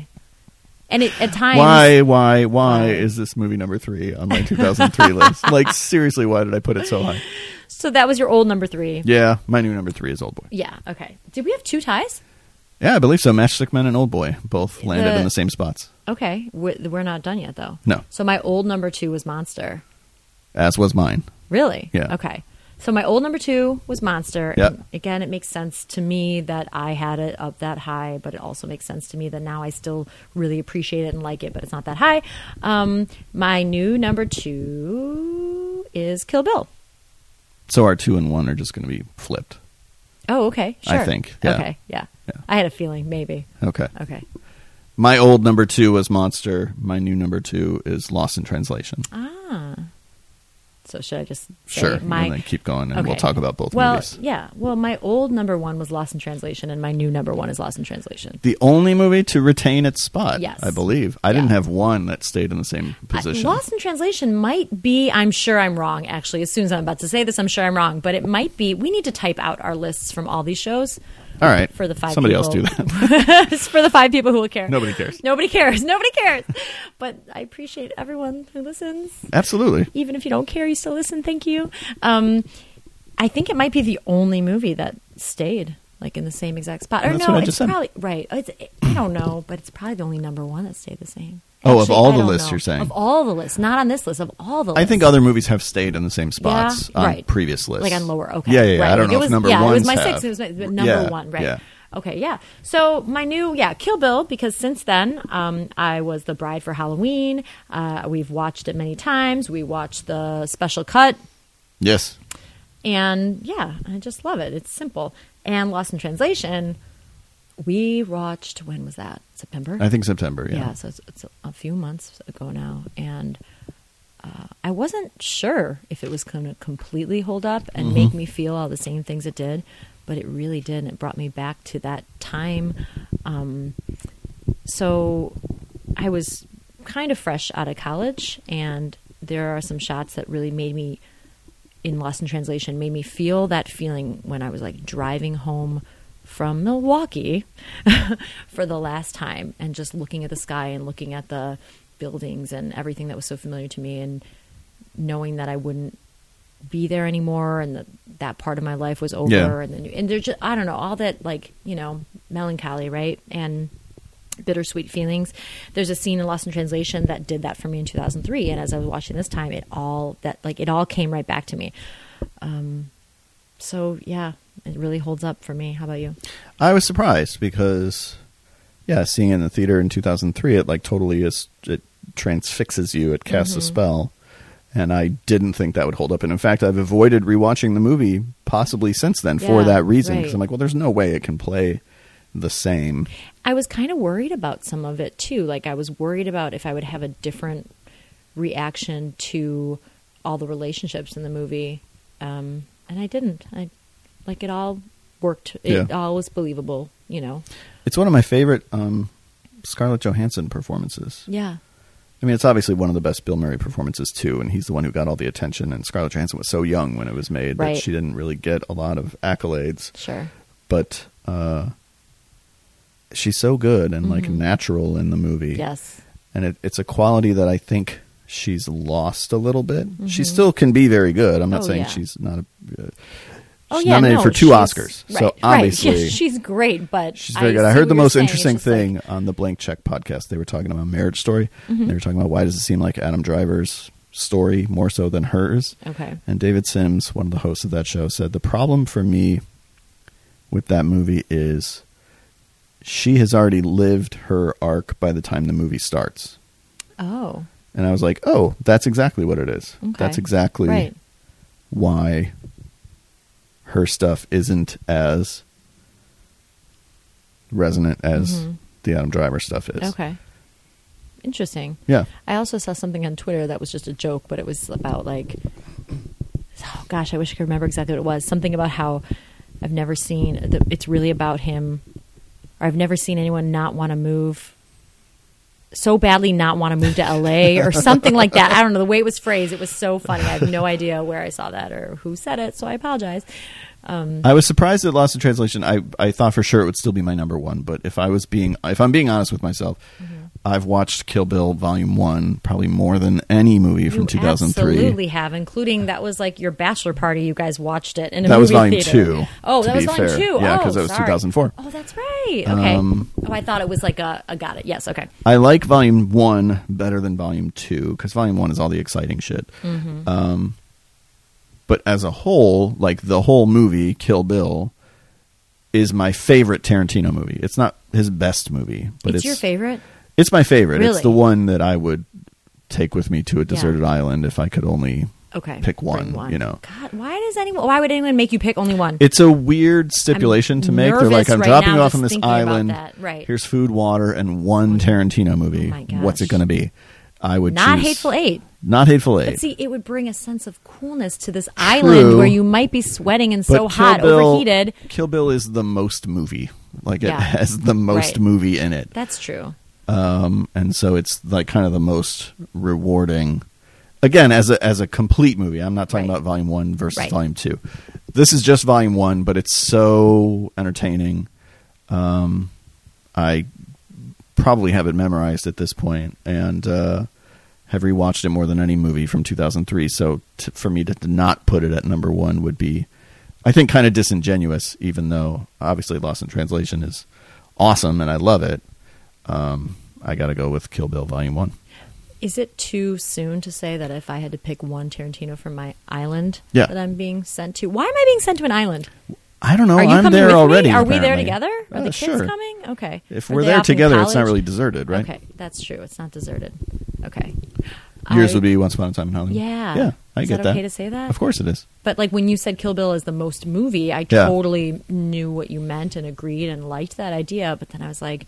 And it, at times why, why, why Why? is this movie number three on my 2003 list? Like, seriously, why did I put it so high? so that was your old number 3. Yeah, my new number three is Old Boy. Yeah, okay. Did we have two ties? Yeah, I believe so. Matchstick Men and Old Boy both landed The- in the same spots, Okay. We're, we're not done yet though. No. So my old number 2 was Monster. as was mine. Really? Yeah. Okay. So my old number two was Monster. Yeah. And again, it makes sense to me that I had it up that high, but it also makes sense to me that now I still really appreciate it and like it, but it's not that high. Um, my new number two is Kill Bill. So our two and one are just going to be flipped. Oh, okay. I Sure. think, yeah. Okay. Yeah. Yeah. I had a feeling, maybe. Okay. Okay. My old number two was Monster. My new number two is Lost in Translation. Ah. So should I just say Sure. my and then keep going, and we'll okay. talk about both well, movies. yeah. Well, my old number one was Lost in Translation, and my new number one is Lost in Translation. The only movie to retain its spot, Yes. I believe. I Yeah. didn't have one that stayed in the same I- position. Lost in Translation might be, I'm sure I'm wrong, actually. As soon as I'm about to say this, I'm sure I'm wrong, but it might be, we need to type out our lists from all these shows. All right, for the five Somebody people. else do that. Just for the five people who will care. Nobody cares. Nobody cares. Nobody cares. but I appreciate everyone who listens. Absolutely. Even if you don't care, you still listen. Thank you. Um, I think it might be the only movie that stayed like in the same exact spot. Or That's what no, I it's just said. probably right. It's, I don't know, but it's probably the only number one that stayed the same. Oh, of all I the don't lists you're saying. of all the lists, not on this list, of all the. I lists. think other movies have stayed in the same spots Yeah, on right. previous lists, Like on lower, okay. Yeah, yeah. yeah. right. I don't Like, know it was, if number yeah, one. it was my six. It was my, number Yeah, one, right? yeah. Okay, yeah. So my new, yeah, Kill Bill, because since then um, I was the bride for Halloween. Uh, we've watched it many times. We watched the special cut, yes. and yeah, I just love it. It's simple. And Lost in Translation, we watched. When was that? September. I think September. Yeah. Yeah, so it's, it's a few months ago now, and uh, I wasn't sure if it was going to completely hold up and make me feel all the same things it did, but it really did, and it brought me back to that time. Um, so I was kind of fresh out of college, and there are some shots that really made me, in Lost in Translation, made me feel that feeling when I was like driving home from Milwaukee for the last time and just looking at the sky and looking at the buildings and everything that was so familiar to me and knowing that I wouldn't be there anymore and that that part of my life was over Yeah. and then and there's just I don't know all that like you know melancholy right and bittersweet feelings. There's a scene in Lost in Translation that did that for me in 2003, and as I was watching this time, it all that like it all came right back to me. Um, so yeah, it really holds up for me. How about you? I was surprised because, yeah, seeing it in the theater in 2003, it like totally is it transfixes you. It casts Mm-hmm. a spell, and I didn't think that would hold up. And in fact, I've avoided rewatching the movie possibly since then for Yeah, that reason. Because right. I'm like, well, there's no way it can play the same. I was kind of worried about some of it too. Like I was worried about if I would have a different reaction to all the relationships in the movie, um, and I didn't. I like it all worked. It Yeah. all was believable. You know. It's one of my favorite um, Scarlett Johansson performances. Yeah. I mean, it's obviously one of the best Bill Murray performances too, and he's the one who got all the attention. And Scarlett Johansson was so young when it was made Right. that she didn't really get a lot of accolades, Sure. but uh, she's so good and like Mhm. natural in the movie. Yes. and it, it's a quality that I think she's lost a little bit. She still can be very good. I'm not Mm-hmm. Oh, saying yeah. she's not. A, uh, Oh she's yeah, nominated no, for two she's- Oscars, right, so right. obviously Yeah, she's great. But She's very I good. I see heard the what you're most saying. It's interesting just like- Mm-hmm. thing on the Blank Check podcast. They were talking about Marriage Story. They were talking about why does it seem like Adam Driver's story more so than hers? okay. And David Sims, one of the hosts of that show, said the problem for me with that movie is she has already lived her arc by the time the movie starts. Oh, And I was like, oh, that's exactly what it is. okay. That's exactly right. why her stuff isn't as resonant as Mhm. the Adam Driver stuff is. Okay. Interesting. Yeah. I also saw something on Twitter that was just a joke, but it was about like, oh gosh, I wish I could remember exactly what it was. Something about how I've never seen. The, it's really about him, or I've never seen anyone not want to move so badly, not want to move to LA or something like that. I don't know the way it was phrased. It was so funny. I have no idea where I saw that or who said it, so I apologize. Um, I was surprised at Lost in Translation. I, I thought for sure it would still be my number one, but if I was being if I'm being honest with myself, Mm-hmm. I've watched Kill Bill Volume One probably more than any movie from you 2003. absolutely have, including that was like your bachelor party. You guys watched it in a That movie was volume theater. two, Oh, to that was be volume fair. two. Yeah, Oh, 'cause that was sorry. 2004. Oh, that's right. Okay. Um, oh, I thought it was like a. I got it. Yes. Okay. I like Volume One better than Volume Two because Volume One is all the exciting shit. Mm-hmm. Um, but as a whole, like the whole movie, Kill Bill, is my favorite Tarantino movie. It's not his best movie, but it's, it's, your favorite. It's my favorite. Really? It's the one that I would take with me to a deserted island if I could only. Okay. Pick Bring one, you know. God, why does anyone? Why would anyone make you pick only one? It's a weird stipulation I'm to make. They're like, nervous I'm right dropping now you off just on this thinking about island. that. Right. Oh Here's food, water, and one Tarantino movie. my What's it gosh. going to be? I would Not choose- Hateful Eight. Not hateful eight. But see, it would bring a sense of coolness to this island where you might be sweating and so But hot, Kill Bill, overheated. Kill Bill is the most movie. Like it Yeah. has the most Right. movie in it, That's true. um, and so it's like kind of the most rewarding. Again, as a as a complete movie, I'm not talking Right. about Volume One versus Right. Volume Two. This is just Volume One, but it's so entertaining. Um, I probably have it memorized at this point, and uh, have rewatched it more than any movie from 2003. So t- for me to, to not put it at number one would be, I think, kind of disingenuous. Even though obviously Lost in Translation is awesome and I love it, um, I got to go with Kill Bill Volume One. Is it too soon to say that if I had to pick one Tarantino from my island Yeah. that I'm being sent to? Why am I being sent to an island? I don't know. Are you Oh, I'm coming there with already. me? Are we there apparently. together? Are Uh, the kids sure. coming? Okay. If Are we're they there off in together, it's not college? really deserted, right? Okay, that's true. It's not deserted. Okay. Yours I- would be Once Upon a Time in Hollywood. Yeah. Yeah. I Is get that that. okay to say that? Of course it is. But like when you said Kill Bill is the most movie, I Yeah. totally knew what you meant and agreed and liked that idea. But then I was like,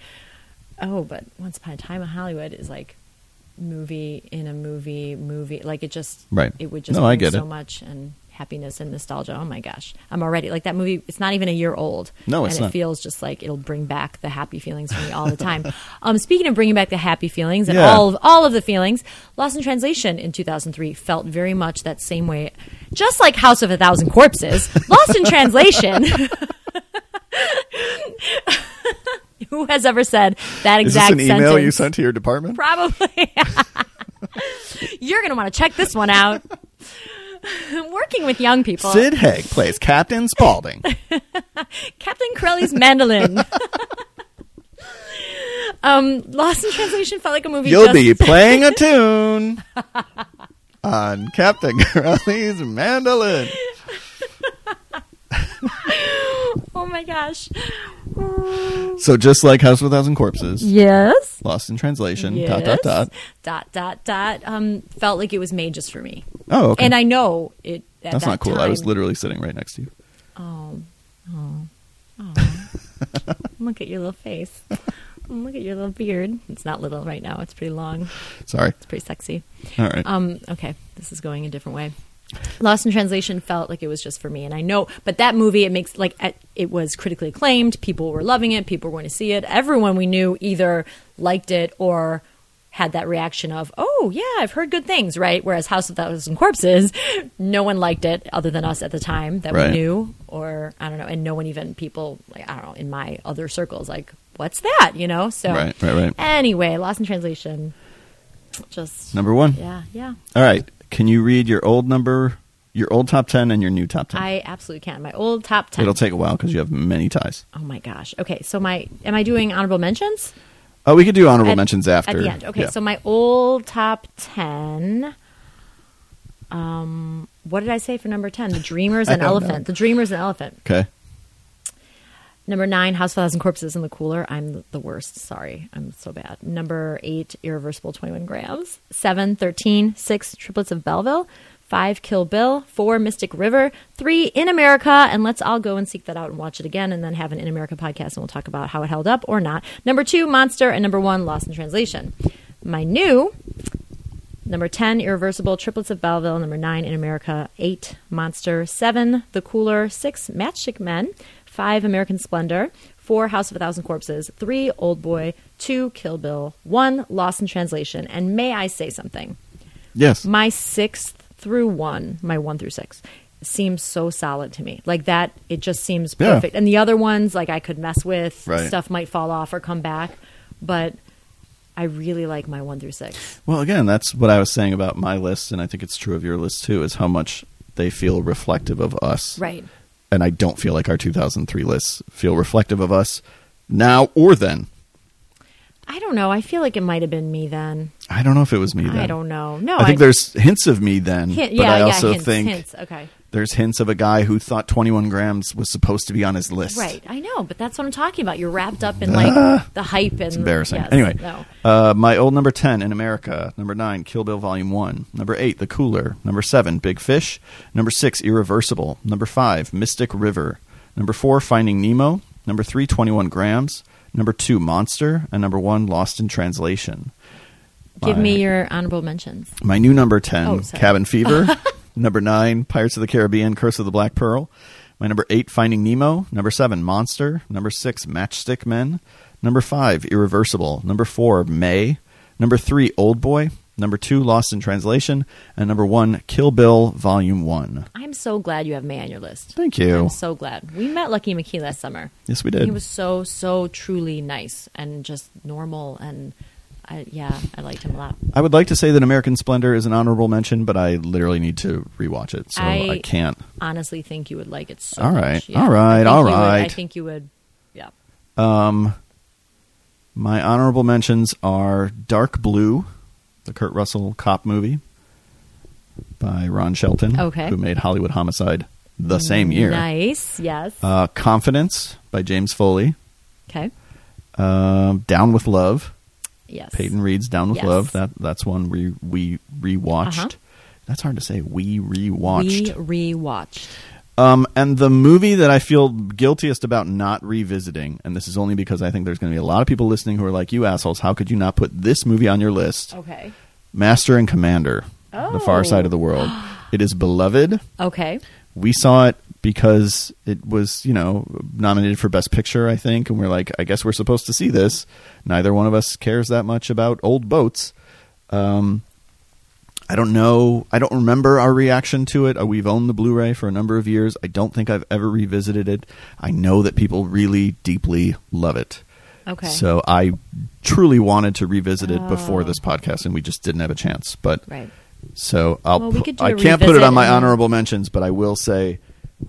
oh, but Once Upon a Time in Hollywood is like movie in a movie movie. Like it just Right. It would just No, I bring get so it. much and happiness and nostalgia. Oh my gosh, I'm already like that movie. It's not even a year old. No, it's and not. it feels just like it'll bring back the happy feelings for me all the time. um, speaking of bringing back the happy feelings and Yeah. all of all of the feelings. Lost in Translation in 2003 felt very much that same way, just like House of a Thousand Corpses. Lost in Translation. Who has ever said that Is this exact an email sentence? you sent to your department? Probably. You're going to want to check this one out. Working with young people. Sid Haig plays Captain Spaulding. Captain Corelli's mandolin. um, Lost in Translation felt like a movie. You'll just- be playing a tune on Captain Corelli's mandolin. Oh my gosh. So just like House of a Thousand Corpses, Yes. Lost in Translation, Yes. dot dot dot. Dot dot dot. Um, felt like it was made just for me, Oh, okay. and I know it. At That's that not cool. I was time- literally sitting right next to you. Oh, oh, oh. Look at your little face. Look at your little beard. It's not little right now. It's pretty long. Sorry. It's pretty sexy. All right. Um, okay, this is going a different way. Lost in Translation felt like it was just for me, and I know, but that movie it makes like at- it was critically acclaimed. People were loving it. People were going to see it. Everyone we knew either liked it or had that reaction of, "Oh yeah, I've heard good things." Right? Whereas House of Thousand Corpses, no one liked it other than us at the time that Right. we knew, or I don't know, and no one even people like I don't know in my other circles like, "What's that?" You know? So Right, right, right. Anyway, Lost in Translation, just number one. yeah, yeah. All right. Can you read your old number, your old top 10 and your new top 10? I absolutely can. My old top 10. It'll take a while because you have many ties. oh my gosh. Okay, so my am I doing honorable mentions? Oh, we could do honorable At- mentions after. At the end. Okay, Yeah. so my old top 10 um what did I say for number 10? The Dreamer's I and don't know. Elephant. The Dreamer's and Elephant. Okay. Number 9, House of a Thousand Corpses in the Cooler. I'm the worst. Sorry. I'm so bad. Number 8, Irreversible 21 Grams. 7, 13, 6, Triplets of Belleville. 5, Kill Bill. 4, Mystic River. 3, In America. And let's all go and seek that out and watch it again and then have an In America podcast and we'll talk about how it held up or not. Number 2, Monster. And number 1, Lost in Translation. My new Number 10, Irreversible, Triplets of Belleville. Number 9, In America. 8, Monster. 7, The Cooler. 6, Matchstick Men. 5, American Splendor. 4, House of a Thousand Corpses. 3, Old Boy. 2, Kill Bill. 1, Lost in Translation. And may I say something? Yes. My sixth through one, my one through six, seems so solid to me. Like that, it just seems Yeah. perfect. And the other ones, like I could mess with, Right. stuff might fall off or come back. But I really like my one through six. Well, again, that's what I was saying about my list, and I think it's true of your list too, is how much they feel reflective of us. Right. And I don't feel like our 2003 lists feel reflective of us now or then. I don't know. I feel like it might have been me then. I don't know if it was me then. I don't know. No, I think there's hints of me then, Hint- but yeah, I yeah, also hints, think hints. Okay, there's hints of a guy who thought 21 grams was supposed to be on his list. right. I know, but that's what I'm talking about. You're wrapped up in like the hype and Ah. It's embarrassing. yes, anyway, no. uh, my old number 10 in America, number 9, Kill Bill Volume 1, number 8, The Cooler, number 7, Big Fish, number 6, Irreversible, number 5, Mystic River, number 4, Finding Nemo, number 3, 21 Grams, number 2, Monster, and number 1, Lost in Translation. Give My- me your honorable mentions. My new number 10, Oh, sorry. Cabin Fever. number 9, Pirates of the Caribbean, Curse of the Black Pearl. My number 8, Finding Nemo. Number 7, Monster. Number 6, Matchstick Men. Number 5, Irreversible. Number 4, May. Number 3, Old Boy. Number 2, Lost in Translation. And number 1, Kill Bill Volume 1. I'm so glad you have May on your list. Thank you. I'm so glad. We met Lucky McKee last summer. Yes, we did. He was so, so truly nice and just normal. And I, yeah, I liked him a lot. I would like to say that American Splendor is an honorable mention, but I literally need to rewatch it, so I, I- can't. Honestly, think you would like it so All much. right, Yeah. all right, I think all you would- I right. think you would. Yeah. My honorable mentions are Dark Blue, the Kurt Russell cop movie by Ron Shelton, Okay. who made Hollywood Homicide the same year. Nice. Yes. Uh, Confidence by James Foley. okay. Um Down with Love, Yes. Peyton Reed's Down with Yes. Love. That that's one we we rewatched. Uh-huh. That's hard to say. We rewatched. We rewatched. Um, and the movie that I feel guiltiest about not revisiting, and this is only because I think there's going to be a lot of people listening who are like, "You assholes! How could you not put this movie on your list?" Okay. Master and Commander, The Far Oh. Side of the World. It is beloved. Okay. We saw it because it was, you know, nominated for Best Picture, I think, and we're like, I guess we're supposed to see this. Neither one of us cares that much about old boats. Um, I don't know. I don't remember our reaction to it. Uh, We've owned the Blu-ray for a number of years. I don't think I've ever revisited it. I know that people really deeply love it. Okay. Oh. So I truly wanted to revisit it before this podcast, and we just didn't have a chance. But Right. so I'll Well, we pu- could do I a can't put it revisit on my and- honorable mentions, but I will say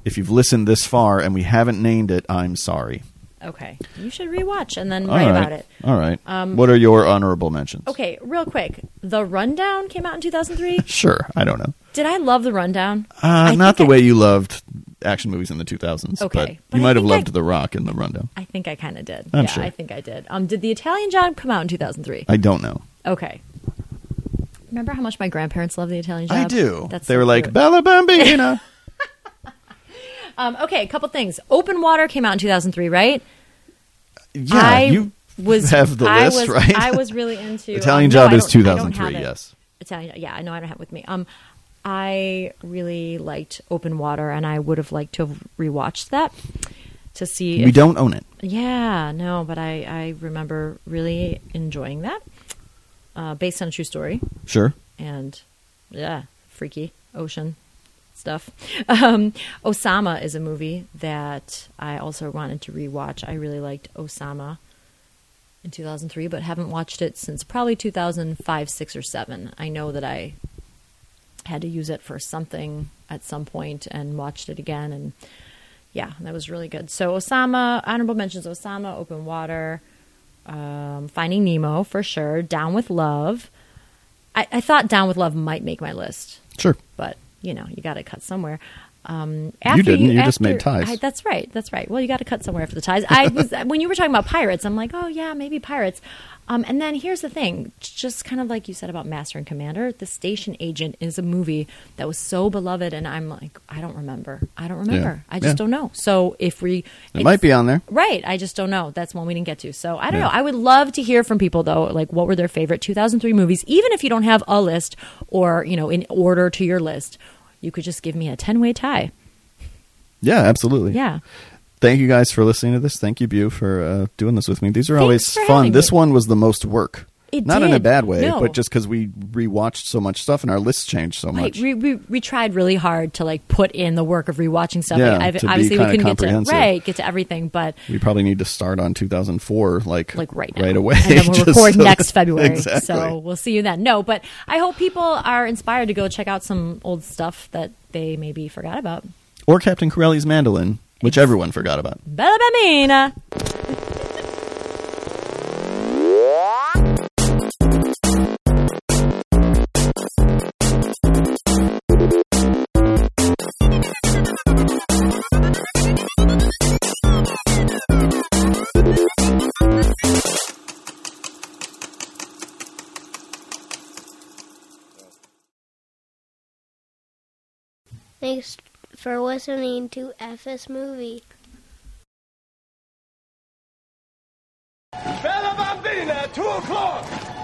if you've listened this far and we haven't named it, I'm sorry. Okay. You should rewatch and then All write right. about it. All right. Um, what are your honorable mentions? Okay, real quick. The Rundown came out in 2003. Sure. I don't know. Did I love The Rundown? Uh, I not the think I- way you loved action movies in the 2000s. Okay. But, But you I might have think I- loved The Rock in the rundown. I think I kind of did. I'm yeah, sure. I think I did. Um, did The Italian Job come out in 2003? I don't know. Okay. Remember how much my grandparents loved The Italian Job? I do. That's they so were like, cute. Bella Bambina. um, okay, a couple things. Open Water came out in 2003, right? yeah. I you was, have the I list, was- right? I was really into Italian um, no, Job I is don't- I don't have 2003, it. yes. Italian. Yeah, I know I don't have it with me. Um, I really liked Open Water, and I would have liked to have rewatched that to see. We if- don't own it. Yeah, no, but I I remember really enjoying that, uh, based on a true story, Sure. and yeah, freaky ocean stuff. Um, Osama is a movie that I also wanted to rewatch. I really liked Osama in 2003, but haven't watched it since probably 2005, 6, or 7. I know that I had to use it for something at some point and watched it again. And yeah, that was really good. So, Osama, honorable mentions Osama, Open Water, um, Finding Nemo for sure, Down with Love. I, I thought Down with Love might make my list Sure. but you know you got to cut somewhere. Um, after didn't. You just after- made ties. I, that's right. That's right. Well, you got to cut somewhere after the ties. I was when you were talking about pirates. I'm like, oh yeah, maybe pirates. Um, and then here's the thing, just kind of like you said about Master and Commander, The Station Agent is a movie that was so beloved, and I'm like, I don't remember. I don't remember. I just Yeah. don't know. So if we, It might be on there. Right. I just don't know. That's one we didn't get to. So I don't Yeah. know. I would love to hear from people though, like what were their favorite 2003 movies, even if you don't have a list or, you know, in order to your list. You could just give me a 10-way tie. Yeah, absolutely. Yeah. thank you guys for listening to this. Thank you, Bu, for uh, doing this with me. These are always for fun. having This me. one was the most work. It Not in a did. bad way, No. but just because we rewatched so much stuff and our lists changed so Right. much. We, we, we tried really hard to like put in the work of rewatching stuff. Yeah, Like, I've- to be obviously kinda we couldn't get to comprehensive. right, get to everything, but we probably need to start on 2004, like, like right now. right away. And then we'll just record so- next February. Exactly. So we'll see you then. No, but I hope people are inspired to go check out some old stuff that they maybe forgot about. or Captain Corelli's mandolin, which everyone forgot about. Bella Bambina. Thanks for listening to FS Movie. Bella Bambina, 2 o'clock!